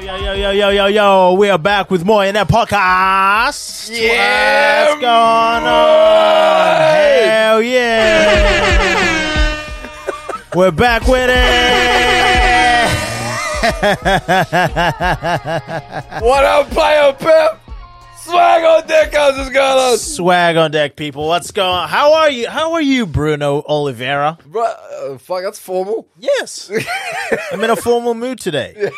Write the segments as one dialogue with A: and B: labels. A: Yo, yo, yo, yo, yo, yo, we are back with more in that podcast.
B: Yeah,
A: What's going on? Hell yeah. We're back with it.
B: What up, player pimp? Swag on deck, how's this going on?
A: Swag on deck, people. What's going on? How are you? How are you, Bruno Oliveira?
B: Bro, uh, fuck, that's formal.
A: Yes. I'm in a formal mood today.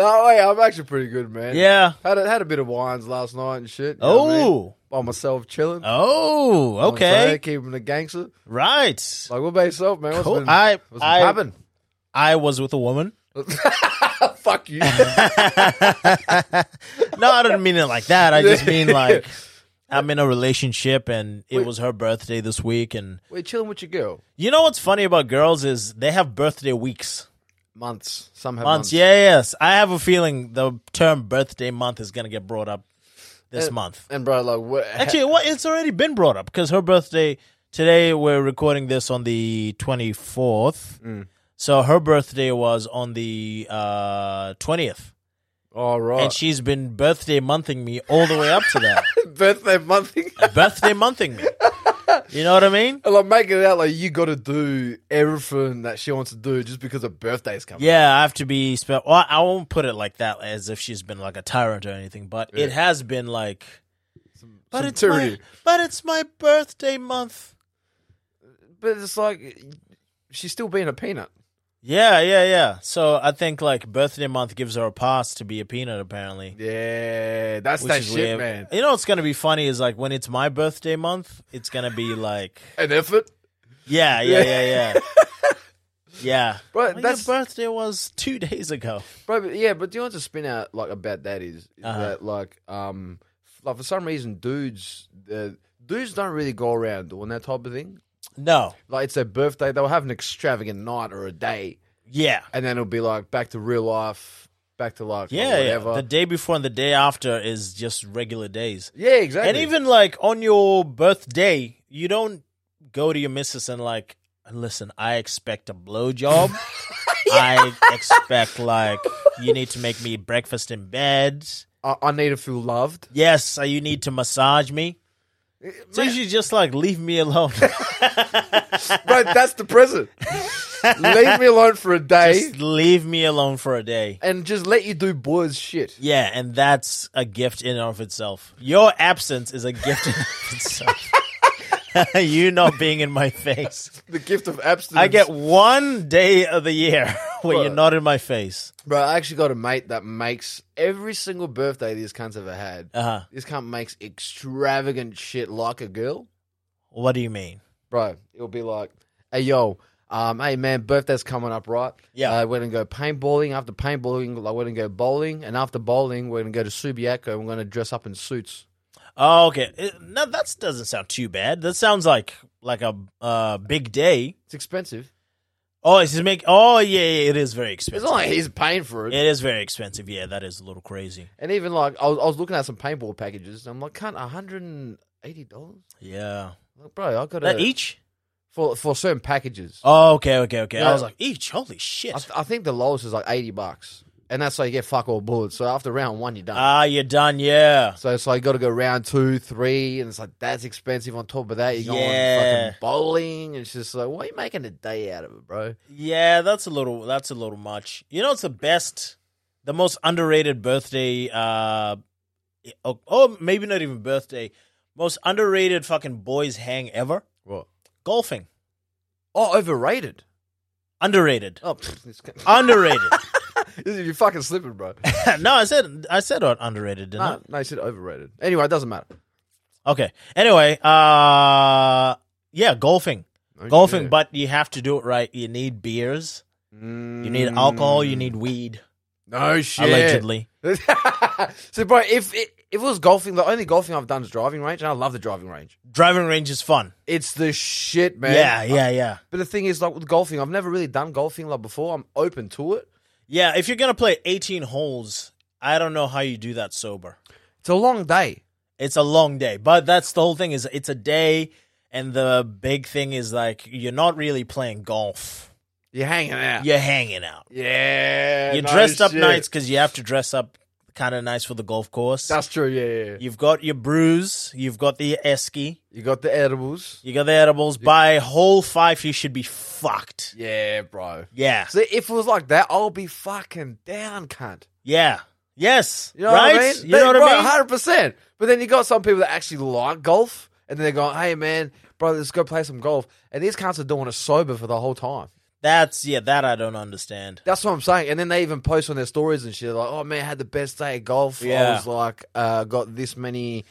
B: Oh, yeah, I'm actually pretty good, man.
A: Yeah.
B: Had a, had a bit of wines last night and shit. you know what I mean?
A: Oh.
B: By myself, chilling.
A: Oh,
B: On Friday,
A: okay.
B: Keeping the gangster.
A: Right.
B: Like, what about yourself, man? What's
A: Cool.
B: been,
A: I-
B: what's been
A: I-
B: poppin'?
A: I was with a woman.
B: Fuck you.
A: No, I don't mean it like that. I just mean like I'm in a relationship and it was her birthday this week and
B: We're chilling with your girl.
A: you know what's funny about girls is they have birthday weeks.
B: Months. Some have
A: Months.
B: months.
A: Yeah, yes. I have a feeling the term birthday month is going to get brought up this
B: Uh,
A: month.
B: And, bro, like, what?
A: Actually, what it's already been brought up because her birthday today we're recording this on the 24th. So her birthday was on the uh, 20th.
B: all right.
A: And she's been birthday monthing me all the way up to that.
B: Birthday monthing.
A: birthday monthing me. You know what I mean?
B: like, making it out like you got to do everything that she wants to do just because her birthday's coming.
A: Yeah, I have to be. Spe- well, I won't put it like that, as if she's been like a tyrant or anything. But it has been like. But
B: some
A: it's my,
B: tyranny.
A: but it's my birthday month.
B: But it's like she's still being a peanut.
A: Yeah, yeah, yeah. So I think like birthday month gives her a pass to be a peanut, apparently.
B: Yeah, that's
A: Which
B: that
A: is
B: shit,
A: weird.
B: man.
A: You know what's gonna be funny is like when it's my birthday month, it's gonna be like
B: An effort,
A: yeah, yeah, yeah, yeah, yeah.
B: Bro,
A: Like, your
B: that's-
A: birthday was two days ago.
B: bro. But yeah, but do you want to spin out like about that is, is
A: Uh-huh.
B: that like um like for some reason dudes uh, dudes don't really go around doing that type of thing.
A: No,
B: Like it's their birthday, they'll have an extravagant night or a day,
A: yeah.
B: and then it'll be like back to real life, back to like
A: Yeah, yeah.
B: whatever.
A: The day before and the day after is just regular days.
B: yeah, exactly.
A: And even like on your birthday, you don't go to your missus and like, listen, I expect a blowjob. I expect like you need to make me breakfast in bed.
B: I, I need to feel loved.
A: Yes, uh, you need to massage me.
B: Eh,
A: So you should just like leave me alone.
B: Bro, that's the present. Leave me alone for a day
A: just leave me alone for a day.
B: and just let you do boys shit.
A: Yeah, and that's a gift in and of itself. Your absence is a gift in and of itself. you not being in my face.
B: The gift of abstinence.
A: I get one day of the year where you're not in my face.
B: Bro, I actually got a mate that makes every single birthday these cunts ever had.
A: Uh-huh.
B: This cunt makes extravagant shit like a girl.
A: What do you mean?
B: Bro, it'll be like, hey, yo, um, hey, man, birthday's coming up, right?
A: Yeah.
B: I went and go paintballing. After paintballing, I went and go bowling. And after bowling, we're going to go to Subiaco and we're going to dress up in suits.
A: Oh, okay. It- no, that doesn't sound too bad. That sounds like like a uh, big day.
B: It's expensive.
A: Oh, it's make. Oh, yeah, yeah. It is very
B: It's
A: expensive.
B: not like he's paying for it.
A: It is very expensive. Yeah, that is a little crazy.
B: And even like, I was, I was looking at some paintball packages. And I'm like, cunt, $180?
A: Yeah.
B: Like, bro, I got
A: That
B: to.
A: each?
B: For, for certain packages.
A: Oh, okay, okay, okay. I
B: Yeah.
A: was like, each. Holy shit.
B: I, th- I think the lowest is like 80 bucks. And that's how you get fuck all bullets. So after round one, you're done.
A: Ah, you're done. Yeah.
B: so it's like you got to go round two, three. And it's like, that's expensive. On top of that, you're going
A: Yeah.
B: fucking bowling. And it's just like, why are you making a day out of it, bro?
A: Yeah, that's a little that's a little much. You know, it's the best, the most underrated birthday. Uh, oh, oh, maybe not even birthday. Most underrated fucking boys hang ever.
B: What?
A: Golfing
B: Oh, overrated.
A: underrated,
B: Oh, pfft, it's,
A: underrated.
B: you're fucking slipping, bro.
A: no, I said I said underrated, didn't
B: No, no, you said overrated. Anyway, it doesn't matter.
A: I? Okay. Anyway, uh, yeah, golfing. Golfing,
B: Okay.
A: but you have to do it right. You need beers, you need alcohol, you need weed,
B: no shit.
A: allegedly.
B: so, bro, if it, if it was golfing, the only golfing I've done is driving range, and I love the driving range.
A: Driving range is fun.
B: It's the shit, man.
A: Yeah, yeah, yeah.
B: But the thing is, like with golfing, I've never really done golfing like before. I'm open to it.
A: Yeah, if you're going to play 18 holes, I don't know how you do that sober.
B: It's a long day.
A: It's a long day, but that's the whole thing is it's a day and the big thing is like you're not really playing golf.
B: You're hanging out.
A: You're hanging out.
B: Yeah.
A: You're
B: no
A: dressed up
B: shit.
A: nice cuz you have to dress up kind of nice for the golf course.
B: That's true. Yeah, yeah. yeah.
A: You've got your brews, you've got the esky,
B: You got the edibles.
A: you got the edibles. By hole 5 you should be fucked.
B: Yeah, bro.
A: Yeah.
B: So if it was like that, I'll be fucking down, cunt.
A: Yeah. Yes.
B: You know
A: right?
B: what I mean?
A: You know what I mean?
B: Hundred percent. But then you got some people that actually like golf, and then they're going, "Hey, man, bro, let's go play some golf." And these cunts are doing it sober for the whole time.
A: That's yeah, that I don't understand.
B: That's what I'm saying. And then they even post on their stories and shit like, "Oh man, I had the best day of golf. I
A: Yeah.
B: was like, uh, got this many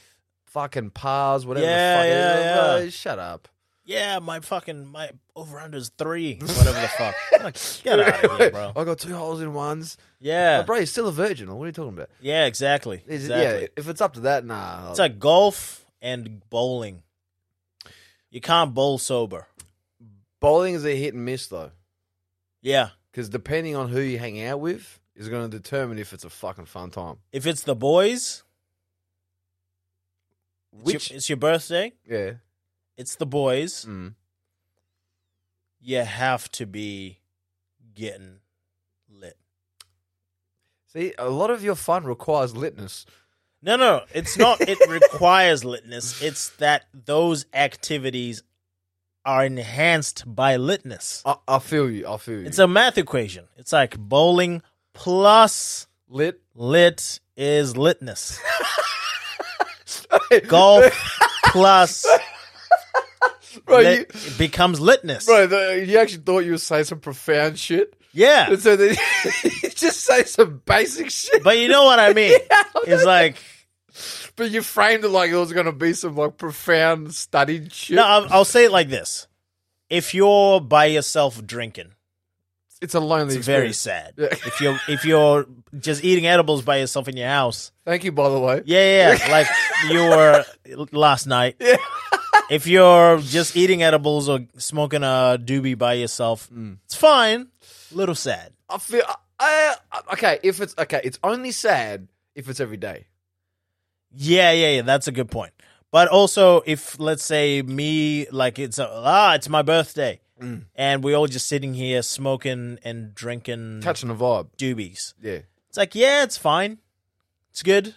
B: fucking pars, whatever.
A: Yeah,
B: the fuck it
A: yeah,
B: is."
A: yeah.
B: Bro, shut up.
A: Yeah, my fucking my over under's 3, whatever the fuck. Like, Get out of here, bro.
B: I got two holes in ones.
A: Yeah.
B: Like, bro, you're still a virgin. What are you talking about?
A: Yeah, exactly.
B: Is it- uh,
A: exactly.
B: Yeah, if it's up to that, nah.
A: It's like golf and bowling. You can't bowl sober.
B: bowling is a hit and miss though.
A: Yeah.
B: Because depending on who you hang out with is going to determine if it's a fucking fun time.
A: If it's the boys, it's your-
B: Which,
A: it's your, birthday,
B: yeah.
A: it's the boys.
B: Mm.
A: You have to be getting lit.
B: See, a lot of your fun requires litness.
A: No, no, it's not. it requires litness. It's that those activities are enhanced by litness.
B: I, I feel you. I feel you.
A: It's a math equation. It's like bowling plus
B: lit.
A: lit is litness. golf plus
B: bro,
A: lit-
B: you,
A: it becomes litness.
B: bro the, you actually thought you were saying some profound shit.
A: Yeah.
B: And so then you just say some basic shit.
A: But you know what I mean? It's like
B: But you framed it like it was going to be some like profound studied shit.
A: no, I'll, I'll say it like this. If you're by yourself drinking,
B: it's a lonely
A: it's very
B: experience.
A: sad.
B: Yeah.
A: If you're if you're just eating edibles by yourself in your house,
B: Thank you, by the way.
A: yeah, yeah, yeah, like you were last night.
B: Yeah.
A: If you're just eating edibles or smoking a doobie by yourself,
B: Mm.
A: it's fine. Little sad.
B: I feel. I, I, okay, if it's okay, it's only sad if it's every day.
A: Yeah, yeah, yeah. That's a good point. But also, if let's say me, like it's a, ah, it's my birthday,
B: Mm.
A: and we're all just sitting here smoking and drinking
B: Catching the vibe.
A: doobies.
B: Yeah.
A: It's like, yeah, it's fine. It's good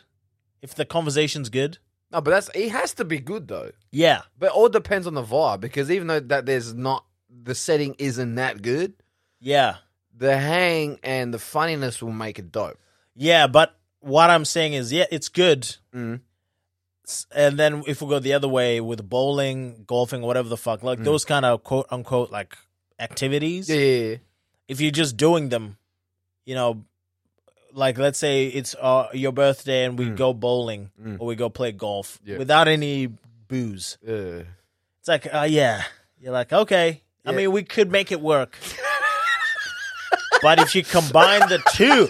A: if the conversation's good.
B: No, but that's it has to be good though.
A: Yeah,
B: But all depends on the vibe because even though that there's not the setting isn't that good,
A: yeah,
B: the hang and the funniness will make it dope.
A: yeah. But what I'm saying is, yeah, it's good.
B: Mm.
A: S- And then if we go the other way with bowling, golfing, whatever the fuck, like those kind of quote unquote like activities.
B: Mm. Yeah, yeah, yeah.
A: if you're just doing them, you know, like let's say it's uh, your birthday and we go bowling or we go play golf
B: Mm. Yeah.
A: without any booze.
B: Yeah.
A: It's like, oh yeah, you're like, okay. I
B: Yeah.
A: mean, we could make it work. but if you combine the two,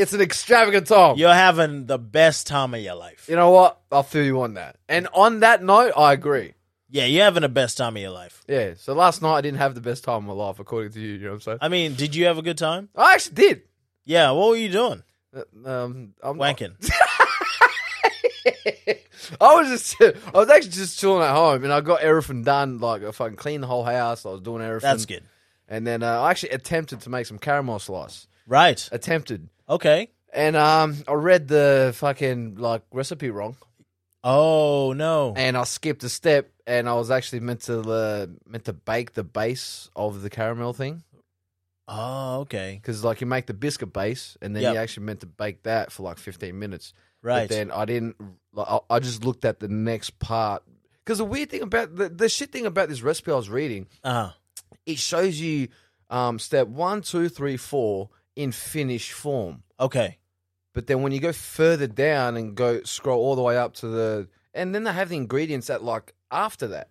B: It's an extravagant time.
A: you're having the best time of your life.
B: You know what? I'll feel you on that. And on that note, I agree.
A: Yeah, you're having the best time of your life.
B: Yeah. So last night I didn't have the best time of my life, according to you. You know what I'm saying?
A: I mean, did you have a good time?
B: I actually did.
A: Yeah, what were you doing?
B: Uh, Um, I'm
A: Wanking.
B: I was just, I was actually just chilling at home, and I got everything done. Like I fucking cleaned the whole house. I was doing everything.
A: That's good.
B: And then uh, I actually attempted to make some caramel slice.
A: Right.
B: Attempted.
A: Okay.
B: And um, I read the fucking like recipe wrong,
A: Oh, no.
B: and I skipped a step, and I was actually meant to uh, meant to bake the base of the caramel thing
A: Oh, okay.
B: because like you make the biscuit base, and then
A: Yep.
B: you actually meant to bake that for like fifteen minutes.
A: Right.
B: But then I didn't. Like, I- I just looked at the next part because the weird thing about the, the shit thing about this recipe I was reading,
A: Uh-huh.
B: it shows you um, step one, two, three, four in finished form.
A: Okay.
B: But then when you go further down and go scroll all the way up to the, and then they have the ingredients that like after that.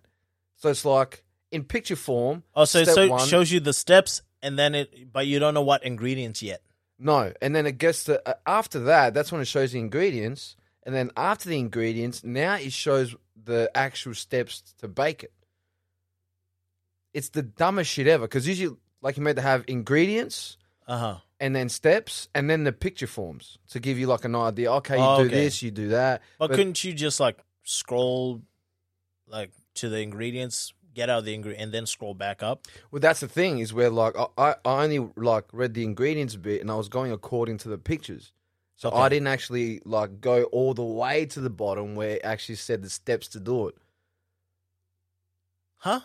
B: So it's like in picture form.
A: Oh, so it
B: step
A: so
B: one.
A: shows you the steps, and then it, but you don't know what ingredients yet.
B: No, and then it gets to uh, after that. That's when it shows the ingredients, and then after the ingredients, now it shows the actual steps to bake it. It's the dumbest shit ever because usually, like you're meant to have ingredients
A: Uh huh.
B: and then steps and then the picture forms to give you like an idea. Okay, you
A: Oh,
B: do
A: okay.
B: this, you do that.
A: But,
B: But-
A: couldn't you just like scroll, like to the ingredients, get out the ingredient, and then scroll back up?
B: Well, that's the thing is where like I, I I only like read the ingredients a bit, and I was going according to the pictures, so I
A: Okay.
B: didn't actually like go all the way to the bottom where it actually said the steps to do it.
A: Huh?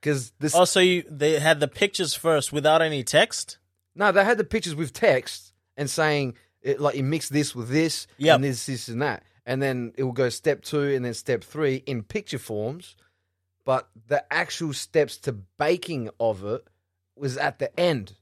B: Because this
A: Oh, so you, they had the pictures first without any text.
B: no, they had the pictures with text and saying it, like you mix this with this,
A: Yep.
B: and this, this, and that, and then it will go step two and then step three in picture forms, but the actual steps to baking of it was at the end.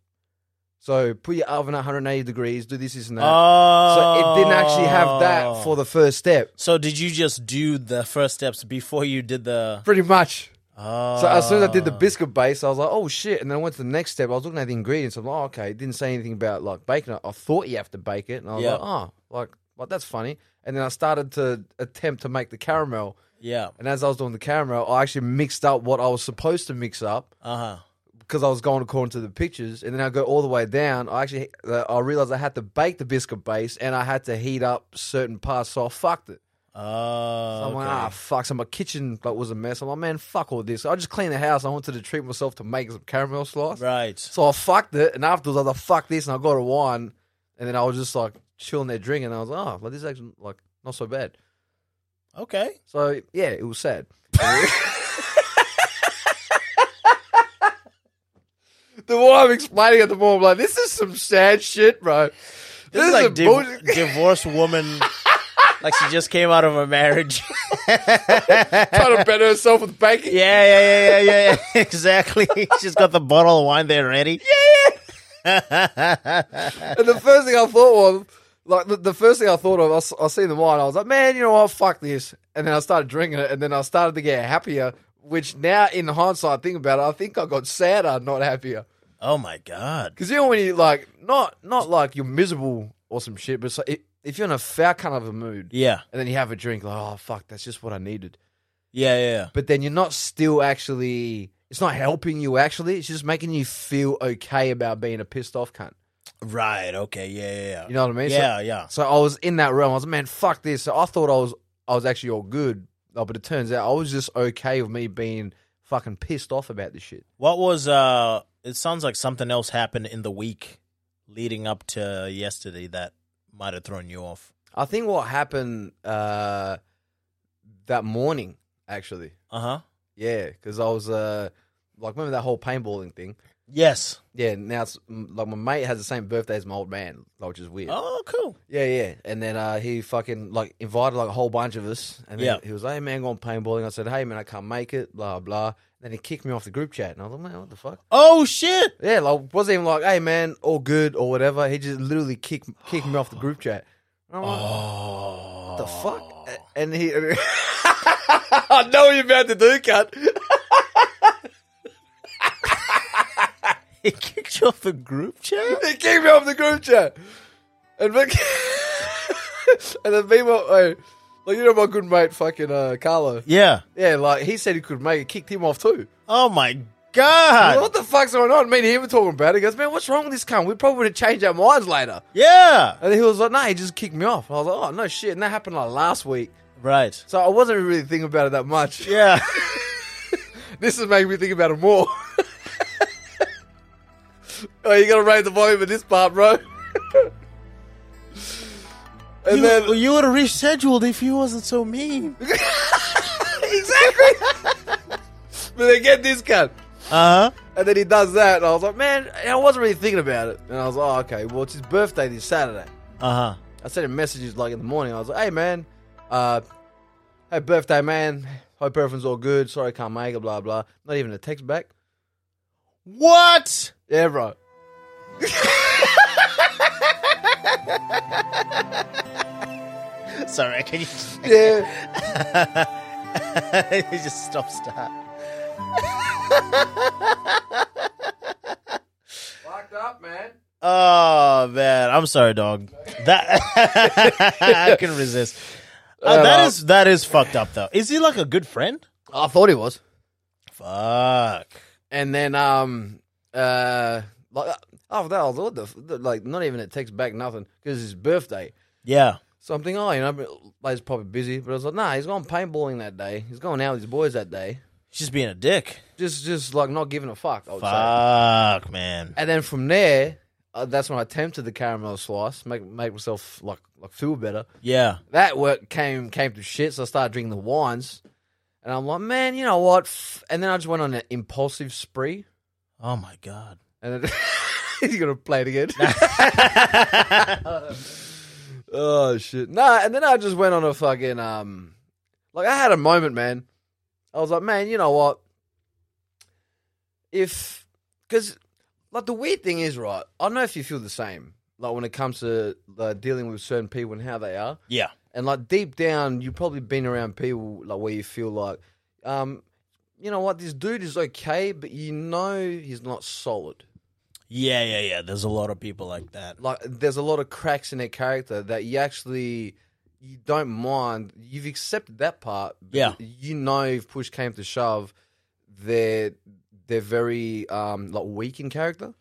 B: So put your oven at 180 degrees, do this, this, and that. So
A: Oh,
B: it didn't actually have that for the first step.
A: So did you just do the first steps before you did the?
B: Pretty much.
A: Oh.
B: So as soon as I did the biscuit base, I was like, oh shit. And then I went to the next step. I was looking at the ingredients. I'm like, oh, okay. It didn't say anything about like baking it. I thought you have to bake it. And I was
A: Yeah.
B: like, oh, like, like, that's funny. And then I started to attempt to make the caramel.
A: yeah.
B: And as I was doing the caramel, I actually mixed up what I was supposed to mix up
A: Uh huh.
B: because I was going according to the pictures. And then I go all the way down. I actually, uh, I realized I had to bake the biscuit base and I had to heat up certain parts. So I fucked it.
A: Oh.
B: I'm like,
A: okay.
B: ah, fuck. So my kitchen like, was a mess. I'm like, man, fuck all this. I just cleaned the house. I wanted to treat myself to make some caramel slice.
A: Right.
B: So I fucked it. And afterwards, I was like, fuck this. And I got a wine. And then I was just like chilling there drinking. And I was like, oh, well, this is actually like not so bad.
A: Okay.
B: So yeah, it was sad. the more I'm explaining it, the more I'm like, this is some sad shit, bro. This,
A: This, is
B: is
A: like
B: a
A: div-
B: bullshit-
A: divorced woman. like she just came out of a marriage.
B: trying to better herself with baking.
A: Yeah, yeah, yeah, yeah, yeah, yeah. Exactly. She's got the bottle of wine there ready. Yeah.
B: And the first thing I thought was, like, the, the first thing I thought of, I, s- I seen the wine. I was like, man, you know what? Fuck this. And then I started drinking it, and then I started to get happier. Which now, in hindsight, think about it, I think I got sadder, not happier.
A: oh my god.
B: Because you know when you like, not not like you're miserable or some shit, but so it, if you're in a foul kind of a mood,
A: Yeah.
B: and then you have a drink, like, oh fuck, that's just what I needed.
A: Yeah, yeah, yeah.
B: But then you're not still actually. It's not helping you actually. It's just making you feel okay about being a pissed off cunt.
A: Right. Okay. Yeah, yeah, yeah.
B: You know what I mean? So-
A: yeah, yeah.
B: So I was in that realm. I was like, man, fuck this. So I thought I was I was actually all good, oh, but it turns out I was just okay with me being fucking pissed off about this shit.
A: What was uh it sounds like something else happened in the week leading up to yesterday that might have thrown you off.
B: I think what happened uh, that morning actually,
A: Uh-huh.
B: yeah, because I was uh, like remember that whole paintballing thing.
A: Yes.
B: Yeah, now it's mm, like my mate has the same birthday as my old man, like, which is weird.
A: Oh, cool.
B: Yeah, yeah. And then uh, he fucking like invited like a whole bunch of us. And then
A: Yeah.
B: he was like, hey man, going paintballing. I said, hey man, I can't make it, blah, blah. then he kicked me off the group chat. And I was like, man, what the fuck?
A: Oh shit.
B: Yeah, like, wasn't even like, hey man, all good or whatever. He just literally kicked, kicked me off the group chat. And I'm like,
A: Oh.
B: what the fuck? A- And he, I know what you're about to do, cut.
A: He kicked you off the group chat?
B: he kicked me off the group chat. And then, and then meanwhile, hey, like, you know, my good mate, fucking uh, Carlo.
A: Yeah.
B: Yeah, like he said he could make it, kicked him off too.
A: Oh my god.
B: what the fuck's going on? Me and him were talking about it. He goes, man, what's wrong with this cunt? We probably would have changed our minds later.
A: Yeah.
B: And he was like, nah, he just kicked me off. I was like, oh, no shit. And that happened like last week.
A: Right.
B: So I wasn't really thinking about it that much.
A: Yeah.
B: This is making me think about it more. oh, you gotta raise the volume of this part, bro. and
A: you,
B: then.
A: you would have rescheduled if he wasn't so mean.
B: exactly! but they get this cunt.
A: Uh huh.
B: And then he does that, and I was like, man, and I wasn't really thinking about it. And I was like, oh, okay, well, it's his birthday this Saturday.
A: Uh huh.
B: I sent him messages like in the morning. I was like, hey, man, uh, hey, birthday, man. Hope everything's all good. Sorry, I can't make it, blah, blah. Not even a text back.
A: What?
B: Yeah, bro.
A: Sorry, can you?
B: Yeah.
A: he just stop start.
B: Locked up, man.
A: Oh man, I'm sorry, dog. That I can resist. Uh,
B: Uh,
A: that is that is fucked up though. Is he like a good friend?
B: I thought he was.
A: Fuck.
B: And then, um, uh, like, after that, I was what the, f- the- like, not even a text back, nothing, because it's his birthday.
A: Yeah.
B: So I'm thinking, oh, you know, but Blaze probably busy, but I was like, nah, he's gone paintballing that day. He's going out with his boys that day.
A: He's just being a dick.
B: Just, just like not giving a fuck. I would say.
A: Fuck, man.
B: And then from there, uh, that's when I attempted the caramel slice, make make myself like like feel better.
A: Yeah.
B: that work came came to shit. So I started drinking the wines, and I'm like, man, you know what? F-" And then I just went on an impulsive spree,
A: Oh my god.
B: and then you gonna play it again. oh shit, no. And then I just went on a fucking um, like I had a moment, man. I was like, man, you know what? If because like the weird thing is, right? I don't know if you feel the same. Like when it comes to like, dealing with certain people and how they are,
A: Yeah.
B: and like deep down, you've probably been around people like where you feel like, um, you know what, this dude is okay, but you know he's not solid.
A: Yeah, yeah, yeah. There's a lot of people like that.
B: Like there's a lot of cracks in their character that you actually you don't mind. You've accepted that part. but
A: Yeah.
B: you know if push came to shove, they're they're very um like weak in character.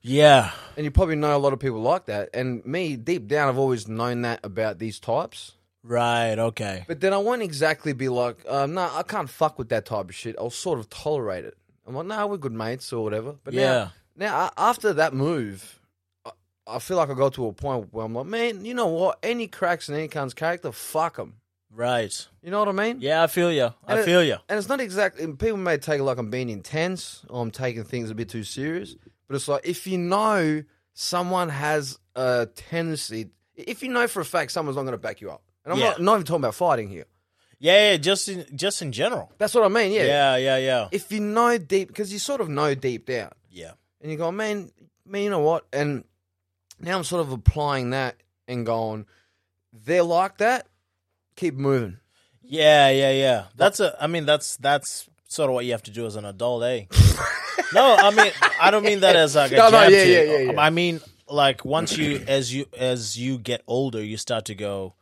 A: Yeah.
B: And you probably know a lot of people like that. And me, deep down, I've always known that about these types.
A: Right, okay.
B: But then I won't exactly be like, um, no, I can't fuck with that type of shit. I'll sort of tolerate it. I'm like, no, we're good mates or whatever. But
A: Yeah.
B: now, now a- after that move, I, I feel like I got to a point where I'm like, man, you know what? Any cracks in any cunt's character, fuck them.
A: Right.
B: You know what I mean?
A: Yeah, I feel you. I
B: And it-
A: feel you.
B: And it's not exactly, and people may take it like I'm being intense or I'm taking things a bit too serious. But it's like, if you know someone has a tendency, if you know for a fact someone's not going to back you up. And I'm
A: Yeah.
B: not, not even talking about fighting here.
A: Yeah, yeah, just in just in general.
B: That's what I mean,
A: Yeah, yeah, yeah.
B: if you know deep, because you sort of know deep down,
A: Yeah.
B: and you go, man, man, you know what? And now I'm sort of applying that and going, they're like that. Keep moving.
A: Yeah, yeah, yeah. That's a. I mean, that's that's sort of what you have to do as an adult, eh? no, I mean, I don't mean that as like a
B: No, no,
A: jab
B: yeah,
A: to you.
B: yeah, yeah, yeah.
A: I mean, like once you as you as you get older, you start to go,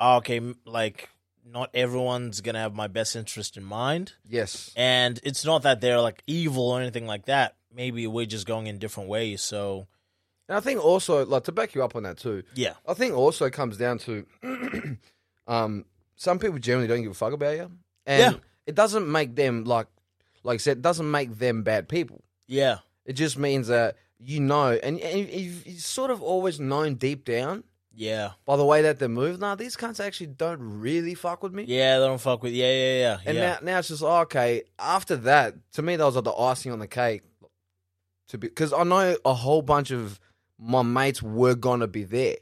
A: oh, okay, m- like not everyone's gonna have my best interest in mind,
B: Yes.
A: and it's not that they're like evil or anything like that. Maybe we're just going in different ways. So
B: And I think also, like, to back you up on that too,
A: yeah,
B: I think also comes down to, um, some people generally don't give a fuck about you, and
A: Yeah.
B: it doesn't make them like, like I said, it doesn't make them bad people.
A: yeah,
B: It just means that you know, and, and you've, you've sort of always known deep down
A: yeah,
B: by the way that they move. Nah, these cunts actually don't really fuck with me.
A: yeah. They don't fuck with. Yeah, yeah, yeah.
B: and
A: yeah.
B: now, now it's just oh, okay. After that, to me, that was like the icing on the cake. To be because I know a whole bunch of my mates were gonna be there.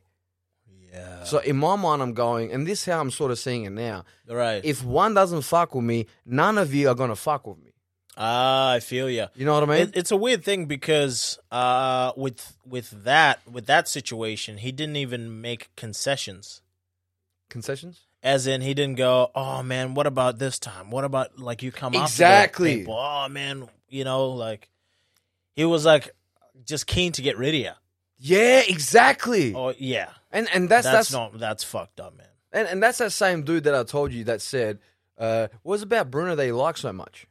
A: yeah.
B: So in my mind, I'm going, and this is how I'm sort of seeing it now.
A: right.
B: If one doesn't fuck with me, none of you are gonna fuck with me.
A: ah, I feel you.
B: You know what I mean?
A: It, it's a weird thing because uh, with with that with that situation, he didn't even make concessions.
B: Concessions.
A: As in, he didn't go, "Oh man, what about this time? What about like you come after that
B: Exactly.
A: people? Oh man, you know, like he was like just keen to get rid of you.
B: Yeah, exactly.
A: Oh yeah,
B: and and that's
A: that's,
B: that's,
A: not that's fucked up, man.
B: and, and that's that same dude that I told you that said, uh, "What is it about Bruno that you like so much?"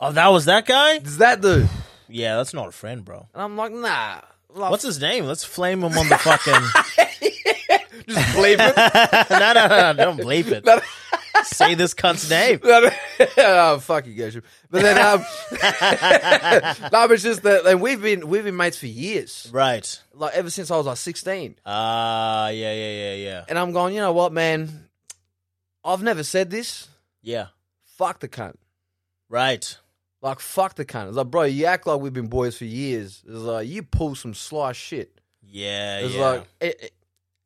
A: Oh, that was that guy.
B: Does that dude?
A: Yeah, that's not a friend, bro.
B: And I'm like, nah. Like,
A: What's his name? Let's flame him on the fucking.
B: just bleep it?
A: no, no, no, no, don't bleep it. Say this cunt's name.
B: oh, fuck you, Gershom. But then, um, no, but it's just that like, we've been we've been mates for years,
A: Right.
B: like ever since I was like 16.
A: Ah, yeah, yeah, yeah, yeah,
B: And I'm going, you know what, man? I've never said this.
A: yeah.
B: Fuck the cunt.
A: Right.
B: Like fuck the cunt. It's like, bro, you act like we've been boys for years. It's like you pull some sly shit.
A: Yeah,
B: It's
A: yeah.
B: like, it, it-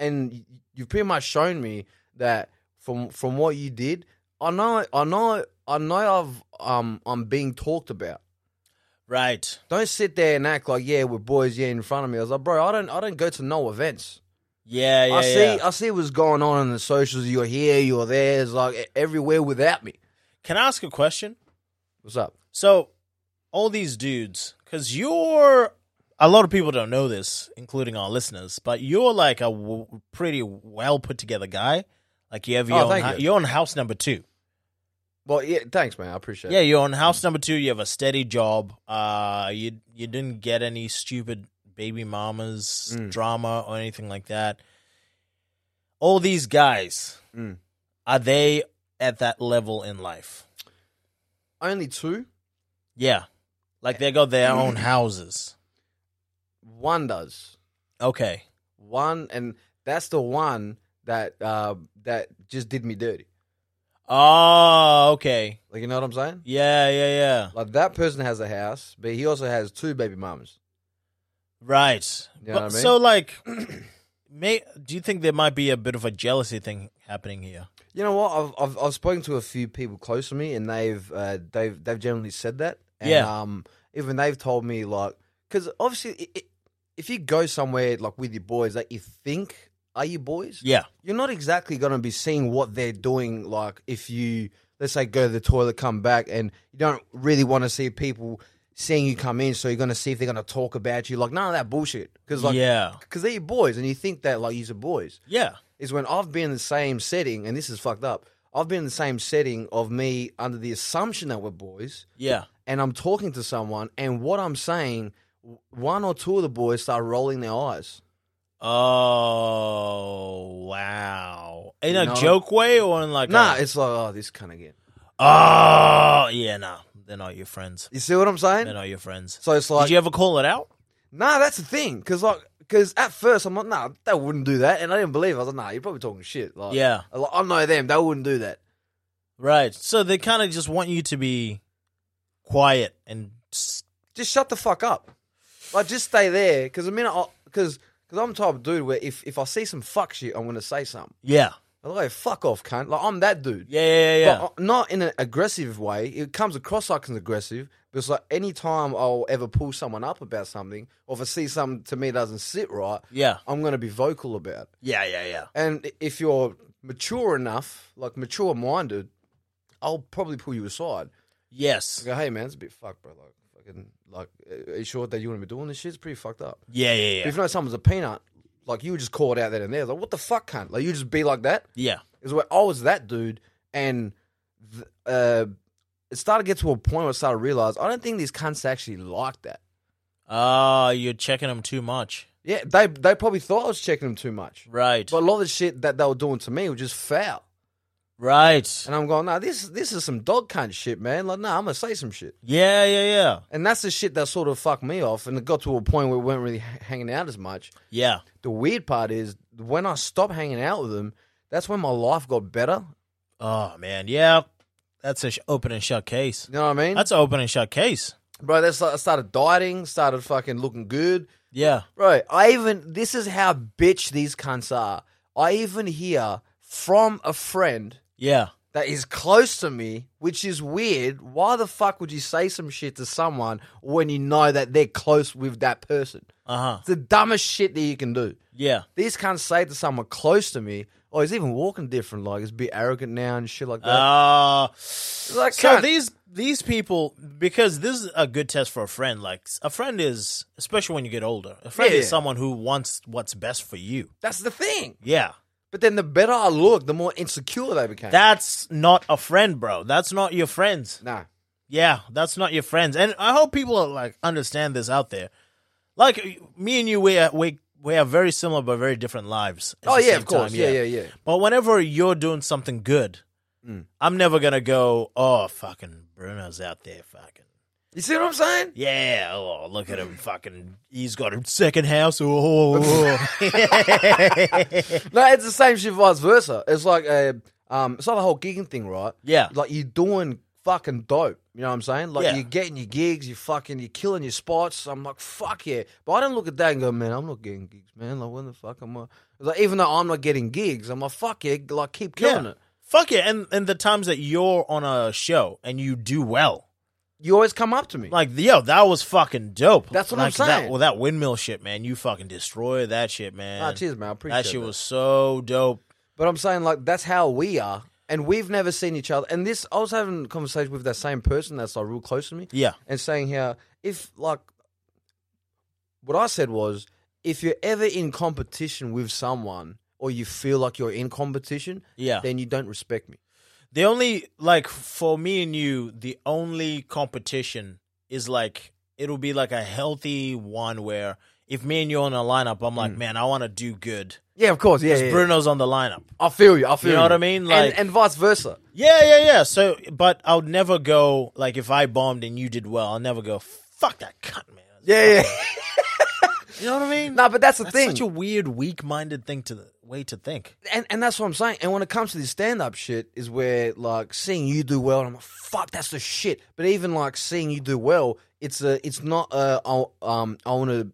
B: and you've pretty much shown me that from from what you did, I know, I know, I know, I've um, I'm being talked about.
A: right.
B: Don't sit there and act like yeah, we're boys. Yeah, in front of me, I was like, bro, I don't, I don't go to no events.
A: Yeah, yeah,
B: I see, uh,
A: yeah.
B: I see what's going on in the socials. You're here, you're there. It's like e- everywhere without me.
A: Can I ask a question?
B: What's up?
A: So all these dudes, because you're a lot of people don't know this, including our listeners, but you're like a w- pretty well put together guy. Like you have your
B: Oh,
A: own,
B: thank
A: hou-
B: you.
A: you're on house number two.
B: Well, yeah, thanks, man. I appreciate
A: Yeah,
B: it.
A: you're on house number two. You have a steady job. Uh, you you didn't get any stupid baby mamas
B: Mm.
A: drama or anything like that. All these guys,
B: Mm.
A: are they at that level in life?
B: Only two.
A: Yeah, like they got their own houses.
B: One does.
A: Okay,
B: One, and that's the one that uh, that just did me dirty.
A: Oh, okay.
B: Like, you know what I'm saying?
A: Yeah, yeah, yeah.
B: Like that person has a house, but he also has two baby mamas.
A: Right.
B: You know
A: But-
B: what I mean?
A: So, like, may do you think there might be a bit of a jealousy thing happening here?
B: You know what? I've I've, I've spoken to a few people close to me, and they've uh, they've they've generally said that. And,
A: Yeah.
B: Um, even they've told me like, because obviously, i i if you go somewhere like with your boys that you think are your boys,
A: Yeah.
B: you're not exactly going to be seeing what they're doing. Like if you let's say go to the toilet, come back, and you don't really want to see people seeing you come in, so you're going to see if they're going to talk about you. Like none of that bullshit, because like
A: yeah.
B: because they're your boys, and you think that like you're boys
A: Yeah.
B: is when I've been in the same setting, and this is fucked up. I've been in the same setting of me under the assumption that we're boys,
A: Yeah.
B: and I'm talking to someone, and what I'm saying, w- one or two of the boys start rolling their eyes.
A: Oh, wow. In a
B: No.
A: joke way or in like
B: Nah,
A: a,
B: it's like, oh, this cunt again.
A: Oh, yeah, nah. They're not your friends.
B: You see what I'm
A: They're
B: saying?
A: not your friends.
B: So it's like,
A: Did you ever call it out?
B: nah, that's the thing, because like, because at first I'm like, nah, they wouldn't do that, and I didn't believe. It. I was like, nah, you're probably talking shit. Like,
A: Yeah.
B: I like, I know them; they wouldn't do that.
A: Right. So they kind of just want you to be quiet and s-
B: just shut the fuck up. Like, just stay there. Because the minute, because because I'm the type of dude where if if I see some fuck shit, I'm gonna say something.
A: yeah.
B: I'm like, "Oh, fuck off, cunt. Like, I'm that dude.
A: Yeah, yeah, yeah. yeah.
B: But, uh, not in an aggressive way. It comes across like an aggressive, but it's like any time I'll ever pull someone up about something, or if I see something to me doesn't sit right,
A: yeah.
B: I'm gonna be vocal about it.
A: Yeah, yeah, yeah.
B: And if you're mature enough, like mature minded, I'll probably pull you aside. I
A: Yes.
B: go, hey man, it's a bit fucked, bro. Like, fucking, like, are you sure that you want to be doing this shit? It's pretty fucked up.
A: Yeah, yeah, yeah.
B: If you know someone's a peanut, like you were just called out then and there, like what the fuck, cunt? Like you just be like that.
A: Yeah.
B: Is where I was that dude, and th- uh, it started to get to a point where I started to realize I don't think these cunts actually like that.
A: Ah, you're checking them too much.
B: Yeah, they they probably thought I was checking them too much,
A: Right.
B: but a lot of the shit that they were doing to me was just foul.
A: right.
B: And I'm going, nah, this this is some dog cunt shit, man. Like, nah, I'm gonna say some shit.
A: Yeah, yeah, yeah.
B: And that's the shit that sort of fucked me off. And it got to a point where we weren't really h- hanging out as much.
A: Yeah.
B: The weird part is when I stopped hanging out with them, that's when my life got better.
A: Oh, man. Yeah. That's an sh- open and shut case.
B: You know what I mean?
A: That's an open and shut case.
B: Bro, that's like, I started dieting, started fucking looking good.
A: Yeah.
B: Bro, I even, this is how bitch these cunts are. I even hear from a friend
A: Yeah.
B: that is close to me, which is weird. Why the fuck would you say some shit to someone when you know that they're close with that person?
A: Uh huh.
B: It's the dumbest shit that you can do.
A: Yeah.
B: These cunts say to someone close to me, oh, he's even walking different, like he's a bit arrogant now and shit like that.
A: Uh,
B: like,
A: so
B: cunt.
A: these these people because this is a good test for a friend. Like a friend is especially when you get older. A friend
B: Yeah.
A: is someone who wants what's best for you.
B: That's the thing.
A: Yeah.
B: But then the better I looked, the more insecure they became.
A: That's not a friend, bro. That's not your friends.
B: nah.
A: Yeah, that's not your friends. And I hope people are, like understand this out there. Like me and you, we are, we we have very similar but very different lives. at
B: Oh
A: the
B: yeah,
A: same
B: of course.
A: time,
B: yeah, yeah, Mm. yeah,
A: But whenever you're doing something good, I'm never gonna go. Oh, fucking Bruno's out there, fucking.
B: You see what I'm saying?
A: Yeah, oh, look at him, fucking. He's got a second house. Oh, oh, oh.
B: No, it's the same shit vice versa. It's like a um it's like the whole gigging thing, right?
A: Yeah.
B: Like you're doing fucking dope. You know what I'm saying? Like
A: Yeah.
B: you're getting your gigs, you're fucking you're killing your spots. I'm like, fuck yeah. But I don't look at that and go, man, I'm not getting gigs, man. Like when the fuck am I like even though I'm not getting gigs, I'm like, fuck yeah, like keep killing
A: yeah.
B: it.
A: Fuck it. And and the times that you're on a show and you do well,
B: You always come up to me.
A: Like, yo, that was fucking dope.
B: That's what I'm
A: like, that-
B: saying.
A: well, that windmill shit, man, you fucking destroyed that shit, man.
B: Nah, cheers, man. I appreciate
A: that
B: that.
A: shit was so dope.
B: But I'm saying like that's how we are and we've never seen each other. And this, I was having a conversation with that same person that's like real close to me,
A: Yeah.
B: and saying how if like what I said was if you're ever in competition with someone or you feel like you're in competition,
A: Yeah.
B: then you don't respect me.
A: The only like for me and you, the only competition is like it'll be like a healthy one where if me and you're on a lineup, I'm like, man, I want to do good.
B: Yeah, of course. Mm. Yeah, yeah, yeah.
A: Bruno's on the lineup.
B: I feel you. I feel you.
A: You know what I mean? Like-
B: and, and vice versa.
A: Yeah, yeah, yeah. So, but I'll never go like if I bombed and you did well, I'll never go fuck that cunt, man.
B: Yeah, yeah.
A: You know what I mean?
B: no, but that's the
A: That's
B: thing.
A: such a weird, weak-minded thing to way to think.
B: and and that's what I'm saying. And when it comes to this stand up shit, is where like seeing you do well, and I'm like, fuck, that's the shit. But even like seeing you do well, it's a, it's not a, I'll, um, I want to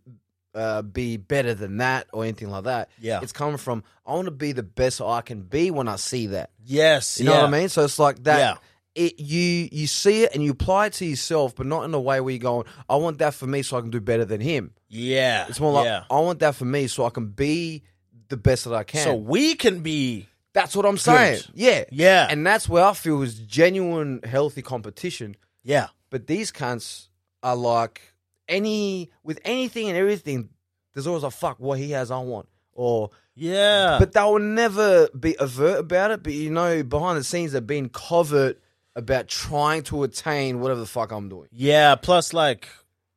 B: uh, be better than that or anything like that.
A: Yeah.
B: it's coming from I want to be the best I can be when I see that.
A: Yes,
B: You know what I mean? So it's like that.
A: Yeah.
B: It, you you see it and you apply it to yourself, but not in a way where you're going, I want that for me so I can do better than him.
A: Yeah,
B: It's more like
A: yeah.
B: I want that for me so I can be the best that I can.
A: So we can be
B: That's what I'm saying. Yeah.
A: Yeah.
B: And that's where I feel is genuine, healthy competition.
A: yeah,
B: But these cunts are like any with anything and everything, there's always a fuck what he has I want. Or
A: yeah.
B: but they will never be overt about it, but you know behind the scenes they've been covert about trying to attain whatever the fuck I'm doing.
A: Yeah, plus like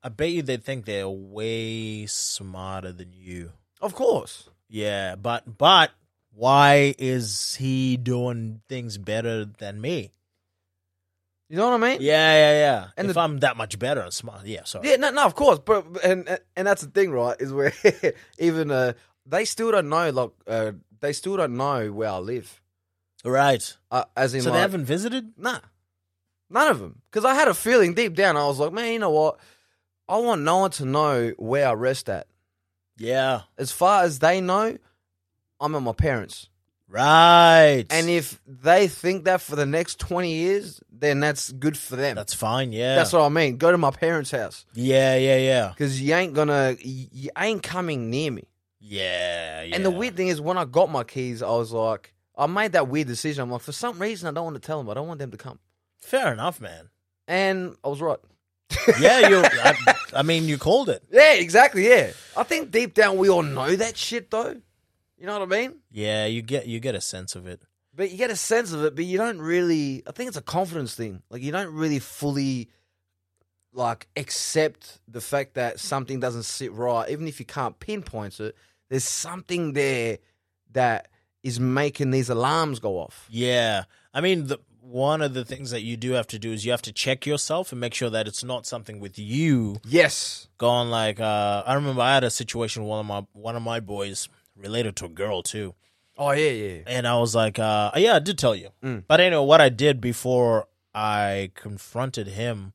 A: I bet you they think they're way smarter than you.
B: Of course.
A: Yeah, but but why is he doing things better than me?
B: You know what I mean?
A: Yeah, yeah, yeah.
B: And
A: if
B: the-
A: I'm that much better and smart, yeah, sorry.
B: Yeah, no, no, of course, but and and that's the thing, right? Is where even uh, they still don't know, like uh, they still don't know where I live,
A: Right.
B: uh, as in
A: So they
B: like,
A: haven't visited?
B: nah, none of them, because I had a feeling deep down, I was like, man, you know what? I want no one to know where I rest at.
A: Yeah.
B: As far as they know, I'm at my parents,
A: Right.
B: and if they think that for the next twenty years, then that's good for them.
A: that's fine, yeah.
B: that's what I mean. Go to my parents' house
A: yeah, yeah, yeah.
B: because you ain't gonna, you, you ain't coming near me.
A: Yeah, yeah.
B: And the weird thing is, when I got my keys, I was like, I made that weird decision. I'm like, for some reason, I don't want to tell them. I don't want them to come.
A: Fair enough, man.
B: And I was right.
A: Yeah, you I, I mean, you called it.
B: Yeah, exactly. Yeah. I think deep down, we all know that shit, though. You know what I mean?
A: Yeah, you get you get a sense of it.
B: But you get a sense of it, but you don't really. I think it's a confidence thing. Like, you don't really fully. Like accept the fact that something doesn't sit right, even if you can't pinpoint it. There's something there that is making these alarms go off.
A: Yeah. I mean, the, one of the things that you do have to do is you have to check yourself and make sure that it's not something with you
B: Yes,
A: going like uh, I remember I had a situation with one of my one of my boys related to a girl too.
B: Oh yeah, yeah.
A: And I was like, uh, yeah, I did tell you.
B: Mm.
A: But anyway, what I did before I confronted him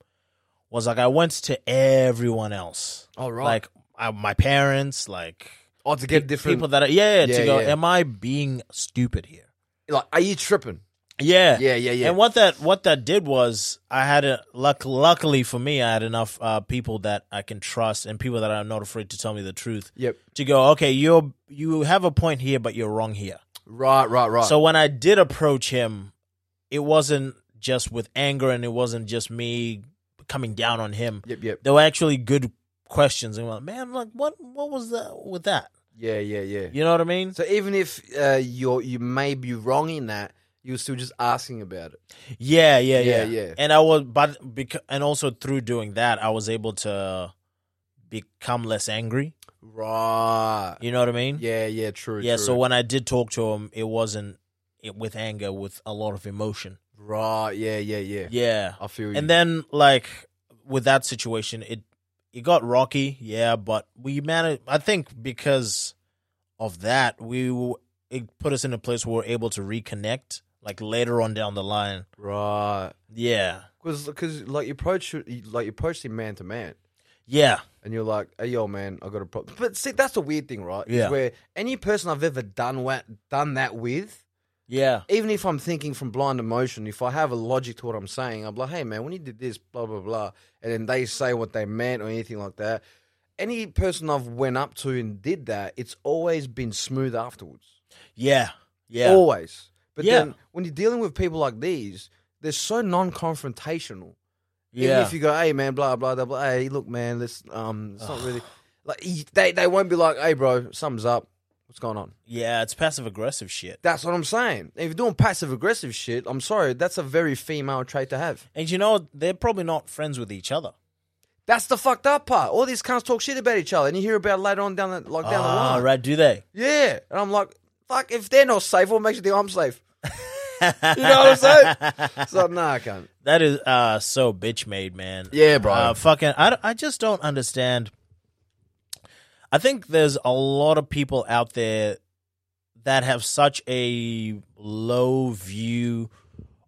A: was like I went to everyone else.
B: All Oh, right.
A: Like I, my parents, like
B: oh, to get different
A: people that I, yeah,
B: Yeah,
A: to go,
B: yeah.
A: am I being stupid here?
B: Like, are you tripping?
A: Yeah.
B: Yeah, yeah, yeah.
A: And what that what that did was I had a luck luckily for me I had enough uh, people that I can trust and people that are not afraid to tell me the truth
B: Yep.
A: to go okay you're you have a point here but you're wrong here.
B: Right, right, right.
A: So when I did approach him it wasn't just with anger and it wasn't just me coming down on him.
B: yep, yep.
A: There were actually good questions and I'm like man like what what was that with that?
B: Yeah, yeah, yeah.
A: You know what I mean?
B: So even if uh, you're you may be wrong in that, you're still just asking about it.
A: Yeah, yeah, yeah,
B: Yeah, yeah.
A: And I was, but because, and also through doing that, I was able to become less angry.
B: Right.
A: You know what I mean?
B: Yeah, yeah. True.
A: Yeah.
B: true.
A: So when I did talk to him, it wasn't it, with anger, with a lot of emotion.
B: right. Yeah, yeah, yeah.
A: Yeah.
B: I feel you.
A: And then like with that situation, it it got rocky. Yeah, but we managed. I think because of that, we w- it put us in a place where we're able to reconnect. Like later on down the line.
B: right.
A: Yeah.
B: Because because like you approach you- like you approach him man to man.
A: Yeah.
B: And you're like, hey, yo, man, I got a problem. But see, that's the weird thing, right? Is
A: Yeah.
B: where any person I've ever done wa- done that with,
A: Yeah.
B: even if I'm thinking from blind emotion, if I have a logic to what I'm saying, I'm like, hey man, when you did this, blah blah blah, and then they say what they meant or anything like that. Any person I've went up to and did that, it's always been smooth afterwards.
A: Yeah. Yeah.
B: Always. But
A: Yeah.
B: then when you're dealing with people like these, they're so non-confrontational. Even
A: Yeah.
B: if you go, hey man, blah blah blah, blah hey look man, let's um, it's not really like you- they they won't be like, hey bro, something's up, what's going on?
A: yeah, it's passive aggressive shit.
B: That's what I'm saying. If you're doing passive aggressive shit, I'm sorry, that's a very female trait to have.
A: And you know, they're probably not friends with each other.
B: That's the fucked up part. All these cunts talk shit about each other, and you hear about it later on down the like down the
A: Ah,
B: line.
A: right, do they?
B: Yeah, and I'm like, fuck. If they're not safe, what makes you think I'm safe? You know what I'm saying? So nah, I can't.
A: That is uh so bitch made, man.
B: Yeah, bro.
A: Uh, fucking, I, I just don't understand. I think there's a lot of people out there that have such a low view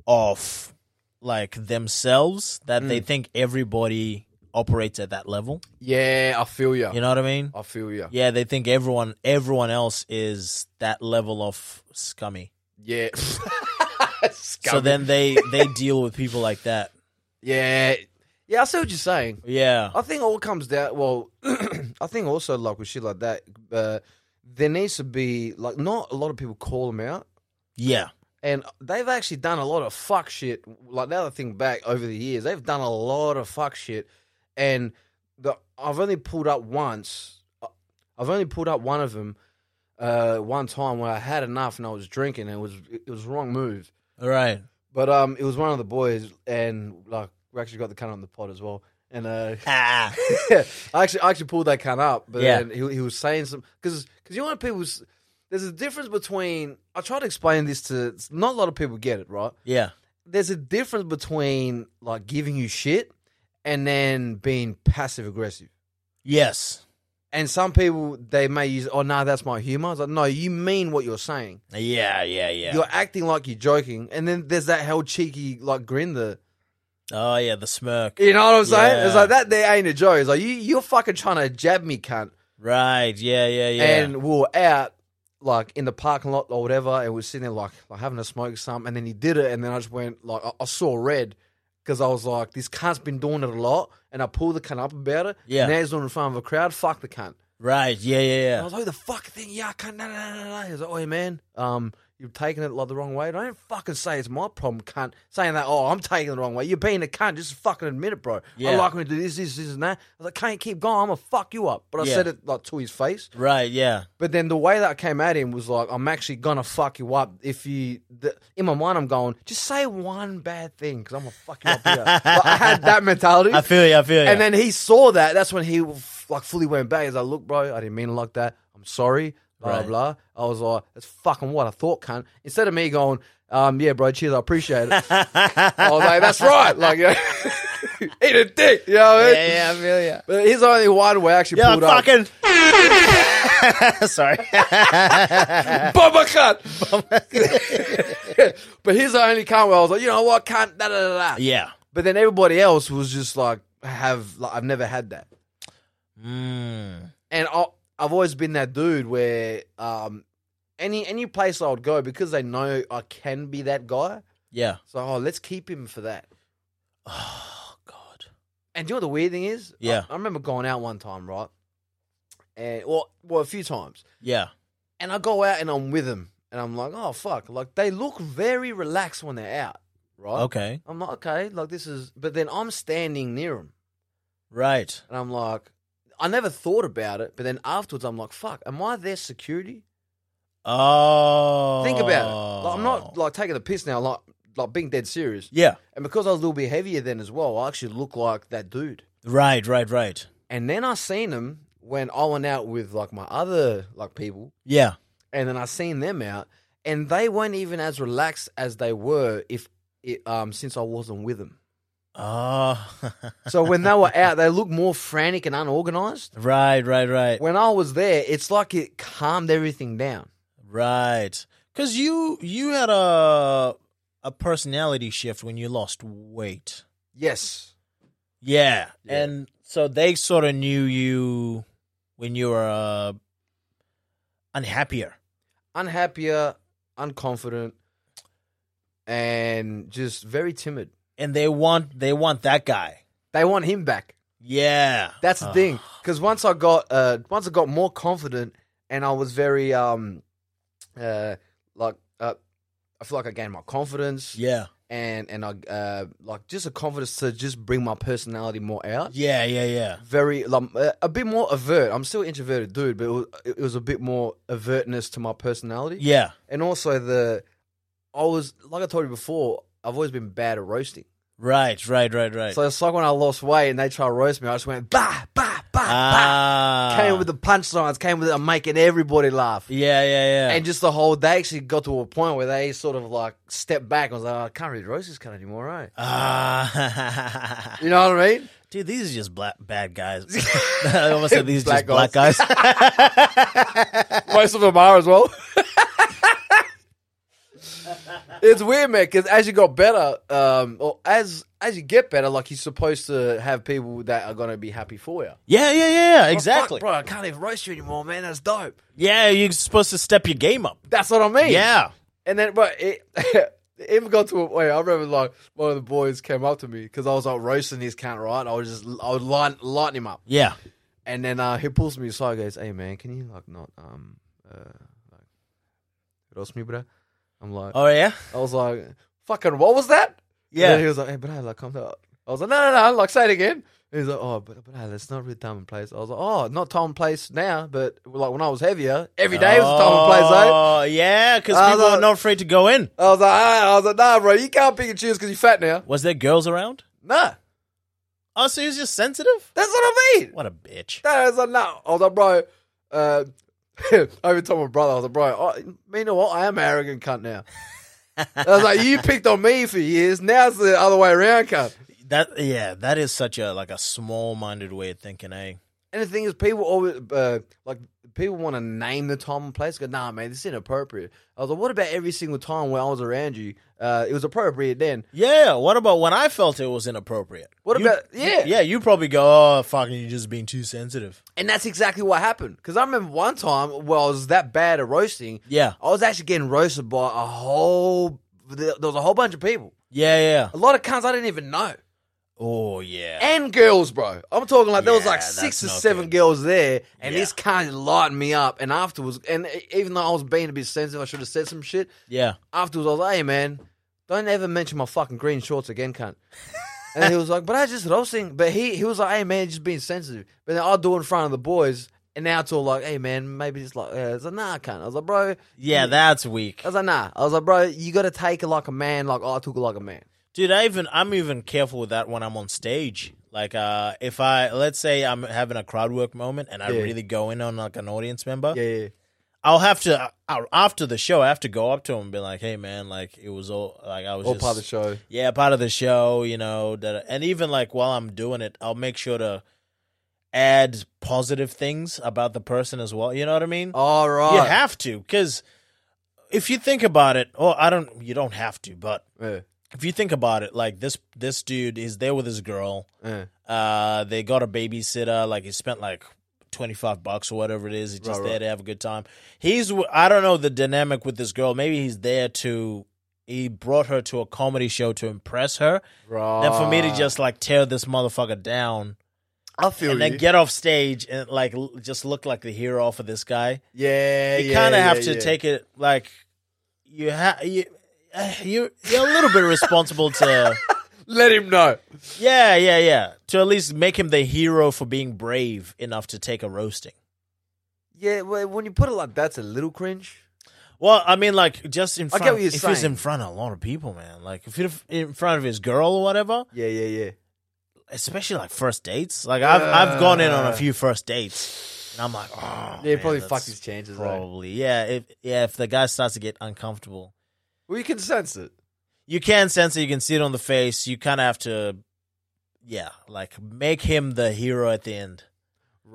A: of like themselves that they
B: Mm.
A: think everybody operates at that level.
B: Yeah, I feel ya.
A: You know what I mean?
B: I feel ya.
A: Yeah, they think everyone everyone else is that level of scummy.
B: Yeah.
A: So then they they deal with people like that.
B: yeah, yeah, I see what you're saying.
A: Yeah.
B: I think all comes down. Well, I think also like with shit like that, uh, there needs to be like not a lot of people call them out,
A: Yeah.
B: and they've actually done a lot of fuck shit. Like now that I think back over the years, they've done a lot of fuck shit, and the I've only pulled up once. uh, I've only pulled up one of them uh, one time when I had enough and I was drinking. And it was it was the wrong move.
A: All right.
B: But um, it was one of the boys, and like we actually got the cunt on the pod as well. And uh,
A: Ah.
B: I actually I actually pulled that cunt up, but
A: Yeah.
B: then he, he was saying some because because you know what people's there's a difference between I try to explain this to not a lot of people get it right.
A: Yeah.
B: There's a difference between like giving you shit and then being passive aggressive.
A: Yes.
B: And some people they may use oh no that's my humor. I was like no you mean what you're saying.
A: Yeah, yeah, yeah.
B: You're acting like you're joking, and then there's that hell cheeky like grin there.
A: oh yeah, the smirk.
B: You know what I'm saying? It's
A: Yeah.
B: like that. There ain't a joke. It's like you, you're fucking trying to jab me, cunt.
A: Right. Yeah, yeah, yeah.
B: And we were out, like in the parking lot or whatever, and we are sitting there like, like having a smoke or something. And then he did it, and then I just went like, I, I saw red because I was like, this cunt's been doing it a lot, and I pulled the cunt up about it.
A: Yeah.
B: Now he's doing it in front of a crowd. Fuck the cunt.
A: right. Yeah, yeah,
B: I
A: yeah.
B: was like, "Who the fuck thing? Yeah, I can't. No, no, no, no, no. He was like, oh, yeah, man, um, you've taken it like the wrong way. Don't fucking say it's my problem, cunt. Saying that, oh, I'm taking it the wrong way. You're being a cunt. Just fucking admit it, bro. I
A: Yeah.
B: like when you do this, this, this, and that. I was like, can't keep going. I'm gonna fuck you up. But I
A: Yeah.
B: said it like to his face.
A: Right, yeah.
B: But then the way that I came at him was like, I'm actually gonna fuck you up if you. The, in my mind, I'm going, just say one bad thing because I'm gonna fuck you up. Here. Like, I had that mentality.
A: I feel you, I feel you.
B: And then he saw that. That's when he f- like fully went back. He's like, "Look, bro, I didn't mean it like that. I'm sorry." Blah
A: Right.
B: blah. I was like, "That's fucking what I thought, cunt." Instead of me going, um, "Yeah, bro, cheers, I appreciate it." I was like, "That's right." Like, yeah. eat a dick. You know what I mean?
A: yeah, I feel you.
B: But he's the only one where I actually
A: Yeah,
B: pulled up.
A: fucking Sorry.
B: Bummer cunt. but he's the only cunt where I was like, "You know what, cunt?" Da da da da.
A: yeah.
B: But then everybody else was just like, "Have like, I've never had that."
A: Mm.
B: and I, I've always been that dude where um, any any place I would go because they know I can be that guy.
A: Yeah.
B: So oh, let's keep him for that.
A: Oh god.
B: And do you know what the weird thing is? I-
A: Yeah.
B: I, remember going out one time, right? And well, well, a few times.
A: Yeah.
B: And I go out and I'm with them, and I'm like, oh fuck, like they look very relaxed when they're out, right?
A: Okay.
B: I'm like, okay, like this is, but then I'm standing near them,
A: Right.
B: and I'm like, I never thought about it, but then afterwards I'm like, fuck, am I their security?
A: Oh.
B: Think about it. Like, I'm not like taking the piss now, like like being dead serious.
A: Yeah.
B: And because I was a little bit heavier then as well, I actually look like that dude.
A: Right, right, right.
B: And then I seen him when I went out with like my other like people,
A: Yeah.
B: and then I seen them out, and they weren't even as relaxed as they were if it, um since I wasn't with them.
A: Oh.
B: So when they were out, they looked more frantic and unorganized.
A: right, right, right.
B: When I was there, it's like it calmed everything down.
A: Right. Cuz you you had a a personality shift when you lost weight.
B: Yes.
A: Yeah.
B: Yeah.
A: And so they sort of knew you when you were uh, unhappier.
B: unhappier, unconfident, and just very timid.
A: And they want they want that guy.
B: They want him back.
A: Yeah.
B: That's the
A: Uh,
B: thing. Because once I got uh, once I got more confident, and I was very um, uh, like uh, I feel like I gained my confidence.
A: Yeah.
B: and and I uh, like just a confidence to just bring my personality more out.
A: Yeah, yeah, yeah.
B: Very like uh, a bit more avert. I'm still introverted, dude, but it was, it was a bit more avertness to my personality.
A: Yeah.
B: and also the I was like I told you before. I've always been bad at roasting,
A: Right, right, right, right.
B: so it's like when I lost weight and they try to roast me, I just went bah bah bah bah.
A: ah.
B: Came with the punchlines, came with I'm making everybody laugh.
A: Yeah, yeah, yeah.
B: And just the whole, they actually got to a point where they sort of like stepped back. and was like, "Oh, I can't really roast this cunt anymore, right?
A: Ah.
B: You know what I mean?
A: Dude, these are just black bad guys. I almost said these are just black
B: Black
A: guys.
B: Most of them are as well. it's weird, man, because as you got better, um, or as as you get better, like you're supposed to have people that are gonna be happy for you.
A: yeah, yeah, yeah, yeah.
B: Fuck,
A: Exactly.
B: bro. I can't even roast you anymore, man. That's dope.
A: Yeah, you're supposed to step your game up.
B: That's what I mean.
A: Yeah.
B: And then, but it, it even got to a point. I remember, like one of the boys came up to me because I was like roasting his count right. I was just, I would line, lighten him up.
A: Yeah.
B: And then uh, he pulls me aside, goes, "Hey man, can you like not um uh like roast me, bro?" I'm like,
A: Oh, yeah?
B: I was like, "Fucking what was that?" And then he
A: Yeah.
B: was like, "Hey, bro, like come down." I was like, "No, no, no, like say it again." And he's like, "Oh, but bro, that's not really time and place." I was like, "Oh, not time and place now, but like when I was heavier, every day was time and place." Eh? Uh,
A: Oh, yeah, because
B: I was
A: people are
B: like-
A: not afraid to go in.
B: I was like, ah, I was like, "Nah, bro, you can't pick and choose because you're fat now."
A: Was there girls around?
B: Nah,
A: Oh, so he was just sensitive?
B: that's what I mean.
A: What a bitch.
B: No, I was like, no. I was like, bro. Uh, I even told my brother, I was like, bro, I, you know what? I am arrogant cunt now. I was like, you picked on me for years. Now it's the other way around, cunt.
A: That yeah, that is such a like a small minded way of thinking, eh?
B: And the thing is, people always uh, like people want to name the time and place. Go, nah, man, this is inappropriate. I was like, what about every single time when I was around you? Uh, it was appropriate then.
A: Yeah. What about when I felt it was inappropriate?
B: What
A: You-
B: about- yeah.
A: Yeah, you probably go, Oh fucking you're just being too sensitive.
B: And that's exactly what happened. Because I remember one time where I was that bad at roasting.
A: Yeah.
B: I was actually getting roasted by a whole. There there was a whole bunch of people.
A: Yeah, yeah.
B: A lot of cunts I didn't even know.
A: Oh yeah.
B: And girls, bro. I'm talking like there was
A: Yeah,
B: like
A: that's
B: six or
A: not
B: seven
A: good.
B: girls there, and
A: Yeah.
B: this kind of lightened me up. And afterwards, and even though I was being a bit sensitive, I should have said some shit.
A: Yeah.
B: Afterwards, I was like, hey, man, don't ever mention my fucking green shorts again, cunt. and he was like, but I just roasting. But he, he was like, hey, man, just being sensitive. But then I'll do it in front of the boys, and now it's all like, hey, man, maybe it's like, yeah. it's like, nah, cunt. I was like, bro.
A: Yeah, that's weak.
B: I was like, nah. I was like, bro, you got to take it like a man. Like, oh, I took it like a man.
A: Dude, I even I'm even careful with that when I'm on stage. Like uh if I let's say I'm having a crowd work moment and I
B: Yeah.
A: really go in on like an audience member,
B: Yeah, yeah.
A: I'll have to uh, I'll, after the show I have to go up to him and be like, "Hey man, like it was all like I was
B: All
A: just,
B: part of the show.
A: yeah, part of the show, you know, that and even like while I'm doing it, I'll make sure to add positive things about the person as well. You know what I mean?
B: All right.
A: you have to cuz if you think about it, or I don't you don't have to, but
B: Yeah,
A: if you think about it, like this this dude is there with his girl.
B: yeah.
A: Uh they got a babysitter, like he spent like 25 bucks or whatever it is. He's just
B: Right,
A: there
B: right.
A: to have a good time. He's w- I don't know the dynamic with this girl. Maybe he's there to he brought her to a comedy show to impress her
B: Right.
A: than for me
B: Ah.
A: to just like tear this motherfucker down
B: I feel
A: and
B: you.
A: then get off stage and like l- just look like the hero for this guy.
B: yeah,
A: You
B: yeah,
A: kind of
B: yeah,
A: have to
B: yeah.
A: take it like you have you. uh, You're, you're a little bit responsible to,
B: Let him know.
A: yeah, yeah, yeah, to at least make him the hero for being brave enough to take a roasting.
B: Yeah, well, when you put it like that's a little cringe.
A: Well, I mean, like just in
B: I get
A: front.
B: what you're
A: if he's
B: saying.
A: in front of a lot of people, man, like if you're in front of his girl or whatever,
B: Yeah, yeah, yeah.
A: especially like first dates. Like I've I've gone in on a few first dates, and I'm like, oh,
B: Yeah,
A: man,
B: probably
A: that's
B: fucked his chances. Right?
A: Probably, yeah. If yeah, if the guy starts to get uncomfortable,
B: Well, you can sense it.
A: you can sense it. You can see it on the face. You kind of have to, yeah, like make him the hero at the end.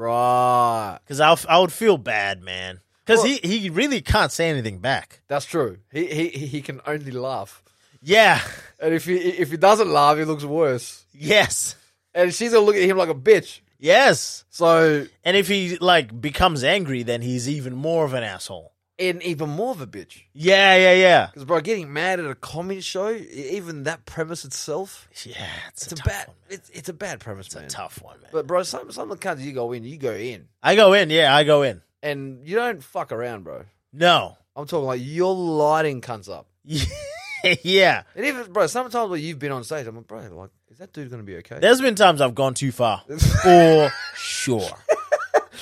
B: Right.
A: Because I I would feel bad, man. Because
B: Well-
A: he he really can't say anything back.
B: That's true. He he he he can only laugh,
A: Yeah.
B: and if he if he doesn't laugh, he looks worse.
A: Yes.
B: And she's gonna look at him like a bitch.
A: Yes.
B: So,
A: And if he like becomes angry, then he's even more of an asshole.
B: and even more of a bitch.
A: Yeah. Yeah. Yeah.
B: Because bro, getting mad at a comedy show, e- even that premise itself,
A: Yeah. It's,
B: it's
A: a,
B: a
A: tough
B: bad
A: one. Man.
B: it's it's a bad premise,
A: It's
B: man.
A: a tough one, man.
B: But bro, some some of the cunts you go in, you go in,
A: I go in. Yeah, I go in.
B: and you don't fuck around, bro.
A: No.
B: I'm talking like you're lighting cunts up.
A: yeah.
B: And even, bro, sometimes when you've been on stage, I'm like, bro, like, is that dude going to be okay?
A: There's been times I've gone too far. For sure.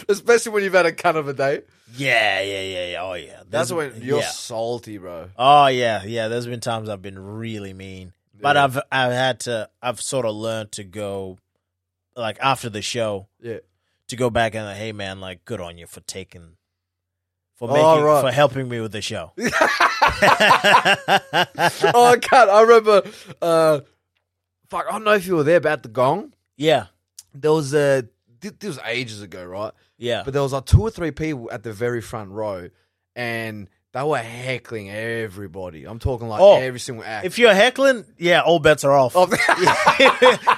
B: Especially when you've had a cut of a day.
A: Yeah, yeah, yeah, yeah. Oh yeah.
B: That's
A: There's-
B: when you're
A: yeah.
B: salty, bro.
A: Oh yeah, yeah. There's been times I've been really mean, but
B: Yeah.
A: I've I've had to. I've sort of learned to go, like after the show,
B: Yeah.
A: to go back and like, hey man, like good on you for taking, for
B: Oh,
A: making,
B: right.
A: for helping me with the show.
B: oh, I can't. I remember, uh, fuck, I don't know if you were there, but at the gong,
A: yeah,
B: there was a, this was ages ago, right?
A: yeah.
B: But there was like two or three people at the very front row, and they were heckling everybody. I'm talking like
A: Oh,
B: every single act.
A: if you're heckling, yeah, all bets are off.
B: Oh,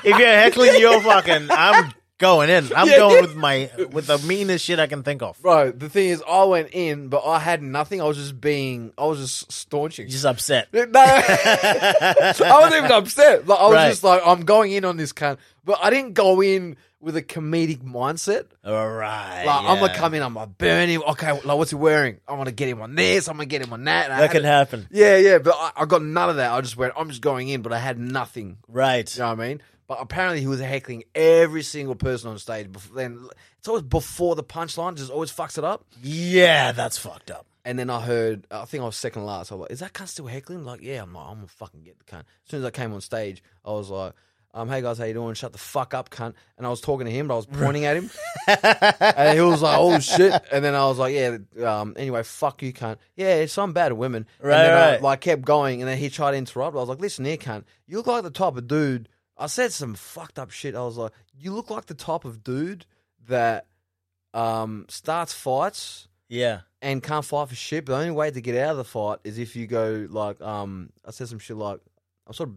A: if you're heckling, you're fucking. I'm going in. I'm
B: Yeah.
A: going with my with the meanest shit I can think of.
B: bro, the thing is, I went in, but I had nothing. I was just being, I was just staunching.
A: Just upset.
B: No, I wasn't even upset. Like, I was
A: Right.
B: just like, I'm going in on this cunt. But I didn't go in with a comedic mindset.
A: All right.
B: Like, I'm going
A: yeah.
B: to come in, I'm going to burn him. Okay, like, what's he wearing? I'm going to get him on this, I'm going to get him on that. And I
A: That
B: had
A: can
B: it-
A: happen.
B: Yeah, yeah, but I, I got none of that. I just went, I'm just going in, but I had nothing.
A: Right.
B: You know what I mean? But apparently he was heckling every single person on stage. Before then it's always before the punchline, just always fucks it up.
A: Yeah, that's fucked up.
B: And then I heard, I think I was second last. I was like, "Is that cunt still heckling?" Like, yeah, I'm like, I'm gonna fucking get the cunt. As soon as I came on stage, I was like, um, "Hey guys, how you doing? Shut the fuck up, cunt!" And I was talking to him, but I was pointing at him, and he was like, "Oh shit!" And then I was like, "Yeah, um, anyway, fuck you, cunt." Yeah, some bad women.
A: Right,
B: and then
A: right.
B: I, like kept going, and then he tried to interrupt. I was like, "Listen here, cunt. You look like the type of dude." I said some fucked up shit. I was like, "You look like the type of dude that um starts fights."
A: Yeah.
B: and can't fight for shit. But the only way to get out of the fight is if you go like um, I said some shit like I'm sort of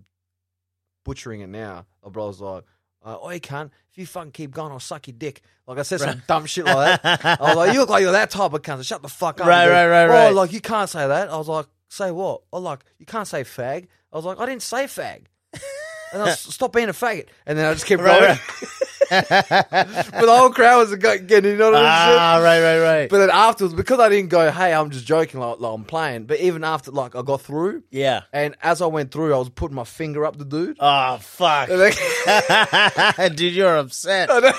B: butchering it now. My brother's like, uh, "Oh, you can't. If you fucking keep going, I'll suck your dick." Like I said some dumb Oh, shit like that. I was like, "You look like you're that type of cunt. Shut the fuck up."
A: Right,
B: dude."
A: right, right,
B: "Oh,
A: right.
B: like you can't say that. I was like, "Say what?" Oh, like you can't say fag. I was like, "I didn't say fag." And I was, stop being a faggot. And then I just kept
A: Right,
B: going. but the whole crowd was getting in on it. and shit.
A: ah, right, right, right.
B: But then afterwards, because I didn't go, hey, I'm just joking, like, like I'm playing. But even after, like, I got through,
A: yeah.
B: and as I went through, I was putting my finger up the dude.
A: Oh fuck,
B: And then-
A: dude, you're upset.
B: Uh, no,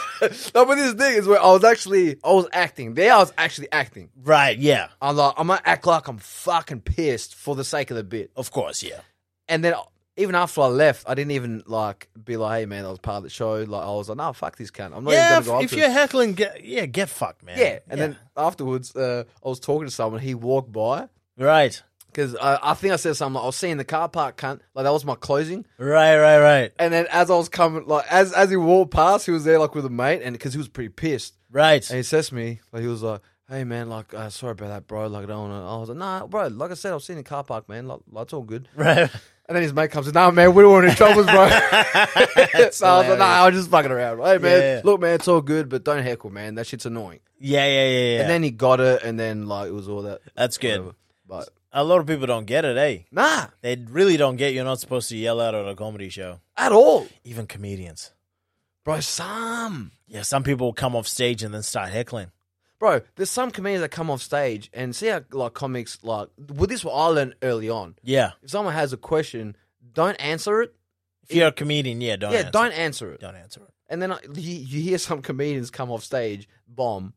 B: but this thing is where I was actually, I was acting. There, I was actually acting.
A: Right? Yeah.
B: I'm like, I'm gonna act like I'm fucking pissed for the sake of the bit.
A: Of course. Yeah.
B: And then even after I left, I didn't even like be like, hey man, I was part of the show. Like I was like, no, fuck this cunt. I'm not
A: yeah.
B: even gonna go up
A: If, if
B: to
A: you're
B: him.
A: heckling, get, yeah, get fucked, man.
B: Yeah. And then afterwards, uh, I was talking to someone. He walked by.
A: Right.
B: Because I, I think I said something like, I was seeing the car park, cunt. Like, that was my closing.
A: Right. Right. Right.
B: And then as I was coming, like, as as he walked past, he was there, like, with a mate, and because he was pretty pissed.
A: Right.
B: And he says to me, like, he was like, hey, man, like, uh, sorry about that, bro. Like, I don't want to. I was like, nah, bro, like I said, I was seeing the car park, man. Like, like, it's all good.
A: Right.
B: And then his mate comes in, nah, man, we don't want any troubles, bro. so I was like, nah, I was just fucking around. Hey, man,
A: Yeah.
B: look, man, it's all good, but don't heckle, man. That shit's annoying.
A: Yeah. Yeah. Yeah. Yeah.
B: And then he got it, and then, like, it was all that.
A: That's good.
B: whatever. But,
A: A lot of people don't get it, eh?
B: nah,
A: They really don't get. You're not supposed to yell out at a comedy show,
B: at all.
A: even comedians.
B: Bro, some.
A: Yeah. Some people come off stage and then start heckling.
B: Bro, there's some comedians that come off stage and see how like comics like well this is what I learned early on.
A: Yeah.
B: If someone has a question, don't answer it.
A: If you're a comedian, yeah, don't.
B: yeah,
A: answer.
B: don't answer it.
A: Don't answer it.
B: And then I, you, you hear some comedians come off stage bomb,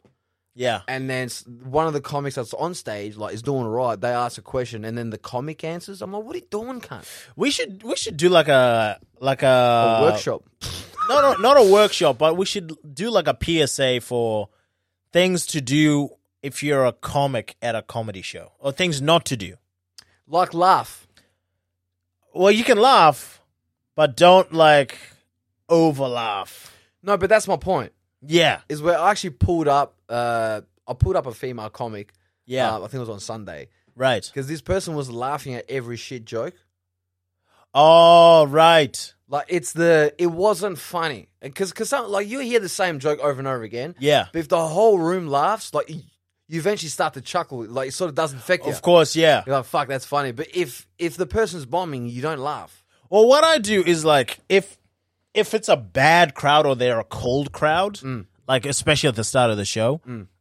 A: Yeah.
B: and then s- one of the comics that's on stage like is doing right. They ask a question, and then the comic answers. I'm like, what are you doing, cunt?
A: We should we should do like a like a,
B: A workshop.
A: No, no, not a workshop, but we should do like a PSA for things to do if you're a comic at a comedy show or things not to do.
B: Like laugh.
A: Well, you can laugh, but don't like over laugh.
B: No, but that's my point.
A: Yeah.
B: Is where I actually pulled up. Uh, I pulled up a female comic.
A: Yeah.
B: uh, I think it was on Sunday.
A: right.
B: Because this person was laughing at every shit joke.
A: Oh, right.
B: Like it's the it wasn't funny. Because because some like you hear the same joke over and over again.
A: Yeah.
B: But if the whole room laughs, like you you eventually start to chuckle. Like it sort of doesn't affect you.
A: Of course, yeah.
B: You're like fuck, that's funny. But if if the person's bombing, you don't laugh.
A: Well, what I do is like if if it's a bad crowd or they're a cold crowd, like especially at the start of the show,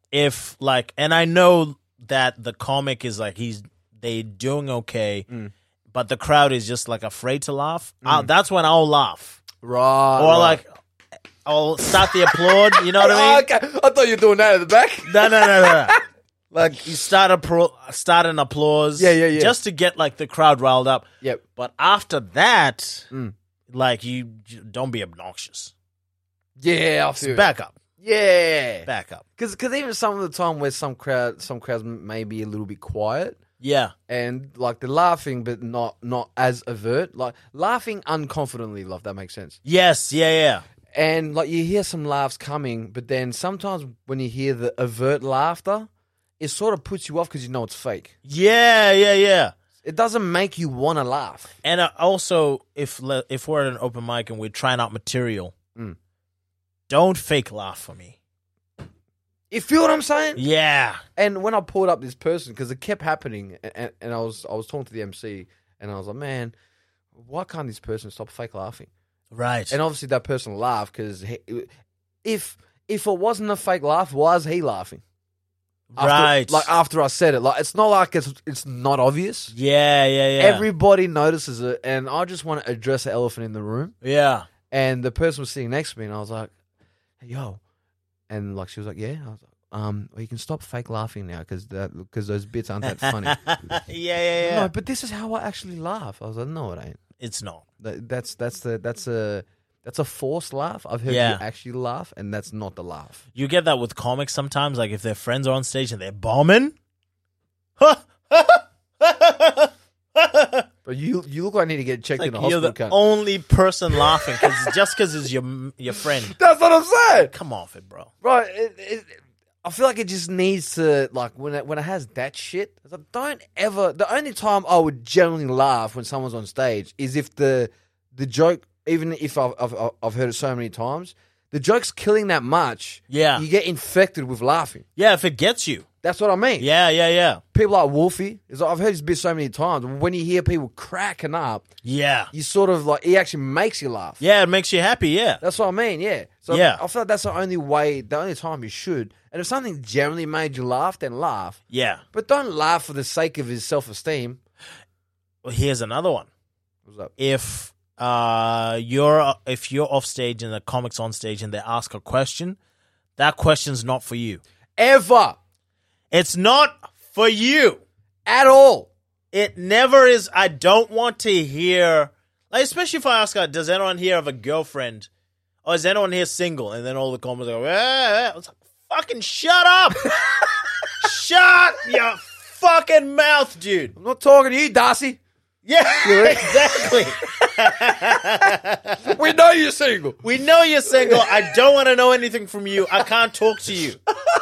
A: if like and I know that the comic is like he's they doing okay but the crowd is just like afraid to laugh. I- that's when I'll Mm. laugh
B: Right.
A: or like I'll start the applaud. You know what I mean?
B: "Ah, okay. I thought you were doing that at the back.
A: No, no, no, no. no.
B: Like,
A: You start a pro- start an applause.
B: Yeah, yeah, yeah.
A: Just to get like the crowd riled up.
B: yep.
A: But after that,
B: Mm.
A: like you j- don't be obnoxious.
B: Yeah, I
A: It's
B: feel
A: back up,
B: it. Yeah.
A: back up.
B: Because even some of the time where some crowd, some crowds m- may be a little bit quiet
A: Yeah,
B: and like they're laughing, but not not as avert. Like laughing unconfidently. Love that makes sense.
A: yes, yeah, yeah.
B: And like you hear some laughs coming, but then sometimes when you hear the avert laughter, it sort of puts you off because you know it's fake.
A: Yeah, yeah, yeah.
B: It doesn't make you want to laugh.
A: And uh, also, if le- if we're at an open mic and we're trying out material,
B: Mm.
A: don't fake laugh for me.
B: You feel what I'm saying?
A: Yeah,
B: And when I pulled up this person, because it kept happening, and, and I was I was talking to the MC, and I was like, man, why can't this person stop fake laughing?
A: right.
B: And obviously that person laughed because if if it wasn't a fake laugh, why is he laughing? After-
A: right.
B: Like after I said it, like it's not like it's it's not obvious.
A: yeah, yeah, yeah.
B: Everybody notices it, and I just want to address the elephant in the room.
A: yeah.
B: And the person was sitting next to me, and I was like, "Hey, yo," and like she was like, "Yeah." I was like, "Um, well, you can stop fake laughing now because that because those bits aren't that funny."
A: yeah, yeah, yeah.
B: No, but this is how I actually laugh. I was like, "No, it ain't.
A: it's not.
B: That, that's that's the that's a that's a forced laugh. I've heard
A: Yeah.
B: you actually laugh, and that's not the laugh."
A: You get that with comics sometimes. Like if their friends are on stage and they're bombing. You're
B: But you you look like I need to get checked in the
A: you're
B: hospital.
A: the
B: cunt.
A: only person laughing because just because it's your your friend.
B: that's what I'm saying,
A: Come off it, bro.
B: right? It, it, I feel like it just needs to like when it, when it has that shit. It's like, don't ever. The only time I would generally laugh when someone's on stage is if the the joke, even if I've I've, I've- I've heard it so many times, the joke's killing that much.
A: Yeah.
B: you get infected with laughing.
A: Yeah, if it gets you.
B: That's what I mean.
A: Yeah, yeah, yeah,
B: people like Wolfie, is I've heard this bit so many times. When you hear people cracking up,
A: yeah,
B: you sort of like he actually makes you laugh.
A: yeah. It makes you happy. Yeah,
B: That's what I mean, yeah. So
A: Yeah.
B: I feel like that's the only way, the only time you should. And if something generally made you laugh, then laugh.
A: yeah.
B: But don't laugh for the sake of his self esteem.
A: Well, here's another one.
B: What's up?
A: If uh you're if you're off stage and the comics on stage and they ask a question, that question's not for you.
B: Ever
A: It's not for you.
B: at all.
A: It never is. I don't want to hear, like, especially if I ask, uh, does anyone here have a girlfriend? Or is anyone here single? And then all the comments go, eh, eh. It's like, fucking shut up. shut your fucking mouth, dude.
B: I'm not talking to you, Darcy.
A: Yeah, exactly.
B: We know you're single.
A: we know you're single. I don't want to know anything from you. I can't talk to you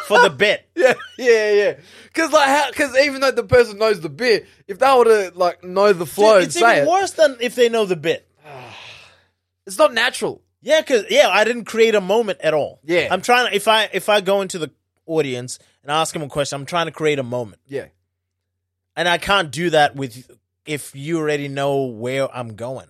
A: for the bit.
B: Yeah, yeah, yeah. Because like, how? Because even though the person knows the bit, if they were to like know the
A: Dude,
B: flow and
A: it's
B: say
A: even
B: it,
A: worse than if they know the bit.
B: it's not natural.
A: Yeah, cause yeah, I didn't create a moment at all.
B: Yeah.
A: I'm trying to if I if I go into the audience and ask them a question, I'm trying to create a moment,
B: Yeah.
A: and I can't do that with if you already know where I'm going.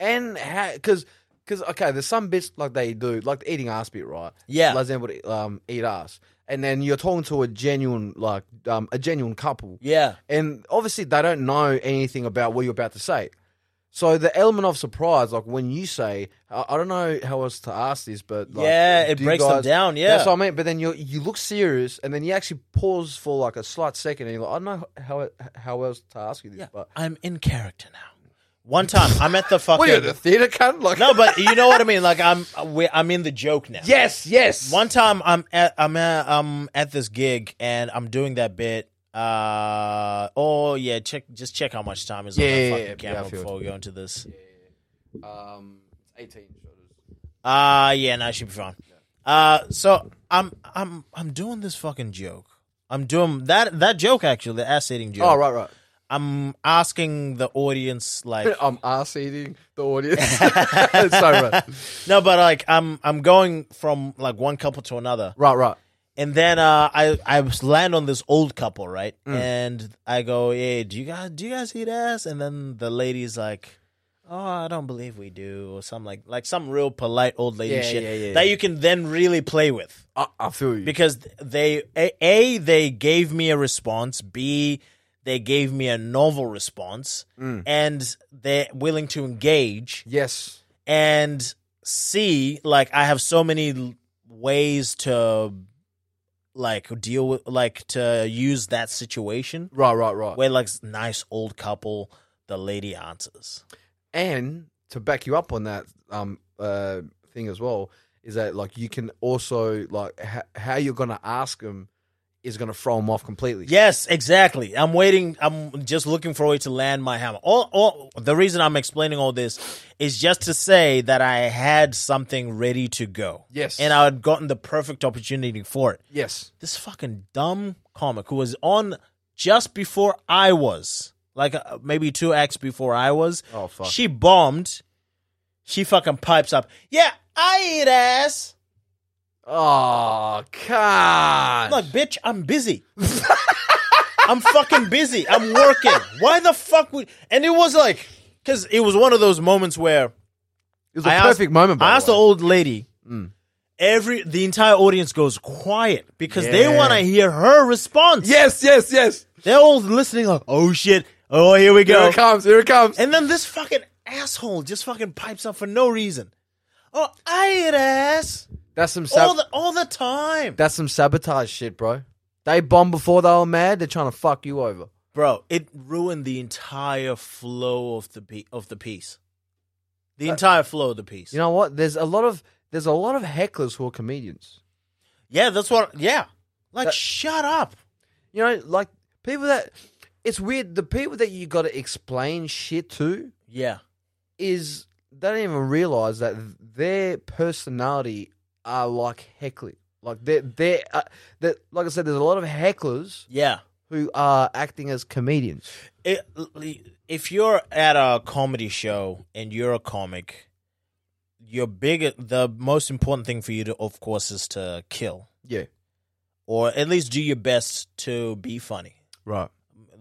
B: and because because okay, there's some bits like they do, like the eating ass bit, right?
A: Yeah.
B: like example, um, eat ass, and then you're talking to a genuine like um a genuine couple,
A: Yeah,
B: and obviously they don't know anything about what you're about to say. So the element of surprise, like when you say, I, I don't know how else to ask this, but like,
A: Yeah, it
B: do you
A: breaks them down, yeah.
B: that's what I mean. But then you you look serious, and then you actually pause for like a slight second, and you're like, I don't know how how else to ask you this, but
A: I'm in character now. One time, I'm at the fucking
B: what are you, the theater cunt? Like,
A: no, but you know what I mean. Like I'm we- I'm in the joke now.
B: yes, yes,
A: One time I'm at I'm at, I'm at this gig and I'm doing that bit. Uh oh yeah, check just check how much time is on
B: Yeah,
A: that
B: yeah,
A: fucking
B: yeah, yeah, I
A: camera
B: feel it.
A: before we go into this.
B: Um, it's 18 shoulders.
A: Uh yeah, no, it should be fine. Uh so I'm I'm I'm doing this fucking joke. I'm doing that that joke actually, the ass eating joke.
B: Oh, right, right.
A: I'm asking the audience like
B: I'm ass eating the audience. it's so right.
A: No, but like I'm I'm going from like one couple to another.
B: Right, right.
A: And then uh, I I land on this old couple, right?
B: Mm.
A: And I go, "Hey, do you guys do you guys eat ass?" And then the lady's like, "Oh, I don't believe we do," or some like like some real polite old lady
B: Yeah,
A: shit
B: yeah, yeah,
A: that
B: yeah.
A: you can then really play with
B: I, I feel you.
A: because they a, a they gave me a response. B They gave me a novel response and they're willing to engage
B: Yes.
A: and see like I have so many l- ways to like deal with like to use that situation
B: Right, right, right.
A: where like s- nice old couple the lady answers.
B: and to back you up on that um uh thing as well is that like you can also like ha- how you're gonna ask them is gonna throw them off completely.
A: Yes, exactly. I'm waiting. I'm just looking for a way to land my hammer. All, all, the reason I'm explaining all this is just to say that I had something ready to go.
B: Yes.
A: And I had gotten the perfect opportunity for it.
B: Yes.
A: This fucking dumb comic who was on just before I was, like uh, maybe two acts before I was,
B: Oh fuck.
A: she bombed. She fucking pipes up. Yeah, I eat ass.
B: oh god.
A: I'm like, bitch, I'm busy. I'm fucking busy. I'm working. Why the fuck would? And it was like, because it was one of those moments where
B: it was a
A: I asked-
B: perfect moment. By
A: I asked the
B: the way. Hmm.
A: old lady. Every the entire audience goes quiet because they
B: Yeah.
A: want to hear her response.
B: yes, yes, yes.
A: They're all listening like, oh shit, oh here we
B: Here
A: go.
B: it comes. Here it comes.
A: And then this fucking asshole just fucking pipes up for no reason. Oh, I eat ass
B: that's some sab-
A: all the all the time,
B: that's some sabotage shit, bro. They bombed before they were mad. They're trying to fuck you over.
A: bro. It ruined the entire flow of the pe- of the piece. The entire flow of the piece.
B: Uh, You know what? There's a lot of there's a lot of hecklers who are comedians.
A: yeah, that's what. Yeah, like
B: That-
A: shut up.
B: You know, like people that it's weird. The people that you got to explain shit to
A: Yeah,
B: is they don't even realize that their personality are like heckling. Like they're they are they like I said, there's a lot of hecklers
A: yeah.
B: who are acting as comedians.
A: it, if you're at a comedy show and you're a comic, your big the most important thing for you to, of course, is to kill
B: Yeah,
A: or at least do your best to be funny.
B: right.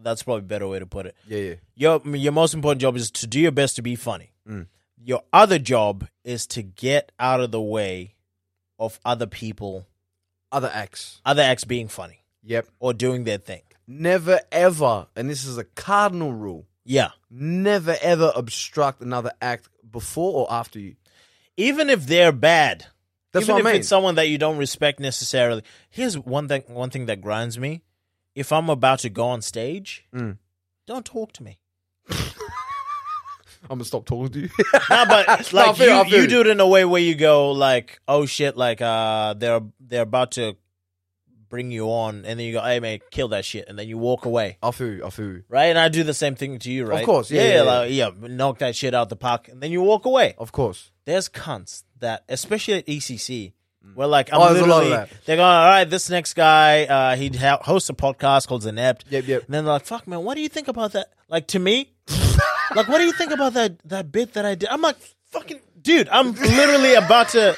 A: That's probably a better way to put it.
B: Yeah, yeah,
A: Your your most important job is to do your best to be funny.
B: Mm.
A: Your other job is to get out of the way of other people,
B: other acts.
A: other acts being funny
B: Yep.
A: or doing their thing.
B: Never ever, and this is a cardinal rule.
A: Yeah.
B: Never ever obstruct another act before or after you.
A: even if they're bad,
B: That's
A: even
B: what I
A: if
B: mean.
A: it's someone that you don't respect necessarily. Here's one thing. One thing that grinds me: if I'm about to go on stage,
B: Mm.
A: don't talk to me.
B: I'm gonna stop talking to you.
A: No, but
B: No, I
A: like
B: feel- I
A: you,
B: feel
A: you do it in a way where you go like, "Oh shit!" Like uh, they're they're about to bring you on, and then you go, "Hey man, kill that shit," and then you walk away.
B: I feel you. I feel you.
A: Right, and I do the same thing to you, right?
B: course, yeah,
A: yeah,
B: yeah,
A: like, yeah, knock that shit out the park, and then you walk away.
B: Of course.
A: there's cunts that, especially at ECC, where like I'm
B: Oh, there's a lot of
A: literally
B: that.
A: they're going, all right, this next guy, uh, he ha- hosts a podcast called Inept.
B: Yep, yep.
A: And then they're like, fuck, man, what do you think about that? Like to me, like what do you think about that that bit that I did? I'm like, fucking dude, I'm literally about to.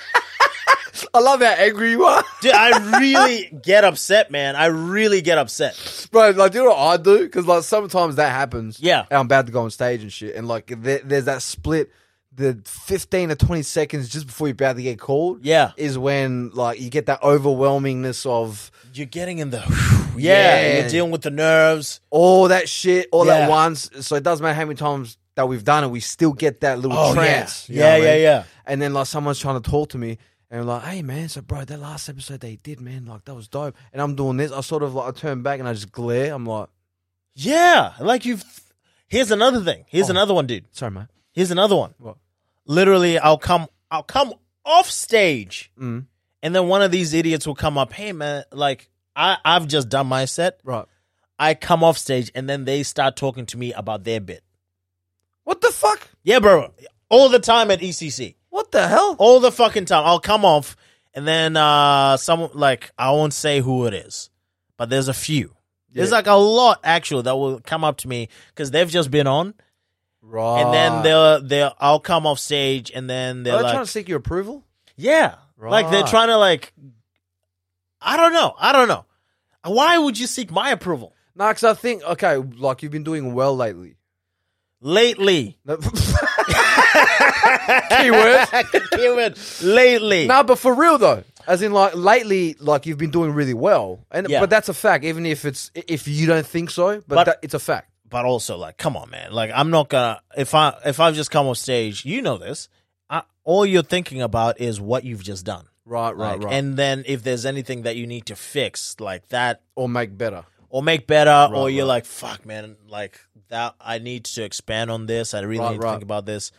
B: I love how angry you are.
A: Dude, I really get upset, man. I really get upset.
B: Bro, like, do you know what I do? Because, like, sometimes that happens.
A: Yeah.
B: And I'm about to go on stage and shit. And, like, there, there's that split, the 15 to 20 seconds just before you're about to get called.
A: Yeah.
B: Is when, like, you get that overwhelmingness of
A: You're getting in the yeah,
B: Yeah.
A: You're dealing with the nerves.
B: all that shit, all
A: Yeah.
B: that once. So it doesn't matter how many times that we've done it, we still get that little
A: Oh, yeah.
B: trance. you know
A: Yeah,
B: what I
A: yeah,
B: mean?
A: yeah.
B: And then, like, someone's trying to talk to me. And I'm like, hey man, so bro, that last episode they did, man, like that was dope. And I'm doing this, I sort of like I turn back and I just glare. I'm like,
A: Yeah, like you've. Here's another thing. Here's another one, dude.
B: sorry, man.
A: Here's another one.
B: What?
A: Literally, I'll come, I'll come off stage,
B: Mm.
A: and then one of these idiots will come up. Hey, man, like I, I've just done my set.
B: Right.
A: I come off stage, and then they start talking to me about their bit.
B: What the fuck?
A: Yeah, bro, all the time at ECC,
B: What the hell?
A: all the fucking time. I'll come off, and then uh some like I won't say who it is, but there's a few. There's
B: Yeah.
A: like a lot actually that will come up to me because they've just been on,
B: Right.
A: and then they'll they'll I'll come off stage, and then
B: Ah. Are
A: they're
B: they
A: like,
B: trying to seek your approval?
A: Yeah. Like they're
B: Right.
A: trying to like I don't know. I don't know. Why would you seek my approval?
B: No, because I think okay, like you've been doing well lately.
A: Lately.
B: No- Keywords.
A: Keyword, Lately.
B: no, but for real though, As in, like lately, like you've been doing really well, and
A: Yeah.
B: but that's a fact. Even if it's if you don't think so, but,
A: But-
B: that, it's a fact.
A: but also like come on man like i'm not gonna if i if i've just come off stage you know this I, all you're thinking about is what you've just done
B: Right, right,
A: Like,
B: right.
A: and then if there's anything that you need to fix like that
B: or make better.
A: or make better or
B: Right,
A: you're like
B: right.
A: fuck man like that i need to expand on this i really
B: Right,
A: need to
B: right.
A: think about this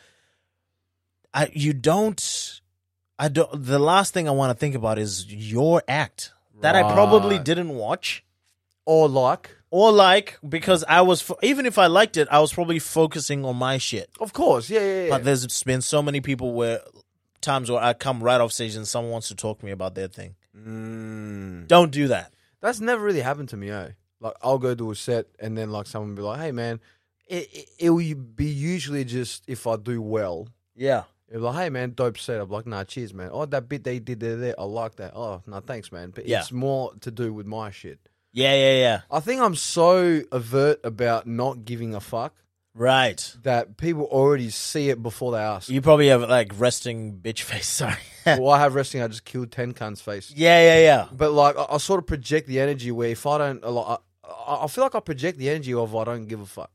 A: i you don't i don't the last thing i want to think about is your act that i probably
B: Right.
A: didn't watch
B: Or like,
A: or like because I was fo- even if I liked it, I was probably focusing on my shit.
B: of course, yeah, yeah, yeah.
A: But there's been so many people where times where I come right off stage and someone wants to talk to me about their thing.
B: Mm.
A: Don't do that.
B: That's never really happened to me. Oh, like I'll go to a set and then like someone be like, "Hey, man," it, it, it'll be usually just if I do well.
A: Yeah.
B: It'll be like, "Hey, man, dope set." I'm like, "Nah, cheers, man." Oh, that bit they did there, there, I like that. Oh, no, thanks, man. But
A: Yeah.
B: it's more to do with my shit.
A: Yeah, yeah, yeah.
B: I think I'm so avert about not giving a fuck
A: Right.
B: that people already see it before they ask.
A: You probably have like resting bitch face. Sorry. yeah,
B: well, I have wrestling. I just killed ten cunts face.
A: yeah, yeah.
B: But like, I, I sort of project the energy where if I don't, like, I, I I feel like I project the energy of I don't give a fuck.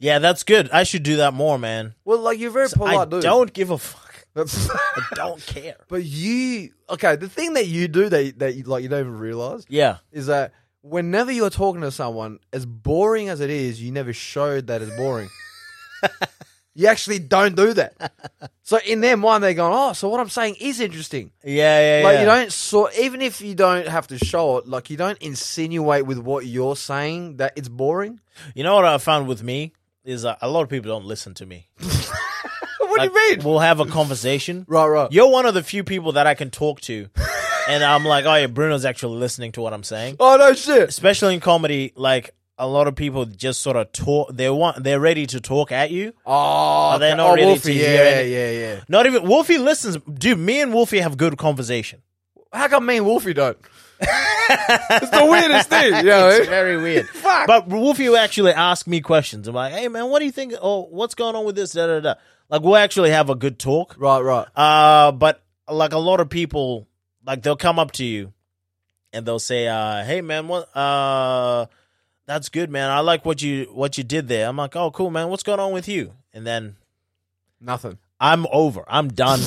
A: Yeah, that's good. I should do that more, man.
B: Well, like you're a very polite,
A: I
B: dude.
A: don't give a fuck. I
B: but
A: don't care.
B: you okay? The thing that you do that that you, like you don't even realize
A: Yeah.
B: is that whenever you're talking to someone, as boring as it is, you never showed that it's boring. you actually don't do that. So in their mind, they're going, "Oh, so what I'm saying is interesting."
A: Yeah, yeah,
B: Like
A: yeah.
B: you don't so even if you don't have to show it, like you don't insinuate with what you're saying that it's boring.
A: You know what I found with me is uh, a lot of people don't listen to me.
B: what do you
A: Like,
B: mean?
A: We'll have a conversation.
B: right, right.
A: You're one of the few people that I can talk to, and I'm like, oh yeah, Bruno's actually listening to what I'm saying.
B: oh no shit.
A: Especially in comedy, like a lot of people just sort of talk. They want, they're ready to talk at you.
B: Oh,
A: they're
B: okay.
A: not
B: oh,
A: really to
B: Wolfie, yeah,
A: hear
B: yeah,
A: any-
B: yeah, yeah.
A: Not even Wolfie listens, dude. Me and Wolfie have good conversation.
B: How come me and Wolfie don't? it's the weirdest thing. You know?
A: It's very weird.
B: Fuck.
A: But Wolfie will actually ask me questions. I'm like, hey man, what do you think? Oh, what's going on with this? Da da da. Like we'll actually have a good talk.
B: right, right.
A: Uh, but like a lot of people, like they'll come up to you and they'll say, uh, "Hey man, what? Uh, that's good, man. I like what you what you did there." I'm like, "Oh, cool, man. What's going on with you?" And then
B: Nothing.
A: I'm over. I'm done.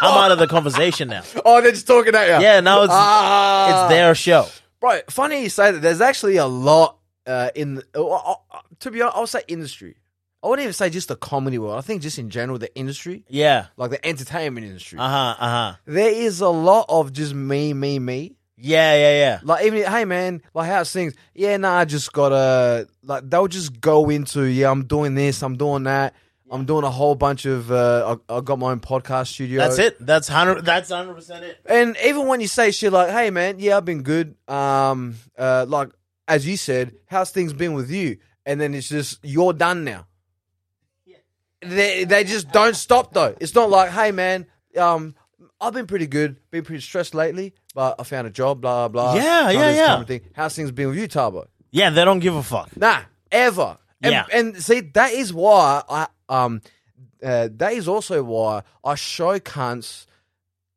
A: I'm out of the conversation now.
B: Oh, they're just talking at you.
A: Yeah, now it's
B: Ah.
A: it's their show.
B: Bro, funny you say that. There's actually a lot uh, in, the, uh, uh, uh, to be honest, I'll say industry. I wouldn't even say just the comedy world. I think just in general, the industry,
A: Yeah.
B: like the entertainment industry.
A: Uh huh. Uh huh.
B: there is a lot of just me, me, me.
A: Yeah. Yeah. Yeah.
B: Like even hey man, like how it sings. Yeah, nah, I just gotta like they'll just go into yeah, I'm doing this, I'm doing that, I'm doing a whole bunch of. Uh, I, I got my own podcast studio.
A: That's it. That's hundred. That's hundred percent it.
B: And even when you say shit like, "Hey man, yeah, I've been good," um, uh, like as you said, how's things been with you? And then it's just you're done now. They they just don't stop though. It's not like, "Hey man, um, I've been pretty good, been pretty stressed lately, but I found a job, blah blah."
A: Yeah,
B: Kind of
A: yeah,
B: this
A: yeah.
B: kind of thing. How's things been with you, Tabo?
A: Yeah. They don't give a fuck.
B: Nah, ever. And,
A: Yeah.
B: and see, that is why I um, uh, that is also why I show cunts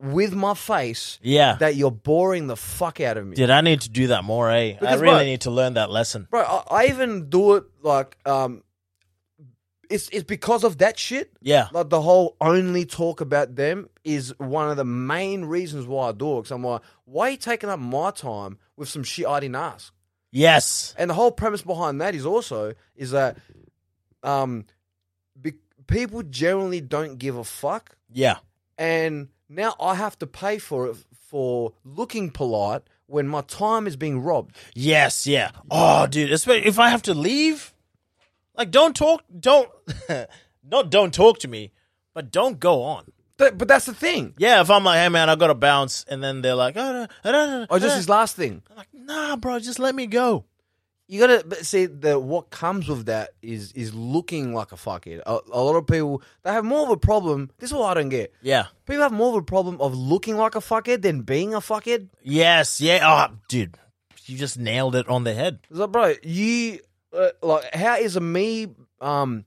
B: with my face
A: Yeah.
B: that you're boring the fuck out of me.
A: Dude, I need to do that more. Eh? I
B: Because
A: really
B: what?
A: need to learn that lesson.
B: Bro, I, I even do it like um it's it's because of that shit.
A: Yeah.
B: Like the whole only talk about them is one of the main reasons why I do it. Cause I'm like, why are you taking up my time with some shit I didn't ask?
A: Yes.
B: And the whole premise behind that is also is that um be- people generally don't give a fuck
A: Yeah.
B: and now I have to pay for it for looking polite when my time is being robbed.
A: Yes, yeah. Oh, dude, especially if I have to leave, like don't talk, don't not don't talk to me, but don't go on.
B: But, but that's the thing.
A: Yeah, if I'm like, hey man, I gotta bounce, and then they're like, oh, no, no, no,
B: Or just
A: no."
B: this last thing.
A: I'm like, nah, bro, just let me go.
B: You gotta but see the what comes with that is is looking like a fuckhead. A, a lot of people they have more of a problem. This is what I don't get.
A: Yeah.
B: People have more of a problem of looking like a fuckhead than being a fuckhead.
A: Yes, yeah. Oh, dude, you just nailed it on the head.
B: It's like, bro, you uh, like how is a me um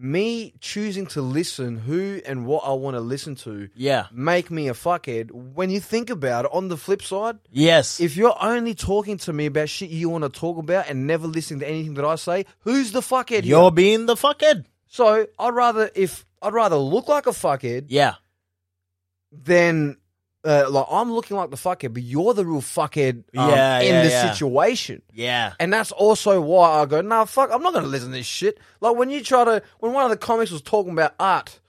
B: me choosing to listen who and what I want to listen to
A: Yeah.
B: make me a fuckhead. When you think about it, on the flip side,
A: Yes.
B: if you're only talking to me about shit you want to talk about and never listening to anything that I say, who's the fuckhead? here?
A: You're being the fuckhead.
B: So I'd rather if I'd rather look like a fuckhead
A: Yeah.
B: than uh, like I'm looking like the fuckhead, but you're the real fuckhead um,
A: Yeah,
B: in
A: yeah,
B: the
A: yeah.
B: situation.
A: Yeah.
B: And that's also why I go, nah, fuck, I'm not going to listen to this shit. Like when you try to, when one of the comics was talking about art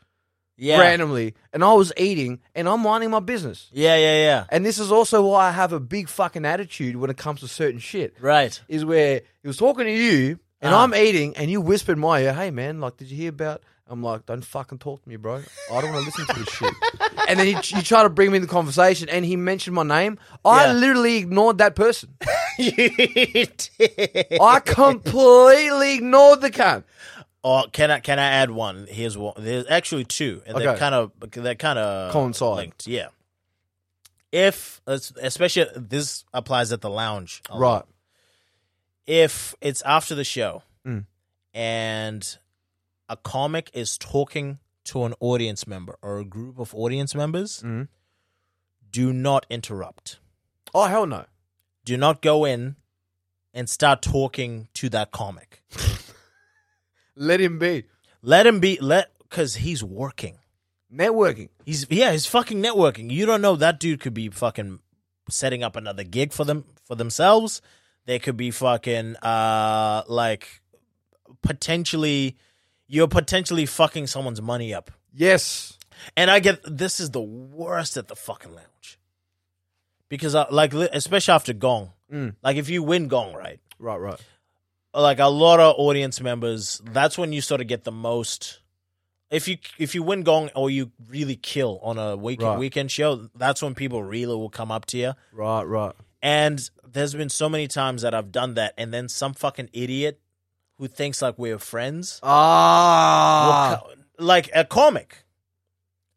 A: Yeah.
B: randomly, and I was eating and I'm minding my business.
A: Yeah, yeah, yeah.
B: And this is also why I have a big fucking attitude when it comes to certain shit.
A: Right.
B: Is where he was talking to you and
A: Ah.
B: I'm eating and you whispered in my ear, hey man, like, did you hear about. I'm like, don't fucking talk to me, bro. I don't want to listen to this shit. And then you, you try to bring me in the conversation, and he mentioned my name. I
A: Yeah.
B: literally ignored that person.
A: You did.
B: I completely ignored the cunt.
A: Oh, can I can I add one? Here's one. There's actually two, and they're
B: Okay.
A: kind of they're kind of
B: Coincide.
A: linked. Yeah. If especially this applies at the lounge, a lot.
B: Right.
A: If it's after the show,
B: Mm.
A: and a comic is talking to an audience member or a group of audience members,
B: Mm.
A: do not interrupt.
B: Oh hell no.
A: do not go in and start talking to that comic.
B: Let him be.
A: Let him be let cuz he's working.
B: Networking.
A: He's yeah, he's fucking networking. You don't know that dude could be fucking setting up another gig for them for themselves. They could be fucking uh like potentially you're potentially fucking someone's money up.
B: Yes.
A: And I get this is the worst at the fucking lounge. Because I, like li- especially after gong.
B: Mm.
A: Like if you win gong, right?
B: Right, right.
A: like a lot of audience members that's when you sort of get the most if you if you win gong or you really kill on a weekend
B: Right.
A: weekend show that's when people really will come up to you
B: Right, right.
A: and there's been so many times that I've done that and then some fucking idiot who thinks like we're friends will
B: Ah.
A: co- like a comic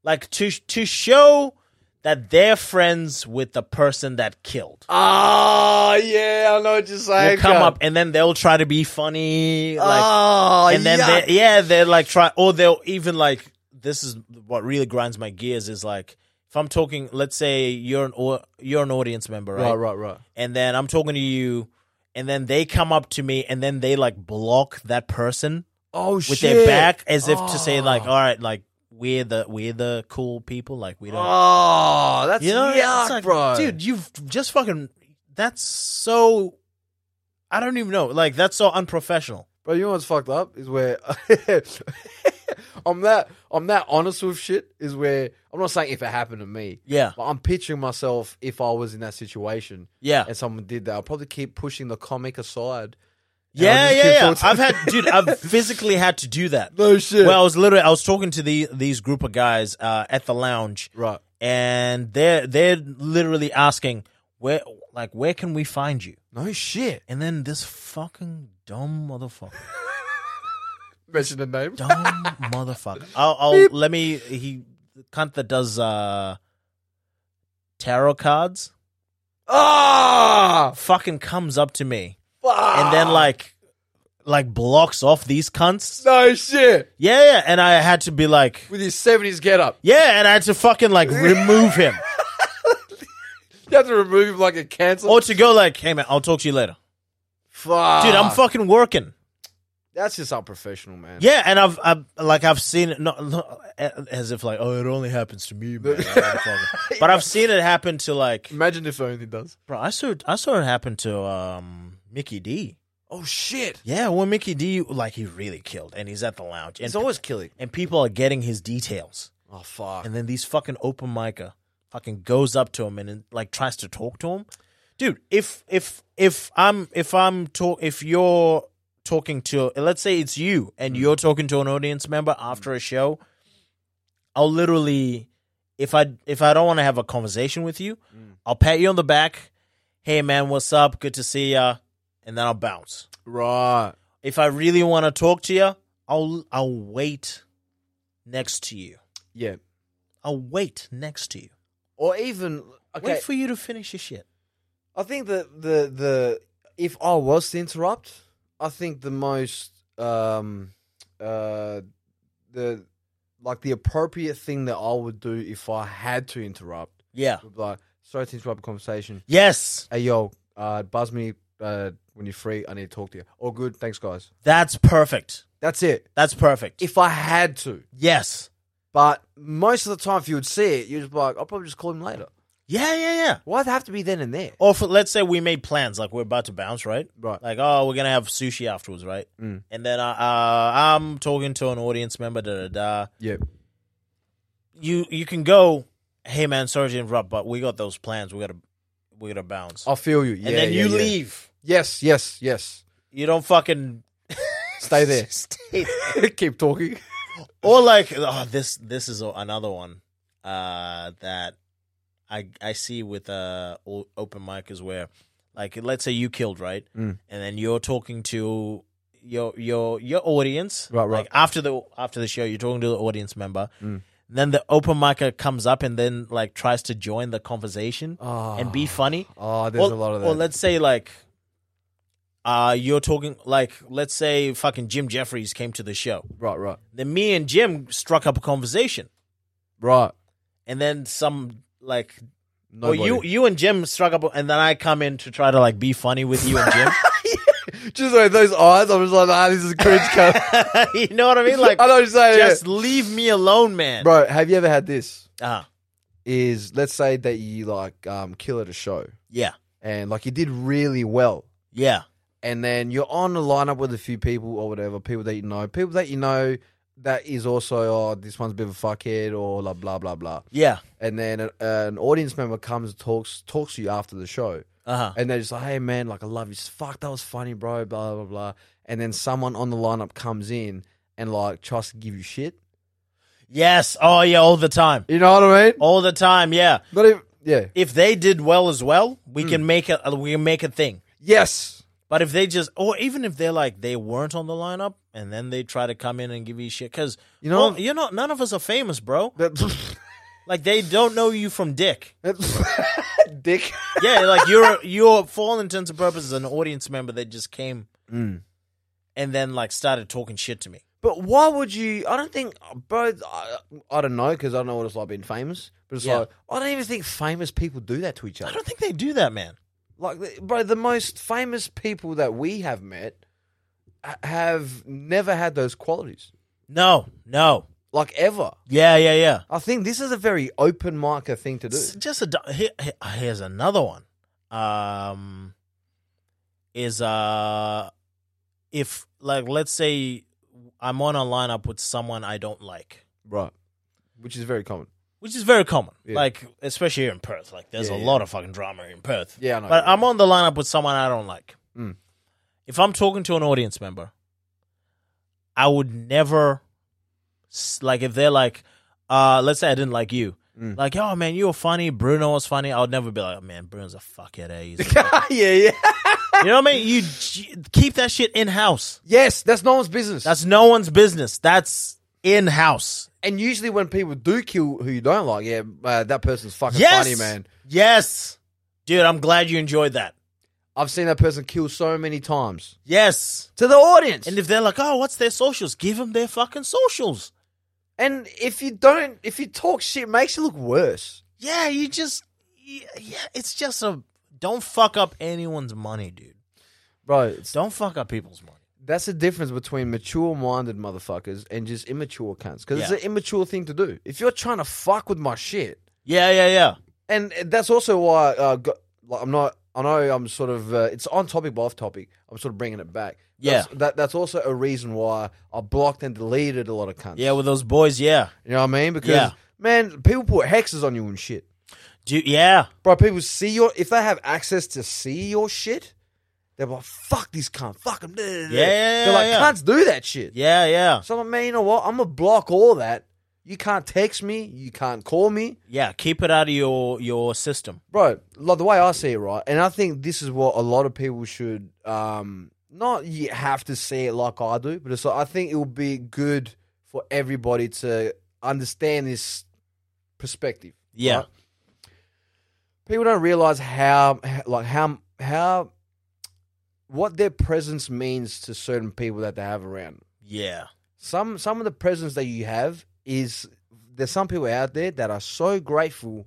A: like to to show that they're friends with the person that killed
B: Ah, yeah, I know what you're saying.
A: will come
B: cunt.
A: up and then they'll try to be funny like
B: ah,
A: and then
B: yuck.
A: they, yeah, they're like try, or they'll even like this is what really grinds my gears is like if I'm talking, let's say you're an au- you're an audience member, right?
B: Right, right, right.
A: And then I'm talking to you, and then they come up to me, and then they like block that person
B: Oh shit.
A: with their back as if to say like, oh,
B: Ah.
A: all right, like we're the we're the cool people, like we don't,
B: Oh, that's
A: you know, It's
B: yuck,
A: like,
B: bro.
A: dude, you've just fucking. That's so. I don't even know. Like that's so unprofessional.
B: Bro, you know what's fucked up is where I'm that I'm that honest with shit is where I'm not saying if it happened to me,
A: Yeah,
B: but I'm picturing myself if I was in that situation
A: yeah.
B: and someone did that. I'll probably keep pushing the comic aside. And
A: Yeah,
B: I'll just keep
A: yeah, yeah.
B: talking-
A: I've had, dude, I've physically had to do that.
B: no shit.
A: Well, I was literally, I was talking to the these group of guys uh, at the lounge,
B: right.
A: and they're they're literally asking where, like, where can we find you?
B: No shit.
A: And then this fucking dumb motherfucker,
B: Mention the name.
A: dumb motherfucker. I'll, I'll let me. He cunt that does uh tarot cards.
B: Ah,
A: Fucking comes up to me
B: fuck.
A: and then like, like blocks off these cunts.
B: no shit
A: Yeah, yeah. And I had to be like.
B: with his seventies get up.
A: Yeah, and I had to fucking like remove him
B: You have to remove him like a cancer.
A: or to go like, hey man, I'll talk to you later,
B: fuck,
A: dude. I'm fucking working.
B: That's just unprofessional, man.
A: Yeah, and I've, I've like I've seen it not, not eh, as if like oh it only happens to me, man. but I've seen it happen to like
B: Imagine if only does.
A: bro. I saw I saw it happen to um Mickey D.
B: Oh shit.
A: Yeah, well Mickey D like he really killed, and he's at the lounge, and
B: He's always killing.
A: and people are getting his details,
B: Oh fuck.
A: and then these fucking open micer fucking goes up to him and, and like tries to talk to him dude if if if i'm if i'm talk if you're talking to let's say it's you and you're talking to an audience member after a show i'll literally if i if i don't want to have a conversation with you i'll pat you on the back hey man what's up good to see ya and then i'll bounce
B: Right.
A: if i really want to talk to you i'll i'll wait next to you
B: Yeah.
A: i'll wait next to you
B: Or even okay.
A: Wait for you to finish your shit.
B: I think that the the if I was to interrupt, I think the most um uh the like the appropriate thing that I would do if I had to interrupt.
A: Yeah.
B: would be Like, sorry to interrupt the conversation.
A: Yes.
B: Hey yo, uh, buzz me uh, when you're free. I need to talk to you. All good. Thanks, guys.
A: That's perfect.
B: That's it.
A: That's perfect.
B: If I had to,
A: yes.
B: but most of the time, if you would see it, you'd just be like, I'll probably just call him later.
A: Yeah, yeah, yeah.
B: Why'd it have to be then and there?
A: Or for, let's say we made plans, like we're about to bounce, right?
B: Right.
A: Like, oh, we're gonna have sushi afterwards, right?
B: Mm.
A: And then uh, uh, I'm talking to an audience member, da da da.
B: Yep.
A: You you can go, hey man, sorry to interrupt, but we got those plans. We gotta we gotta bounce,
B: I feel you.
A: and
B: Yeah,
A: then
B: yeah,
A: you
B: yeah.
A: leave.
B: Yes, yes, yes.
A: You don't fucking
B: Stay there.
A: stay there.
B: Keep talking.
A: or like oh, this this is a- another one uh that i i see with uh o- open micers where like let's say you killed right
B: Mm.
A: and then you're talking to your your your audience
B: Right, right.
A: like after the after the show you're talking to the audience member
B: Mm.
A: then the open micer comes up and then like tries to join the conversation
B: Oh,
A: and be funny
B: Oh, there's
A: or,
B: a lot of that.
A: or let's say like uh you're talking like let's say fucking jim jeffries came to the show
B: right, right,
A: then me and Jim struck up a conversation,
B: right.
A: and then some like,
B: Nobody.
A: well, you you and Jim struck up, and then I come in to try to like be funny with you and Jim.
B: just like those eyes. I was like, ah, this is cringe. cunt.
A: you know what I mean? Like,
B: I know what you're saying. yeah.
A: just leave me alone, man.
B: Bro, have you ever had this?
A: Uh,
B: Is let's say that you like um, kill at a show
A: yeah,
B: and like you did really well,
A: yeah,
B: and then you're on the lineup with a few people or whatever, people that you know, people that you know that is also oh this one's a bit of a fuckhead or like blah blah blah,
A: yeah.
B: and then a, an audience member comes and talks talks to you after the show,
A: Uh huh.
B: And they're just like, hey, man, like, I love you. Fuck, that was funny, bro, blah, blah, blah. And then someone on the lineup comes in and, like, tries to give you shit.
A: Yes. Oh yeah. All the time.
B: You know what I mean?
A: All the time. Yeah.
B: Not even, yeah.
A: If they did well as well,
B: Hmm.
A: we can make a we can make a thing.
B: Yes.
A: But if they just, or even if they're like they weren't on the lineup, and then they try to come in and give you shit, because
B: You know-
A: well, you're not. None of us are famous, bro.
B: That-
A: Like they don't know you from dick.
B: that- Dick.
A: Yeah, like you're you're for all intents and purposes an audience member that just came and then like started talking shit to me.
B: But why would you? I don't think, bro, I, I don't know, because I don't know what it's like being famous. But it's
A: Yeah.
B: like, I don't even think famous people do that to each
A: I
B: other.
A: don't think they do that, man.
B: Like, bro, the most famous people that we have met ha- have never had those qualities,
A: No, no.
B: like, ever.
A: Yeah, yeah, yeah.
B: I think this is a very open marker thing to do.
A: It's just a du- here, here- here's another one. Um, is uh, if like let's say I'm on a lineup with someone I don't like,
B: Right. Which is very common.
A: which is very common.
B: Yeah.
A: Like especially here in Perth, like there's
B: Yeah,
A: a
B: yeah.
A: lot of fucking drama in Perth.
B: Yeah, I know.
A: But I'm on the lineup with someone I don't like.
B: Mm.
A: If I'm talking to an audience member, I would never, s- like, if they're like, uh, let's say I didn't like you,
B: Mm.
A: like, oh man, you were funny, Bruno was funny. I would never be like, man, Bruno's a fuckhead. Eh? He's a fuck-"
B: yeah, yeah.
A: you know what I mean? You j- keep that shit in house.
B: Yes, that's no one's business.
A: That's no one's business. That's in house.
B: and usually when people do kill who you don't like, yeah, uh, that person's fucking
A: Yes,
B: funny, man.
A: Yes, dude. I'm glad you enjoyed that.
B: I've seen that person kill so many times
A: Yes.
B: to the audience.
A: And
B: And if,
A: if they're like, oh, what's their socials? Give them their fucking socials.
B: you don't, if you talk shit, it makes you look worse.
A: Yeah, you just yeah, yeah, it's just a don't fuck up anyone's money, dude.
B: Bro, it's-
A: Don't fuck up people's money.
B: that's the difference between mature minded motherfuckers and just immature cunts. Because it's
A: Yeah.
B: an immature thing to do. If you're trying to fuck with my shit,
A: Yeah, yeah, yeah.
B: and that's also why uh, go- like, I'm not. I know I'm sort of. Uh, it's on topic, but off topic. I'm sort of bringing it back. That's,
A: Yeah.
B: that, that's also a reason why I blocked and deleted a lot of cunts.
A: Yeah, with those boys, yeah.
B: you know what I mean? Because
A: Yeah.
B: man, people put hexes on you and shit,
A: Do yeah.
B: bro. People see your if they have access to see your shit, they're like, "Fuck this cunt, fuck him." Yeah,
A: yeah, yeah,
B: they're like,
A: yeah.
B: "Cunts do that shit."
A: Yeah, yeah.
B: So I'm like, man, you know what? I'm gonna block all that. You can't text me. You can't call me.
A: Yeah, keep it out of your your system.
B: bro, like the way I see it, right, and I think this is what a lot of people should um not you have to see it like I do, but it's like, I think it would be good for everybody to understand this perspective.
A: Yeah.
B: right? people don't realize how like how how what their presence means to certain people that they have around.
A: Yeah.
B: Some some of the presents that you have is there's some people out there that are so grateful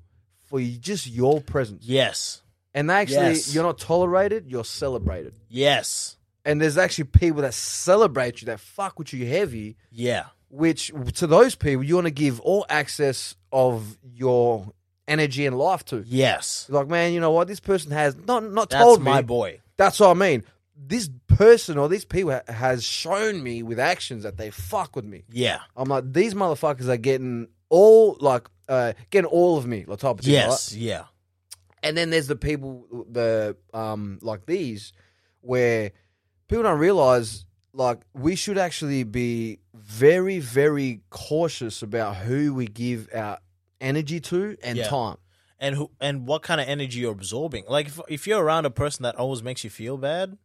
B: for you, just your presence,
A: Yes.
B: and actually
A: Yes.
B: you're not tolerated, you're celebrated.
A: Yes.
B: And there's actually people that celebrate you that fuck with you heavy,
A: Yeah.
B: which to those people you want to give all access of your energy and life to.
A: Yes.
B: Like, man, you know what? This person has not not
A: That's
B: told me.
A: my boy.
B: That's what I mean. This person or these people ha- has shown me with actions that they fuck with me.
A: Yeah.
B: I'm like, these motherfuckers are getting all like uh getting all of me, like type of thing.
A: Yes. Yeah.
B: right? And then there's the people the um like these where people don't realize like we should actually be very, very cautious about who we give our energy to and
A: Yeah.
B: time.
A: And who and what kind of energy you're absorbing? Like if, if you're around a person that always makes you feel bad,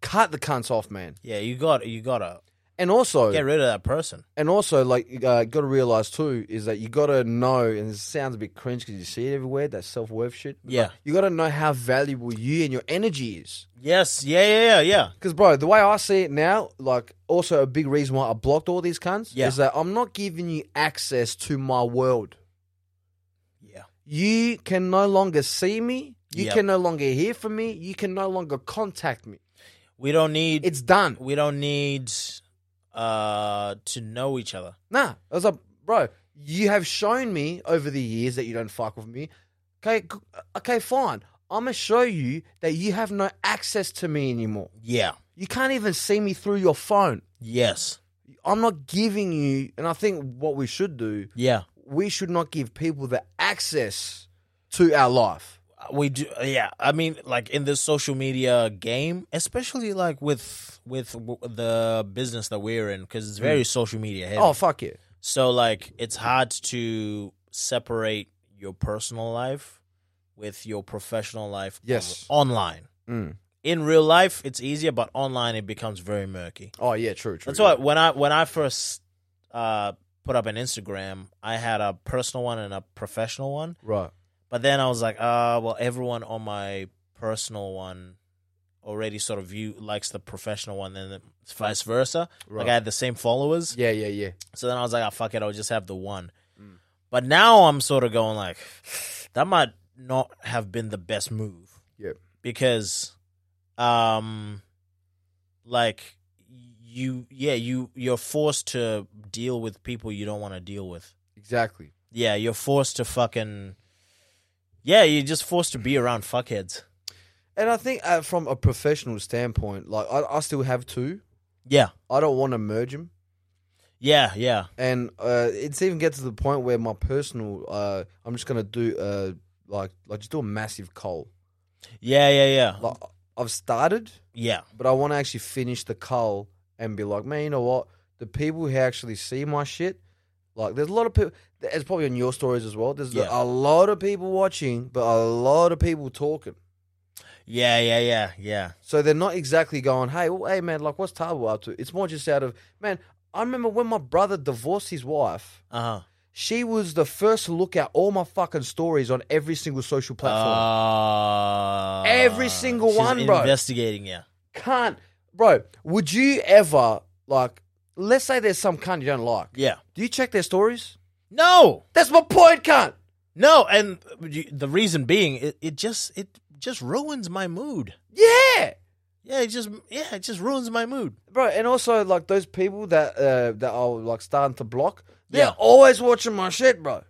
B: Cut the cunts off, man.
A: yeah, you got you gotta
B: And also
A: get rid of that person.
B: And also, like, uh, got to realize too is that you got to know, and it sounds a bit cringe because you see it everywhere. That self worth shit.
A: Yeah.
B: you got to know how valuable you and your energy is.
A: Yes. Yeah. Yeah. Yeah. Yeah.
B: Because, bro, the way I see it now, like, also a big reason why I blocked all these cunts
A: Yeah.
B: is that I'm not giving you access to my world.
A: Yeah.
B: You can no longer see me. You
A: Yep.
B: can no longer hear from me. You can no longer contact me.
A: We don't need.
B: It's done.
A: we don't need uh to know each other.
B: Nah, I was like, bro, you have shown me over the years that you don't fuck with me. Okay, g- okay, fine. I'm gonna show you that you have no access to me anymore.
A: Yeah.
B: You can't even see me through your phone.
A: Yes.
B: I'm not giving you, and I think what we should do,
A: Yeah.
B: we should not give people the access to our life.
A: we do yeah i mean like in this social media game especially like with with w- the business that we're in because it's very social media heavy.
B: Oh fuck it.
A: so like it's hard to separate your personal life with your professional life
B: Yes.
A: on- online
B: Mm.
A: in real life it's easier but online it becomes very murky
B: Oh yeah, true, true.
A: that's why when i when i first uh put up an instagram i had a personal one and a professional one
B: Right.
A: but then I was like, ah, well, everyone on my personal one already sort of view likes the professional one, and then vice versa. Like
B: Right.
A: I had the same followers,
B: Yeah, yeah, yeah.
A: so then I was like, ah, fuck it, I'll just have the one. But now I'm sort of going like, that might not have been the best move.
B: Yep.
A: Because, um, like you, yeah, you you're forced to deal with people you don't want to deal with.
B: Exactly.
A: Yeah, you're forced to fucking. Yeah, you're just forced to be around fuckheads.
B: And I think uh, from a professional standpoint, like I, I still have two.
A: Yeah,
B: I don't want to merge them.
A: yeah, yeah,
B: and uh, it's even get to the point where my personal, uh, I'm just gonna do uh, like like just do a massive cull.
A: yeah, yeah, yeah,
B: Like I've started,
A: yeah,
B: but I want to actually finish the cull and be like, man, you know what? The people who actually see my shit, like there's a lot of people. It's probably on your stories as well. There's
A: Yeah.
B: a lot of people watching, but a lot of people talking.
A: yeah, yeah, yeah, yeah.
B: So they're not exactly going, hey, well, hey, man, like what's Tabo up to? It's more just out of man. I remember when my brother divorced his wife.
A: Uh huh.
B: She was the first to look at all my fucking stories on every single social
A: Ah.
B: platform.
A: Uh,
B: Every single
A: she's
B: one, bro.
A: Investigating, yeah,
B: Can't, bro. Would you ever like? Let's say there's some cunt you don't like.
A: yeah.
B: Do you check their stories?
A: No,
B: That's my point, cunt.
A: no, and you- the reason being, it, it just it just ruins my mood.
B: Yeah,
A: Yeah, it just yeah, it just ruins my mood.
B: bro. And also, like those people that uh, that are like starting to block, they're
A: Yeah.
B: always watching my shit, bro.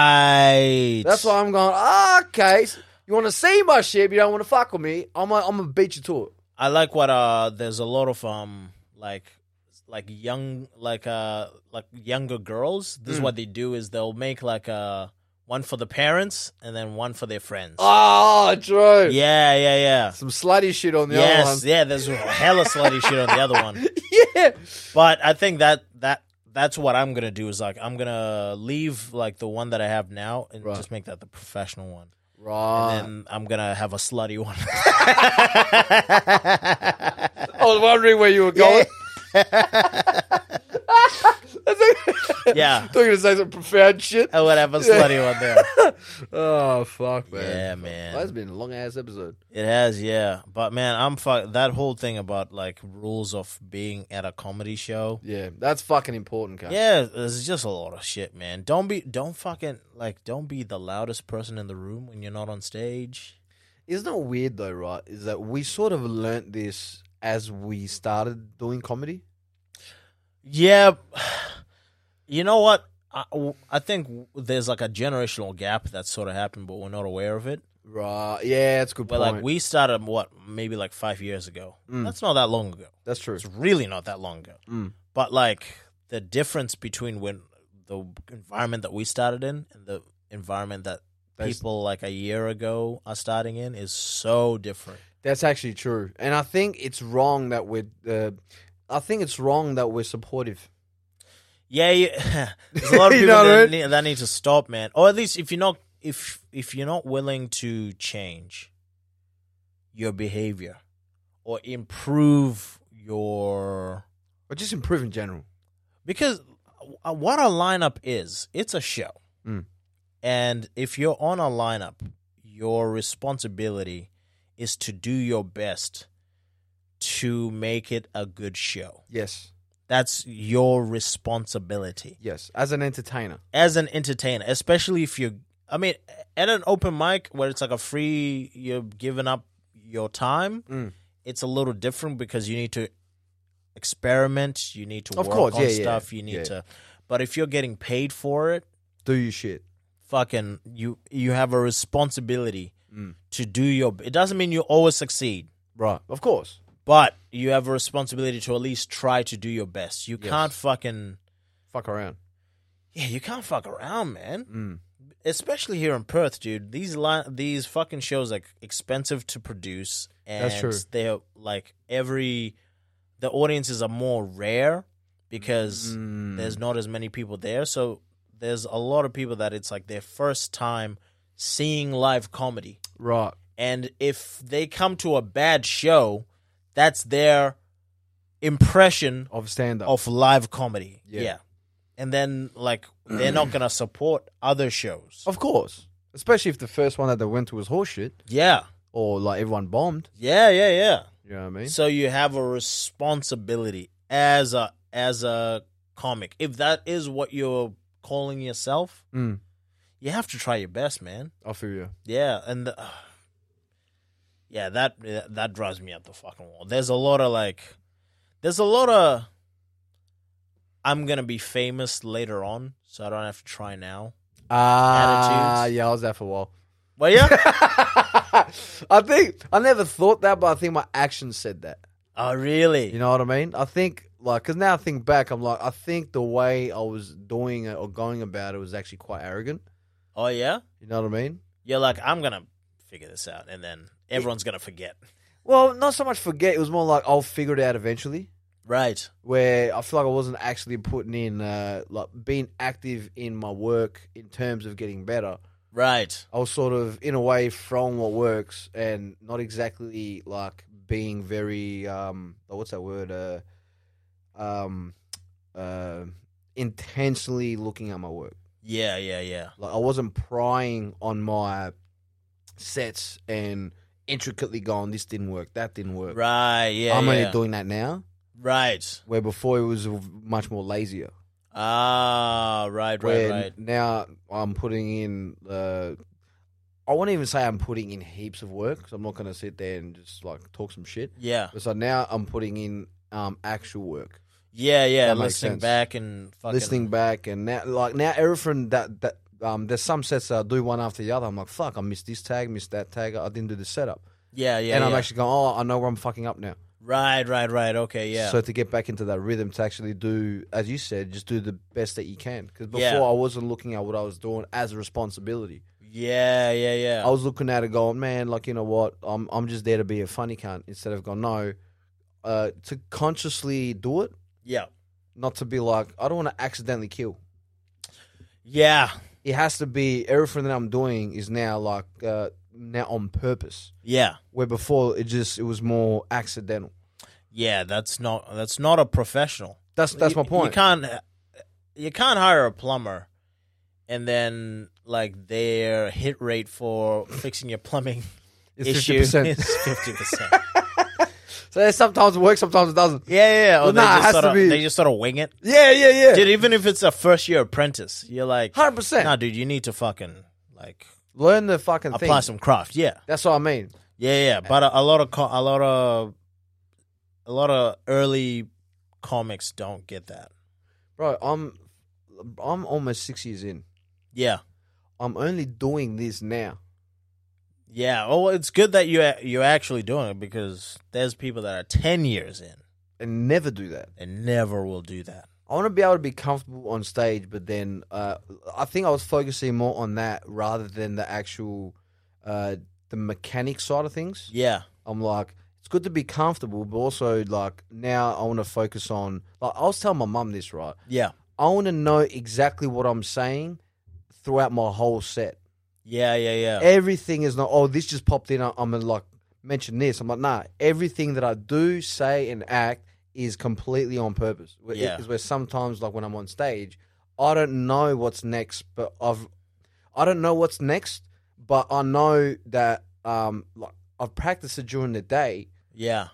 A: Right.
B: That's why I'm going. "Ah, okay, you want to see my shit, but you don't want to fuck with me. I'm gonna, I'm gonna beat you to it.
A: I like what uh there's a lot of um like like young like uh like younger girls. This is what they do is they'll make like uh one for the parents and then one for their friends.
B: Oh, true.
A: Yeah, yeah, yeah.
B: Some slutty shit on the other one.
A: yes, yeah, there's hella slutty shit on the other one.
B: yeah.
A: But I think that that that's what I'm gonna do is like I'm gonna leave like the one that I have now and
B: Right. Uh,
A: just make that the professional one.
B: Right.
A: And I'm gonna have a slutty one.
B: I was wondering where you were going.
A: Yeah.
B: Thought you were gonna say some profound shit.
A: I would have a slutty one there.
B: Oh fuck, man.
A: Yeah,
B: Well, that's
A: man.
B: been a long ass episode.
A: It has, yeah. But man, I'm fuck that whole thing about like rules of being at a comedy show.
B: Yeah, that's fucking important, guys.
A: Yeah, there's just a lot of shit, man. Don't be, don't fucking like, don't be the loudest person in the room when you're not on stage.
B: Isn't it weird though, right? Is that we sort of learnt this as we started doing comedy?
A: Yeah, you know what? I, I think there's like a generational gap that sort of happened, but we're not aware of it.
B: Right. Yeah, that's a good
A: But
B: point.
A: like, we started what maybe like five years ago.
B: Mm.
A: That's not that long ago.
B: that's true.
A: It's really not that long ago.
B: Mm.
A: But like the difference between when the environment that we started in and the environment that
B: That's-
A: people like a year ago are starting in is so different.
B: That's actually true, and I think it's wrong that we're. Uh, I think it's wrong that we're supportive.
A: Yeah, you, there's a lot of
B: You
A: people
B: know what I
A: that,
B: mean?
A: need, that need to stop, man. Or at least if you're not if if you're not willing to change your behavior or improve your
B: Or just improve in general.
A: because uh, what a lineup is it's a show
B: Mm.
A: and if you're on a lineup your responsibility is to do your best to make it a good show
B: Yes,
A: that's your responsibility
B: yes. As an entertainer,
A: as an entertainer especially if you're i mean at an open mic where it's like a free you're giving up your time
B: Mm.
A: it's a little different because you need to experiment you need to
B: Of
A: work
B: course,
A: on
B: yeah, yeah,
A: stuff you need
B: yeah.
A: to but if you're getting paid for it
B: do your shit.
A: fucking you you have a responsibility
B: Mm.
A: to do your it doesn't mean you always succeed
B: Right. Of course.
A: but you have a responsibility to at least try to do your best you
B: Yes.
A: can't fucking
B: Fuck around.
A: yeah you can't fuck around man
B: Mm.
A: especially here in Perth, dude. These li- these fucking shows are expensive to produce, and
B: That's true.
A: they're like every the audiences are more rare because
B: Mm.
A: there's not as many people there. So there's a lot of people that it's like their first time seeing live comedy,
B: Right.
A: and if they come to a bad show, that's their impression
B: Of stand up.
A: of live comedy.
B: Yeah.
A: yeah. And then, like, they're not gonna support other shows.
B: Of course. Especially if the first one that they went to was horseshit
A: Yeah.
B: or like everyone bombed.
A: Yeah, yeah, yeah.
B: You know what I mean?
A: So you have a responsibility as a as a comic. If that is what you're calling yourself,
B: Mm.
A: you have to try your best, man.
B: I feel you.
A: Yeah, and the, yeah, that that drives me up the fucking wall. There's a lot of like, there's a lot of I'm gonna be famous later on, so I don't have to try now.
B: Ah,
A: Attitudes.
B: yeah, I was there for a while.
A: Well, yeah.
B: I think I never thought that, but I think my actions said that.
A: oh, really?
B: You know what I mean? I think like because now I think back, I'm like, I think the way I was doing it or going about it was actually quite arrogant.
A: oh, yeah.
B: You know what I mean?
A: You're like, I'm gonna figure this out, and then everyone's gonna forget.
B: Well, not so much forget. It was more like I'll figure it out eventually.
A: Right.
B: Where I feel like I wasn't actually putting in, uh, like being active in my work in terms of getting better.
A: Right.
B: I was sort of in a way from what works and not exactly like being very um oh, what's that word uh um uh intentionally looking at my work.
A: Yeah, yeah, yeah.
B: Like I wasn't prying on my sets and intricately going this didn't work, that didn't work.
A: Right, yeah.
B: I'm
A: yeah.
B: only doing that now
A: right.
B: where before it was much more lazier.
A: Ah, right, right,
B: where
A: right.
B: now I'm putting in uh, I won't even say I'm putting in heaps of work 'cause I'm not going to sit there and just like talk some shit.
A: Yeah,
B: But so now I'm putting in um, actual work,
A: yeah, yeah.
B: That makes
A: Listening
B: sense.
A: back and fucking.
B: listening back, and now like now everything that that um, there's some sets that I do one after the other. I'm like fuck, I missed this tag, missed that tag, I didn't do the setup,
A: Yeah, yeah.
B: and I'm
A: yeah.
B: actually going, oh, I know where I'm fucking up now.
A: Right, right, right. Okay, yeah.
B: So to get back into that rhythm, to actually do, as you said, just do the best that you can. Because before
A: Yeah.
B: I wasn't looking at what I was doing as a responsibility.
A: yeah, yeah, yeah.
B: I was looking at it going, man, like you know what, I'm I'm just there to be a funny cunt instead of going, no, uh, to consciously do it,
A: yeah.
B: not to be like, I don't want to accidentally kill.
A: Yeah,
B: It has to be everything that I'm doing is now like uh, now on purpose.
A: yeah.
B: Where before it just it was more accidental.
A: Yeah, that's not that's not a professional.
B: That's that's
A: You-
B: my point.
A: You can't uh, you can't hire a plumber and then like their hit rate for fixing your plumbing
B: It's
A: issue
B: 50%.
A: is 50%.
B: So sometimes it works, sometimes it doesn't.
A: yeah, yeah, yeah. Or
B: Well,
A: they,
B: nah, it
A: just
B: has
A: sort
B: to
A: of,
B: be-
A: they just sort of wing it.
B: Yeah, yeah, yeah.
A: Dude, even if it's a first year apprentice, you're like,
B: 100%.
A: nah, dude, you need to fucking like
B: Learn the fucking thing.
A: apply some craft. Yeah.
B: That's what I mean.
A: Yeah, yeah, but a, a lot of co- a lot of a lot of early comics don't get that.
B: Bro, I'm I'm almost six years in.
A: Yeah,
B: I'm only doing this now.
A: yeah. Well, it's good that you a- you're actually doing it because there's people that are ten years in
B: And never do that.
A: and never will do that.
B: I want to be able to be comfortable on stage, but then uh, I think I was focusing more on that rather than the actual uh, the mechanic side of things.
A: Yeah,
B: I'm like, it's good to be comfortable, but also like now I want to focus on. Like I was telling my mum this right.
A: yeah,
B: I want to know exactly what I'm saying throughout my whole set.
A: yeah, yeah, yeah.
B: Everything is not. Oh, this just popped in. I- I'm gonna like mention this. I'm like, nah. Everything that I do, say, and act is completely on purpose. Where-
A: Yeah.
B: Is where sometimes, like when I'm on stage, I don't know what's next, but I've, I don't know what's next, but I know that um, like I've practiced it during the day,
A: yeah,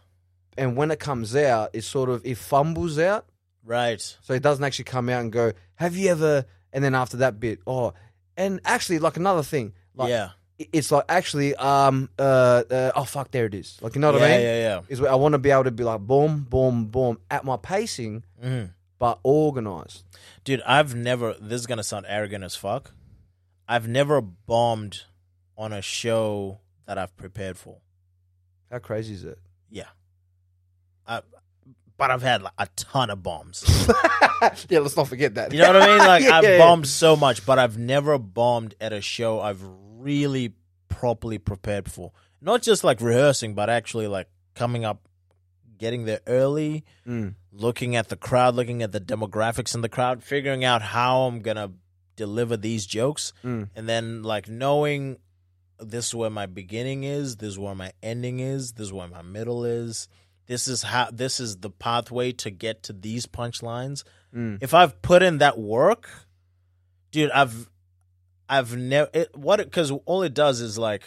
B: and when it comes out, it sort of it fumbles out.
A: right.
B: So it doesn't actually come out and go, have you ever? And then after that bit, oh, and actually, like another thing, like
A: yeah,
B: i- it's like actually, um, uh, uh, oh fuck, there it is. Like you know what
A: yeah,
B: I mean?
A: yeah, yeah.
B: Is where I want to be able to be like boom, boom, boom at my pacing,
A: Mhm.
B: but organized.
A: Dude, I've never. This is gonna sound arrogant as fuck. I've never bombed on a show that I've prepared for.
B: How crazy is it?
A: Yeah. I, but I've had like, a ton of bombs.
B: yeah, let's not forget that.
A: You know what I mean? Like
B: Yeah,
A: I've
B: yeah, yeah.
A: bombed so much, but I've never bombed at a show I've really properly prepared for. Not just like rehearsing, but actually like coming up, getting there early,
B: Mm.
A: looking at the crowd, looking at the demographics in the crowd, figuring out how I'm gonna deliver these jokes,
B: Mm.
A: and then like knowing this is where my beginning is, this is where my ending is, this is where my middle is. This is how this is the pathway to get to these punchlines.
B: Mm.
A: If I've put in that work, dude, I've I've never it, what because all it does is like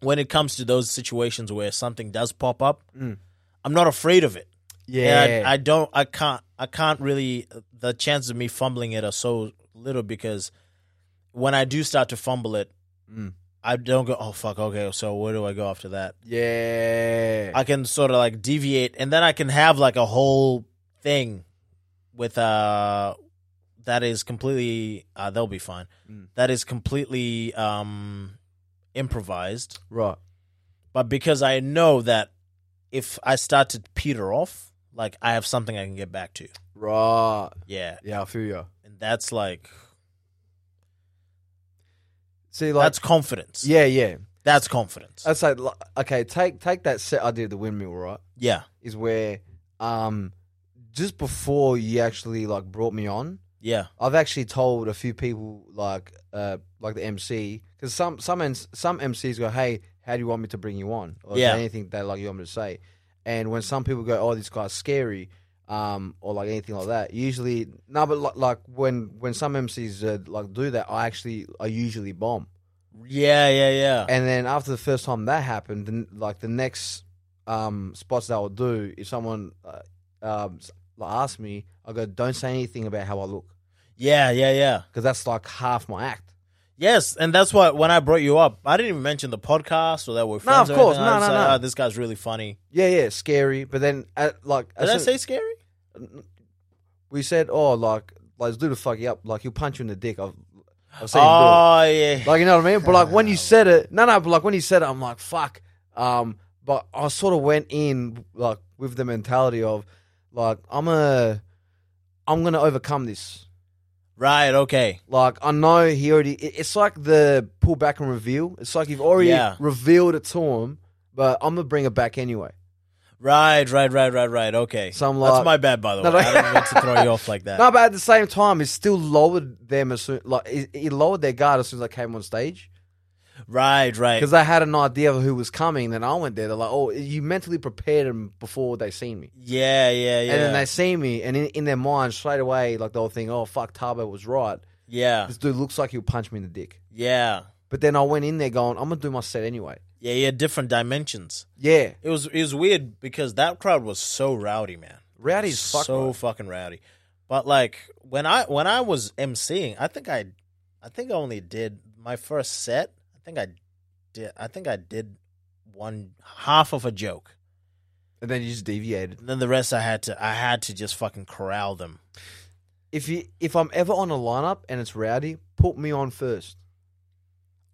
A: when it comes to those situations where something does pop up,
B: Mm.
A: I'm not afraid of it.
B: Yeah,
A: And I, I don't. I can't. I can't really. The chances of me fumbling it are so little because when I do start to fumble it,
B: Mm.
A: I don't go. Oh fuck. Okay. So where do I go after that?
B: yeah.
A: I can sort of like deviate, and then I can have like a whole thing with uh that is completely. Uh, they'll be fine.
B: Mm.
A: That is completely um improvised,
B: right.
A: but because I know that if I start to peter off, like I have something I can get back to.
B: Right.
A: Yeah,
B: Yeah, I feel you.
A: and that's like,
B: See, like,
A: that's confidence.
B: yeah, yeah.
A: that's confidence.
B: I'd say, like, okay, take take that set I did the windmill, right?
A: yeah,
B: is where um just before you actually like brought me on
A: yeah,
B: i've actually told a few people like uh like the mc because some some ends- some mcs go hey how do you want me to bring you on or is
A: Yeah.
B: there anything that like you want me to say and when some people go oh this guy's scary um or like anything like that usually no but like, like when when some mcs uh, like do that i actually i usually bomb
A: yeah, yeah, yeah.
B: and then after the first time that happened, then like the next um, spots that I'll do, if someone uh, um, s- like, asks me, I go, "Don't say anything about how I look,"
A: yeah, yeah, yeah.
B: because that's like half my act.
A: Yes, and that's why when I brought you up, I didn't even mention the podcast or that we're
B: No,
A: friends.
B: of
A: or
B: course.
A: anything. I
B: No,
A: was
B: no,
A: like,
B: no.
A: "Oh, this guy's really funny.
B: Yeah, yeah, scary. But then, uh like,
A: Did
B: as
A: I
B: soon-
A: say scary?
B: we said, "Oh, like, like, this dude will fuck you up. Like, he'll punch you in the dick." I've, I've seen him do it.
A: Oh yeah,
B: Like you know what I mean? But like when you said it, no, no. But like when you said it, I'm like, fuck. Um, but I sort of went in like with the mentality of like I'm a, I'm gonna overcome this.
A: right. Okay.
B: Like I know he already. it- It's like the pull back and reveal. It's like you've already
A: Yeah.
B: revealed it to him, but I'm gonna bring it back anyway.
A: Right, right, right, right, right. Okay.
B: So I'm
A: that's
B: like-
A: my bad, by the way.
B: No, no.
A: I didn't mean to throw you off like that.
B: No, but at the same time, it still lowered them as soon. Like it, it lowered their guard as soon as I came on stage.
A: Right, right.
B: because they had an idea of who was coming. Then I went there. They're like, "Oh, you mentally prepared them before they seen me."
A: Yeah, yeah, yeah.
B: And then they see me, and in, in their mind, straight away, like the whole thing, "Oh fuck, Tabo was right.
A: yeah,
B: This dude looks like he'll punch me in the dick."
A: yeah,
B: But then I went in there going, "I'm gonna do my set anyway."
A: yeah, yeah. Different dimensions.
B: Yeah,
A: It was it was weird because that crowd was so rowdy, man.
B: rowdy as fuck.
A: so
B: bro.
A: fucking rowdy. But like when I when I was emceeing, I think I, I think I only did my first set. I think I did. I think I did one half of a joke.
B: and then you just deviated.
A: And then the rest I had to I had to just fucking corral them.
B: If you if I'm ever on a lineup and it's rowdy, put me on first.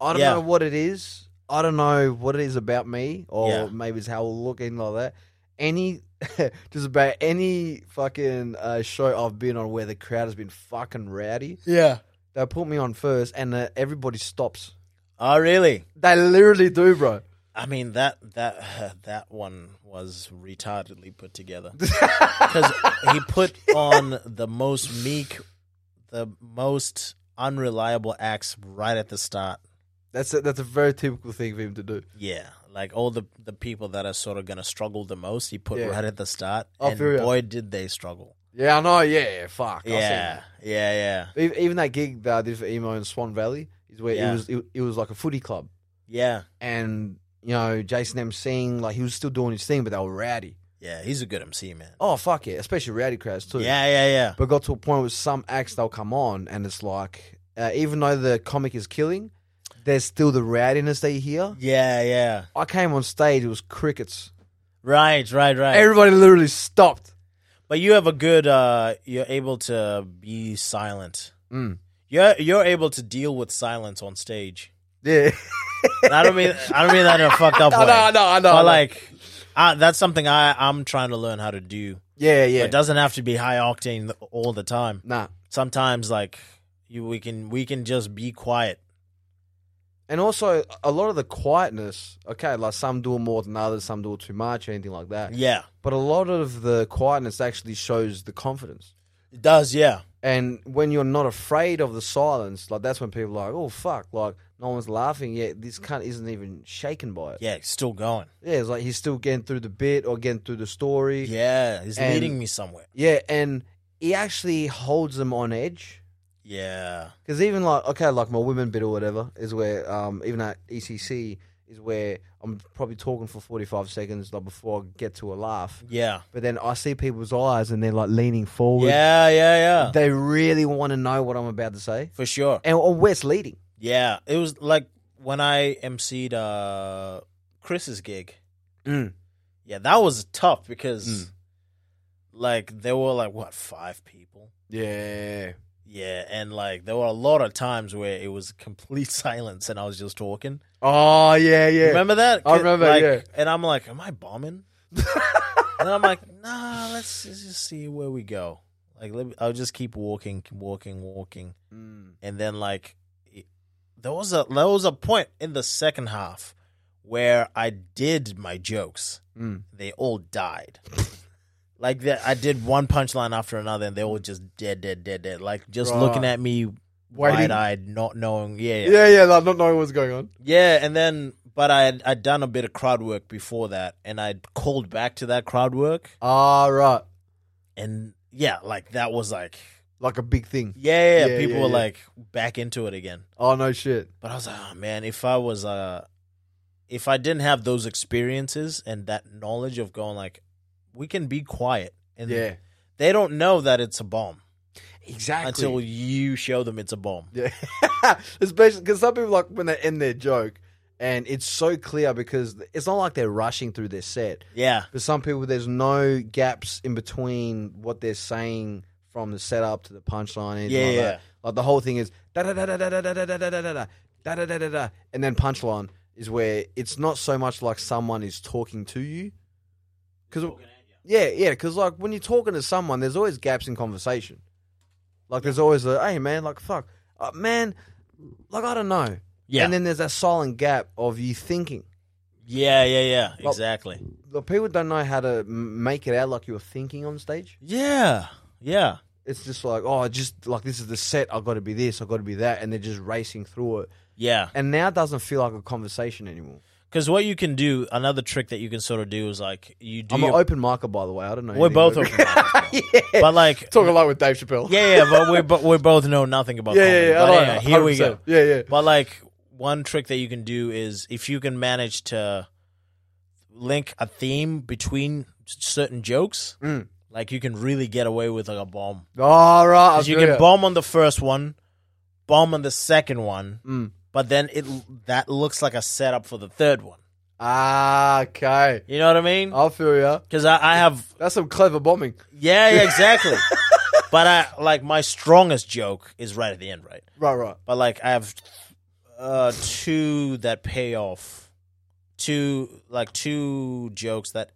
B: I don't
A: Yeah.
B: know what it is. I don't know what it is about me, or
A: Yeah.
B: maybe it's how I look, anything like that. Any, just about any fucking uh, show I've been on where the crowd has been fucking rowdy,
A: Yeah.
B: they put me on first, and uh, everybody stops.
A: Oh really?
B: They literally do, bro.
A: I mean that that that one was retardedly put together because he put on the most meek, the most unreliable acts right at the start.
B: That's a, that's a very typical thing for him to do.
A: Yeah, like all the the people that are sort of gonna struggle the most, he put
B: Yeah.
A: right at the start,
B: I
A: and
B: feel ya.
A: boy did they struggle.
B: Yeah, I know. Yeah, yeah, fuck. I've seen
A: Yeah, yeah, yeah,
B: that. E- Even that gig that I did for emo in Swan Valley is where
A: Yeah.
B: it was it, it was like a footy club.
A: yeah,
B: and you know Jason M seeing like he was still doing his thing, but they were rowdy.
A: yeah. He's a good MC man.
B: Oh fuck yeah, especially rowdy crowds too.
A: yeah, yeah, yeah,
B: But got to a point with some acts they'll come on, and it's like uh, even though the comic is killing, there's still the rowdiness that you hear.
A: yeah, yeah.
B: I came on stage, it was crickets.
A: Right, right, right.
B: Everybody literally stopped.
A: But you have a good. uh You're able to be silent.
B: Mm.
A: You're you're able to deal with silence on stage.
B: Yeah,
A: And I don't mean I don't mean that in a fucked up
B: no,
A: way.
B: no, no, no.
A: but
B: no.
A: like, I, that's something I I'm trying to learn how to do.
B: yeah, yeah,
A: It doesn't have to be high octane all the time.
B: nah.
A: Sometimes like you we can we can just be quiet.
B: And also a lot of the quietness. Okay, like some do it more than others, some do it too much, anything like that.
A: Yeah,
B: But a lot of the quietness actually shows the confidence.
A: it does. Yeah,
B: And when you're not afraid of the silence, like that's when people are like, oh fuck, like no one's laughing yet. This cunt isn't even shaken by it. Yeah.
A: yeah, it's still going.
B: it's like he's still getting through the bit or getting through the story. Yeah,
A: Yeah, it's
B: And-
A: leading me somewhere.
B: and he actually holds them on edge.
A: Yeah,
B: Because even like, okay, like my women bit or whatever is where, um, even at ECC is where I'm probably talking for 45 seconds like before I get to a laugh.
A: yeah,
B: But then I see people's eyes and they're like leaning forward.
A: yeah, yeah, yeah,
B: They really want to know what I'm about to say
A: for sure.
B: and or where it's leading.
A: Yeah, it was like when I emceed uh, Chris's gig.
B: Mm.
A: Yeah, that was tough because like there were like what five people.
B: Yeah.
A: Yeah, and like there were a lot of times where it was complete silence and I was just talking.
B: Oh yeah, yeah.
A: Remember that?
B: I remember,
A: Like,
B: yeah.
A: And I'm like, am I bombing? and I'm like, nah, let's, let's just see where we go. Like, let me, I'll just keep walking, walking, walking,
B: Mm.
A: and then like, it, there was a there was a point in the second half where I did my jokes.
B: Mm.
A: They all died. like that, I did one punchline after another, and they all just dead, dead, dead, dead. Like just
B: Right.
A: looking at me, wide eyed, not knowing. yeah.
B: Yeah, yeah. Like not knowing what's going on.
A: Yeah, and then but I had I'd done a bit of crowd work before that, and I'd called back to that crowd work,
B: Ah, right.
A: and yeah, like that was like
B: Like a big thing.
A: yeah, yeah,
B: Yeah,
A: people
B: yeah,
A: were
B: yeah.
A: like back into it again.
B: Oh no, shit.
A: But I was like, oh man, if I was uh, if I didn't have those experiences and that knowledge of going like, we can be quiet, and
B: Yeah,
A: they don't know that it's a bomb
B: exactly.
A: until you show them it's a bomb.
B: yeah, especially because some people like when they end their joke, and it's so clear because it's not like they're rushing through their set.
A: Yeah,
B: For some people, there's no gaps in between what they're saying from the setup to the punchline. anything
A: Yeah,
B: like
A: yeah.
B: that. Like the whole thing is da da da da da da da da da da da da da da da da da da, and then punchline is where it's not so much like someone is talking to you, because yeah, yeah, because like when you're talking to someone, there's always gaps in conversation. Like there's always a hey man, like fuck, uh, man, like I don't know,
A: yeah,
B: and then there's that silent gap of you thinking.
A: yeah, yeah, yeah,
B: Well-
A: exactly.
B: Like people don't know how to m- make it out like you were thinking on stage.
A: Yeah, yeah.
B: It's just like, oh, just like this is the set. I've got to be this. I've got to be that. And they're just racing through it.
A: Yeah.
B: And now it doesn't feel like a conversation anymore.
A: Because what you can do, another trick that you can sort of do is like you do.
B: I'm
A: your-
B: an open marker, by the way. I don't know.
A: We're
B: anything
A: both
B: about-
A: open markers,
B: yeah.
A: but like,
B: Talk a lot with Dave Chappelle.
A: yeah, yeah, but we but we both know nothing about.
B: yeah,
A: comedy.
B: yeah. yeah, I
A: But
B: like
A: yeah,
B: that,
A: here we go.
B: 100%. Yeah, yeah.
A: But like one trick that you can do is if you can manage to link a theme between s- certain jokes,
B: Mm.
A: like you can really get away with like a bomb.
B: All right. I'll
A: 'Cause you
B: do
A: can
B: it.
A: bomb on the first one, bomb on the second one,
B: Mm.
A: but then it that looks like a setup for the third one.
B: Ah, okay.
A: You know what I mean?
B: I feel ya.
A: Because I, I have
B: That's some clever bombing.
A: yeah, yeah exactly. but I like my strongest joke is right at the end, right?
B: Right, right.
A: but like I have uh two that pay off. Two like two jokes that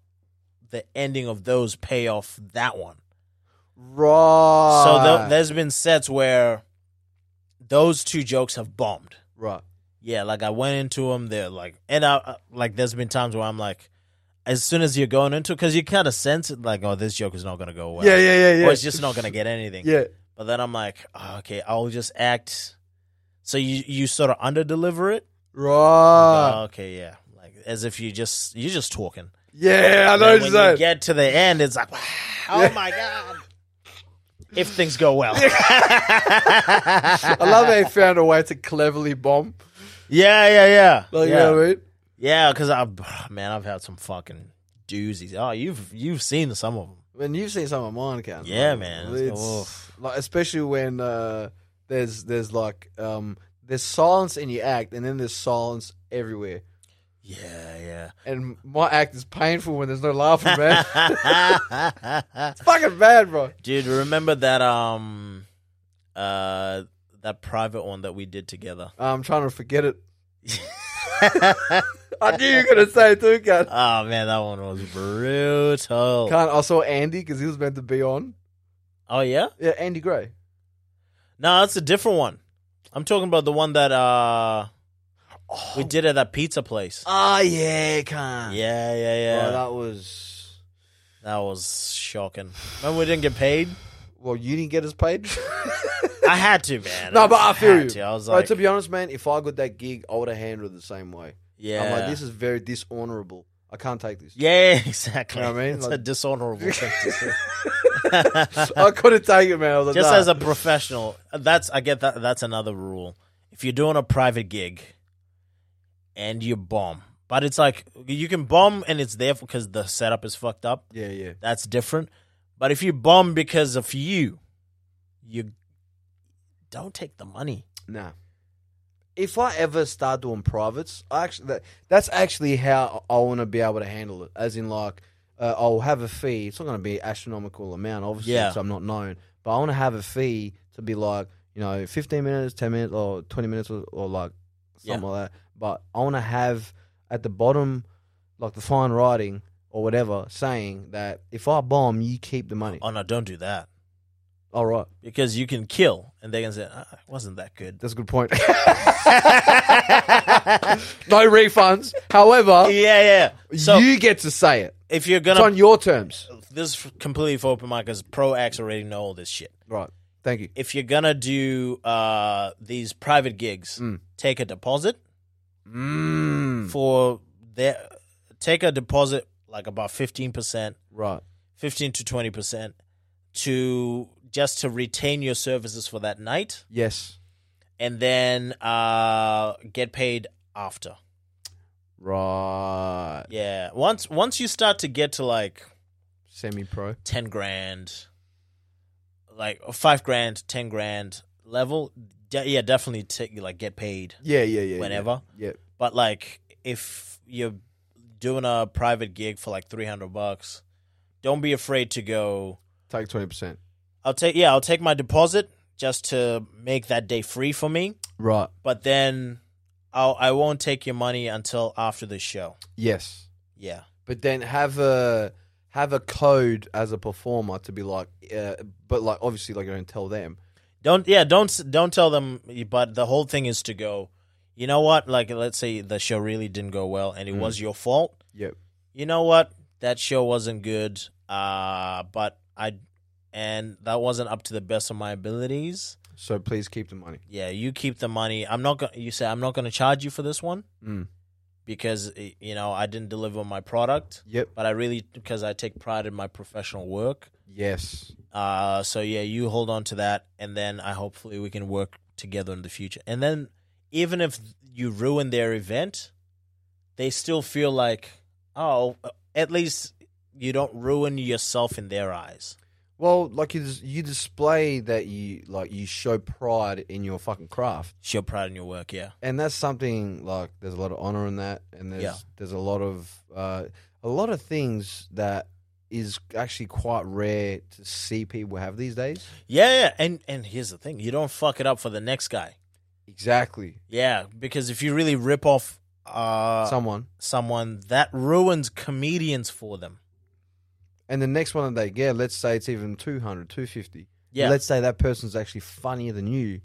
A: the ending of those pay off that one.
B: Right.
A: so th- there's been sets where those two jokes have bombed.
B: right.
A: Yeah, like I went into them. They're like, and I I- like. There's been times where I'm like, as soon as you're going into, because you kind of sense it, like, oh, this joke is not gonna go well.
B: Yeah, yeah, yeah, yeah.
A: Or it's just not gonna get anything.
B: Yeah.
A: But then I'm like, oh, okay, I'll just act. So you you sort of under deliver it.
B: Right.
A: Oh, okay, yeah. Like as if you just you're just talking.
B: yeah, I know
A: And
B: what
A: when
B: you're
A: you
B: saying.
A: get to the end, it's like, oh my god. If things go well,
B: I love they found a way to cleverly bomb.
A: yeah, yeah, yeah,
B: Like,
A: yeah,
B: you know what I mean?
A: yeah. Because I, man, I've had some fucking doozies. Oh, you've you've seen some of them.
B: When you've seen some of mine, Ken.
A: Yeah,
B: like,
A: man.
B: It's,
A: Oof.
B: like, especially when uh, there's there's like um, there's silence in your act, and then there's silence everywhere.
A: Yeah,
B: And my act is painful when there's no laughing, man.
A: yeah.
B: Fucking bad, bro.
A: Dude, remember that um, uh, that private one that we did together.
B: I'm trying to forget it. I knew you were gonna say it too, Ken.
A: Oh man, that one was brutal.
B: Can't, I saw Andy because he was meant to be on.
A: Oh yeah?
B: Yeah, Andy Gray.
A: No, that's a different one. I'm talking about the one that uh
B: Oh,
A: we did at that pizza place.
B: oh yeah, can't.
A: Ah, Yeah, yeah, yeah.
B: Oh,
A: that-,
B: that was.
A: was shocking. Remember we didn't get paid?
B: Well, you didn't get us paid.
A: I had to, man.
B: No, but I
A: just
B: feel
A: had
B: you.
A: to. I was
B: Bro,
A: like,
B: to be honest, man, if I got that gig, I would have handled it the same way.
A: yeah,
B: I'm like, this is very dishonorable. I can't take this.
A: yeah, exactly.
B: You know what I mean?
A: It's a
B: Like-
A: dishonorable thing to say.
B: I couldn't take it, man. I was like,
A: Just
B: nah.
A: as a professional, that's I get that. That's another rule. If you're doing a private gig and you bomb, but it's like you can bomb and it's there because the setup is fucked up.
B: yeah, yeah,
A: that's different. But if you bomb because of you, you don't take the money.
B: nah. If I ever start doing privates, I actually that, that's actually how I want to be able to handle it. As in, like, uh, I'll have a fee. It's not going to be astronomical amount, obviously,
A: Yeah.
B: because I'm not known. But I want to have a fee to be like, you know, 15 minutes, 10 minutes, or 20 minutes, or, or like something like that. But I want to have at the bottom, like the fine writing or whatever, saying that if I bomb, you keep the money.
A: Oh no, don't do that
B: All right,
A: because you can kill, and they can say ah, it wasn't that good.
B: that's a good point. no refunds. However,
A: yeah, yeah. So
B: you get to say it.
A: if you're
B: It's on
A: gonna,
B: your terms.
A: this is completely for open micers. Pro acts already know all this shit.
B: Right. Thank you.
A: If you're gonna do uh, these private gigs,
B: Mm.
A: take a deposit
B: Mm.
A: for their take a deposit like about fifteen percent
B: Right.
A: 15 to 20% to just to retain your services for that night
B: Yes.
A: and then uh, get paid after.
B: Right.
A: Yeah. Once once you start to get to like
B: Semi pro.
A: 10 grand like 5 grand, 10 grand level, de- yeah, definitely take like get paid.
B: Yeah, yeah, yeah.
A: Whenever.
B: Yeah.
A: But like if you're doing a private gig for like 300 bucks, don't be afraid to go
B: Take 20%.
A: I'll take yeah, I'll take my deposit just to make that day free for me.
B: Right.
A: But then I'll I won't take your money until after the show.
B: Yes.
A: Yeah.
B: But then have a have a code as a performer to be like uh, but like obviously like you don't tell them.
A: Don't yeah, don't s- don't tell them but the whole thing is to go, you know what? Like let's say the show really didn't go well and it
B: Mm.
A: was your fault.
B: Yep.
A: You know what? That show wasn't good. Uh but I and that wasn't up to the best of my abilities.
B: So please keep the money.
A: Yeah, you keep the money. I'm not going. to You say I'm not going to charge you for this one
B: Mm.
A: because eh, you know I didn't deliver my product,
B: Yep.
A: but I really because I take pride in my professional work.
B: Yes.
A: Uh, so yeah, you hold on to that, and then I hopefully we can work together in the future. And then even if you ruin their event, they still feel like, oh, at least you don't ruin yourself in their eyes.
B: Well, like you, dis- you display that you like you show pride in your fucking craft,
A: Show pride in your work. Yeah,
B: and that's something like there's a lot of honor in that, and there's
A: Yeah.
B: there's a lot of uh, a lot of things that is actually quite rare to see people have these days.
A: yeah, yeah. And and here's the thing: you don't fuck it up for the next guy.
B: Exactly.
A: Yeah, because if you really rip off uh,
B: Someone,
A: someone, that ruins comedians for them.
B: and the next one that they get, let's say it's even 200, 250.
A: Yeah,
B: Let's say that person's actually funnier than you.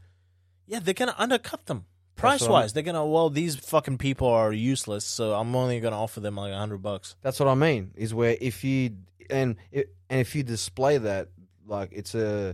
A: yeah, they're gonna undercut them
B: That's what
A: price wise. They're gonna well, these fucking people are useless, so I'm only gonna offer them like a hundred bucks.
B: That's what I mean. Is where if you and and if you display that, like it's a,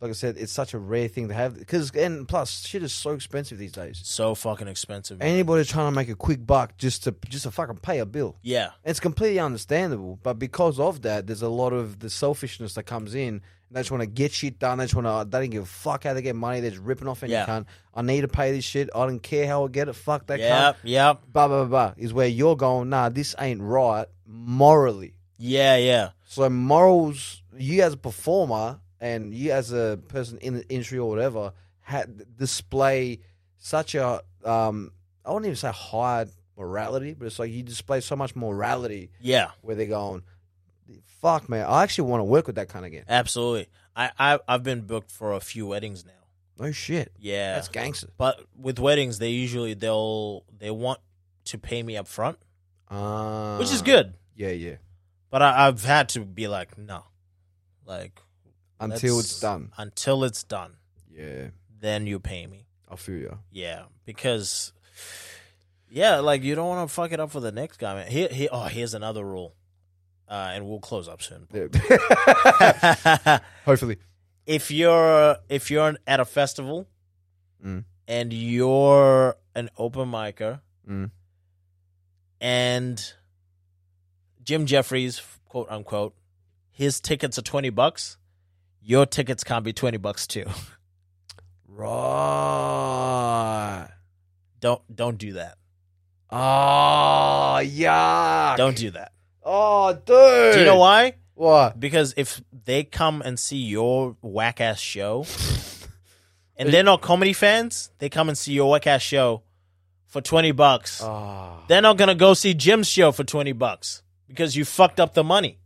B: like I said, it's such a rare thing to have. Because and plus, shit is so expensive these days.
A: So fucking expensive. man.
B: Anybody trying to make a quick buck just to just to fucking pay a bill.
A: yeah,
B: It's completely understandable, but because of that, there's a lot of the selfishness that comes in. They just want to get shit done. They just want to. They don't give a fuck how they get money. They're just ripping off any
A: Yeah.
B: cunt. I need to pay this shit. I don't care how I get it. Fuck that cunt.
A: yep, yep,
B: Blah blah blah. blah, Is where you're going. Nah, this ain't right morally.
A: yeah, yeah,
B: So morals, you as a performer and you as a person in the industry or whatever, ha- display such a um, I wouldn't even say high morality, but it's like you display so much morality
A: yeah.
B: where they're going, fuck man, I actually want to work with that kind again.
A: Absolutely. I, I I've been booked for a few weddings now.
B: No shit,
A: Yeah,
B: that's gangster.
A: but with weddings, they usually they'll they want to pay me up front,
B: Uh,
A: which is good.
B: Yeah, yeah.
A: But I, I've had to be like, no, like
B: Until
A: let's-
B: it's done.
A: Until it's done,
B: Yeah,
A: then you pay me.
B: I feel you.
A: Yeah, because yeah, like you don't want to fuck it up for the next guy. Man. Here, here. Oh, here's another rule, uh, and we'll close up soon.
B: Yeah. Hopefully,
A: if you're if you're at a festival
B: Mm.
A: and you're an open micer
B: Mm.
A: and Jim Jeffries quote unquote his tickets are 20 bucks your tickets can't be 20 bucks too
B: right.
A: don't don't do that
B: Oh, yeah.
A: don't do that
B: Oh, dude.
A: do you know why
B: What?
A: because if they come and see your whack ass show and they're not comedy fans they come and see your whack ass show for 20 bucks
B: Oh.
A: They're not gonna go see Jim's show for twenty bucks because you fucked up the money.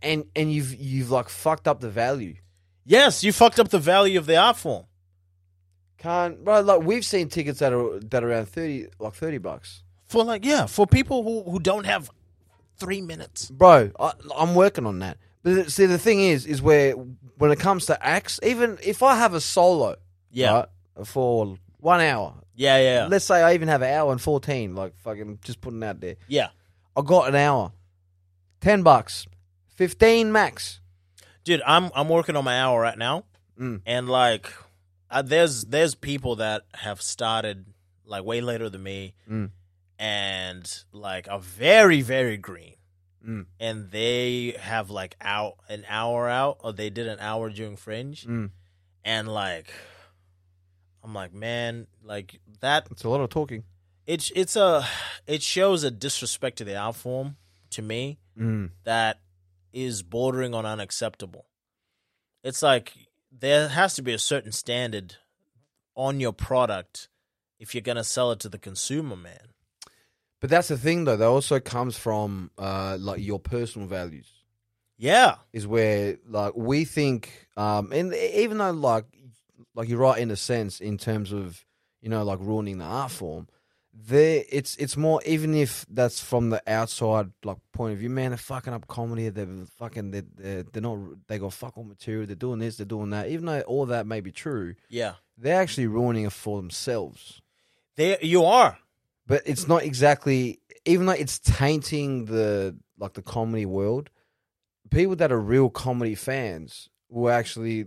B: And and you've you've like fucked up the value.
A: Yes, you fucked up the value of the art form.
B: Can't bro. Like we've seen tickets that are that are around thirty, like thirty bucks.
A: For like, yeah, for people who, who don't have three minutes.
B: Bro, I, I'm working on that. But see, the thing is, is where when it comes to acts, even if I have a solo,
A: Yeah,
B: right, for one hour,
A: yeah, yeah, yeah.
B: let's say I even have an hour and fourteen, like fucking just putting it out there.
A: yeah.
B: I got an hour, ten bucks, fifteen max.
A: Dude, I'm I'm working on my hour right now,
B: Mm.
A: and like, uh, there's there's people that have started like way later than me,
B: Mm.
A: and like are very very green.
B: Mm.
A: And they have like out an hour out, or they did an hour during Fringe,
B: Mm.
A: and like i'm like man like that
B: It's a lot of talking.
A: it's it's a it shows a disrespect to the art form to me
B: Mm.
A: that is bordering on unacceptable it's like there has to be a certain standard on your product if you're going to sell it to the consumer man
B: But that's the thing, though. That also comes from uh, like your personal values.
A: yeah
B: Is where like we think, um, and even though like like you're right in a sense in terms of you know like ruining the art form, there it's it's more even if that's from the outside like point of view. Man, they're fucking up comedy. They're fucking they're they're, they're not they got fuck all material. They're doing this. They're doing that. Even though all that may be true,
A: yeah
B: they're actually ruining it for themselves.
A: there you are
B: but it's not exactly even though it's tainting the like the comedy world people that are real comedy fans will actually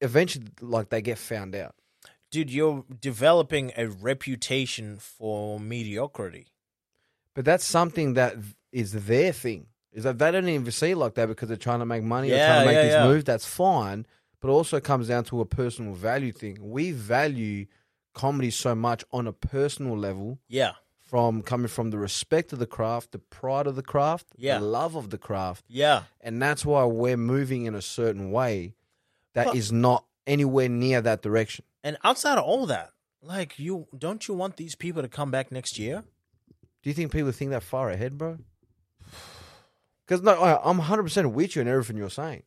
B: eventually like they get found out.
A: Dude, you're developing a reputation for mediocrity.
B: But that's something that is their thing. Is that they don't even see it like that because they're trying to make money or
A: Yeah,
B: trying to make
A: yeah,
B: this
A: yeah.
B: move. That's fine. But it also comes down to a personal value thing. We value comedy so much on a personal level
A: Yeah.
B: from coming from the respect of the craft, the pride of the craft,
A: Yeah.
B: the love of the craft.
A: Yeah.
B: And that's why we're moving in a certain way that is
A: But-
B: not anywhere near that direction.
A: And outside of all that, like you don't you want these people to come back next year?
B: Do you think people think that far ahead, bro? Because no, I, I'm 100 percent with you in everything you're saying.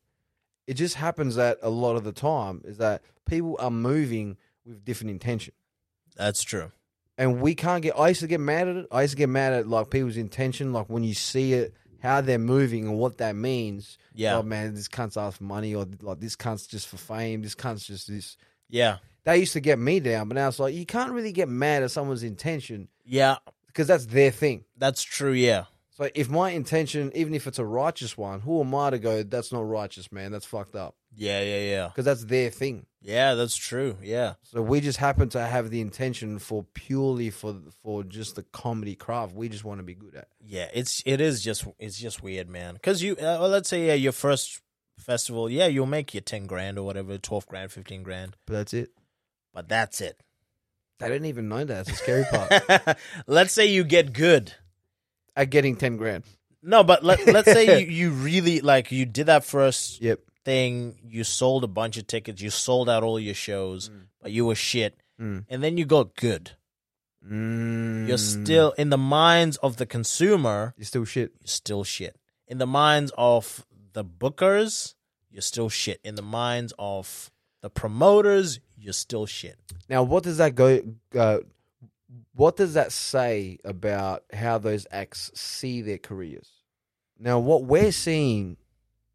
B: It just happens that a lot of the time is that people are moving with different intention,
A: That's true.
B: and we can't get. I used to get mad at it. I used to get mad at like people's intention, like when you see it, how they're moving and what that means.
A: Yeah.
B: Oh man, this cunt's asked for money, or like this cunt's just for fame. This cunt's just this.
A: Yeah.
B: That used to get me down, but now it's like you can't really get mad at someone's intention
A: Yeah.
B: because that's their thing.
A: That's true. Yeah.
B: So if my intention, even if it's a righteous one, who am I to go? That's not righteous, man. That's fucked up
A: Yeah. Yeah. Yeah.
B: because that's their thing.
A: Yeah. That's true. Yeah.
B: So we just happen to have the intention for purely for for just the comedy craft. We just want to be good at.
A: Yeah. It's it is just it's just weird, man. Because you uh, well, let's say yeah, your first festival, yeah, you'll make your ten grand or whatever, twelve grand, fifteen grand,
B: But that's it.
A: but that's it.
B: They don't even know that. That's the scary part.
A: let's say you get good.
B: at getting ten grand.
A: No, but let, let's say you, you really like you did that first
B: Yep.
A: thing, you sold a bunch of tickets, you sold out all your shows, but you were shit.
B: Mm.
A: And then you got good.
B: Mm.
A: You're still in the minds of the consumer,
B: you're still shit.
A: you're still shit. In the minds of the bookers, you're still shit. In the minds of the promoters, you're still shit.
B: Now, what does that go? Uh, what does that say about how those acts see their careers? Now, what we're seeing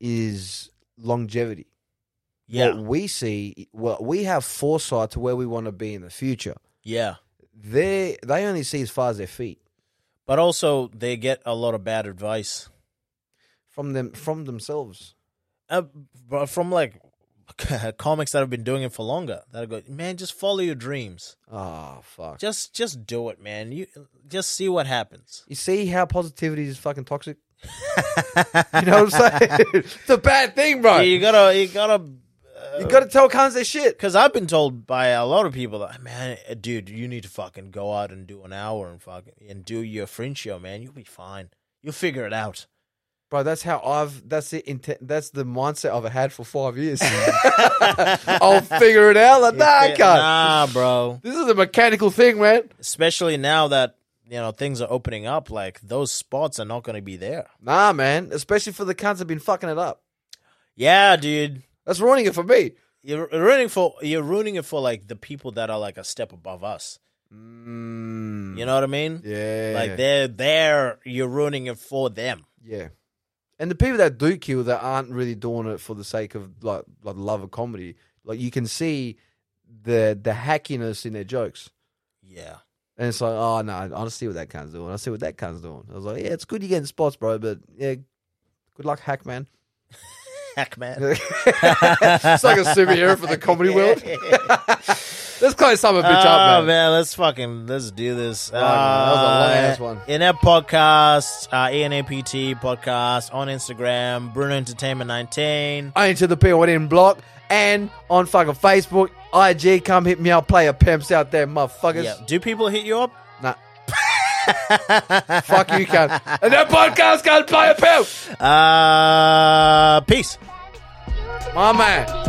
B: is longevity.
A: Yeah.
B: What we see, well, we have foresight to where we want to be in the future.
A: Yeah.
B: They they only see as far as their feet
A: But also they get a lot of bad advice.
B: from them from themselves.
A: Uh, but from like comics that have been doing it for longer that go, man, just follow your dreams.
B: Ah, fuck.
A: Just just do it, man. You just see what happens.
B: you see how positivity is fucking toxic. You know what I'm saying? it's a bad thing, bro.
A: you gotta you gotta
B: you got to tell cons their shit.
A: because I've been told by a lot of people that man, uh, dude, you need to fucking go out and do an hour and fucking and do your fringe show, man. You'll be fine. You'll figure it out.
B: Bro, that's how I've. That's the intent. That's the mindset I've had for five years. I'll figure it out. Like, nah, I can't.
A: Nah, bro.
B: This is a mechanical thing, man.
A: Especially now that you know things are opening up, like those spots are not going to be there.
B: Nah, man. Especially for the cunts that've been fucking it up.
A: Yeah, dude.
B: That's ruining it for me.
A: You're ruining for you're ruining it for like the people that are like a step above us.
B: Mm,
A: You know what I mean?
B: yeah,
A: Like they're there. You're ruining it for them.
B: yeah. And the people that do kill that aren't really doing it for the sake of like like love of comedy. Like you can see the the hackiness in their jokes.
A: Yeah.
B: And it's like, oh no, I'll see what that cunt's doing. I'll see what that cunt's doing. I was like, yeah, it's good you're getting spots, bro, but yeah, good luck, hack man.
A: Heck, man.
B: it's like a superhero for the comedy world. Let's close some of bitch
A: Oh
B: up, man.
A: man, let's fucking let's do this. Uh,
B: man, that was a long-ass one.
A: In that podcast, uh, ENAPT podcast on Instagram, Bruno Entertainment 19.
B: I ain't to the people I didn't block, and on fucking Facebook, IG, come hit me up, player pimps out there, motherfuckers.
A: Yeah. Do people hit you up?
B: Nah. Fuck you, cunt. And that podcast can't play a pimp.
A: Uh, peace.
B: My man.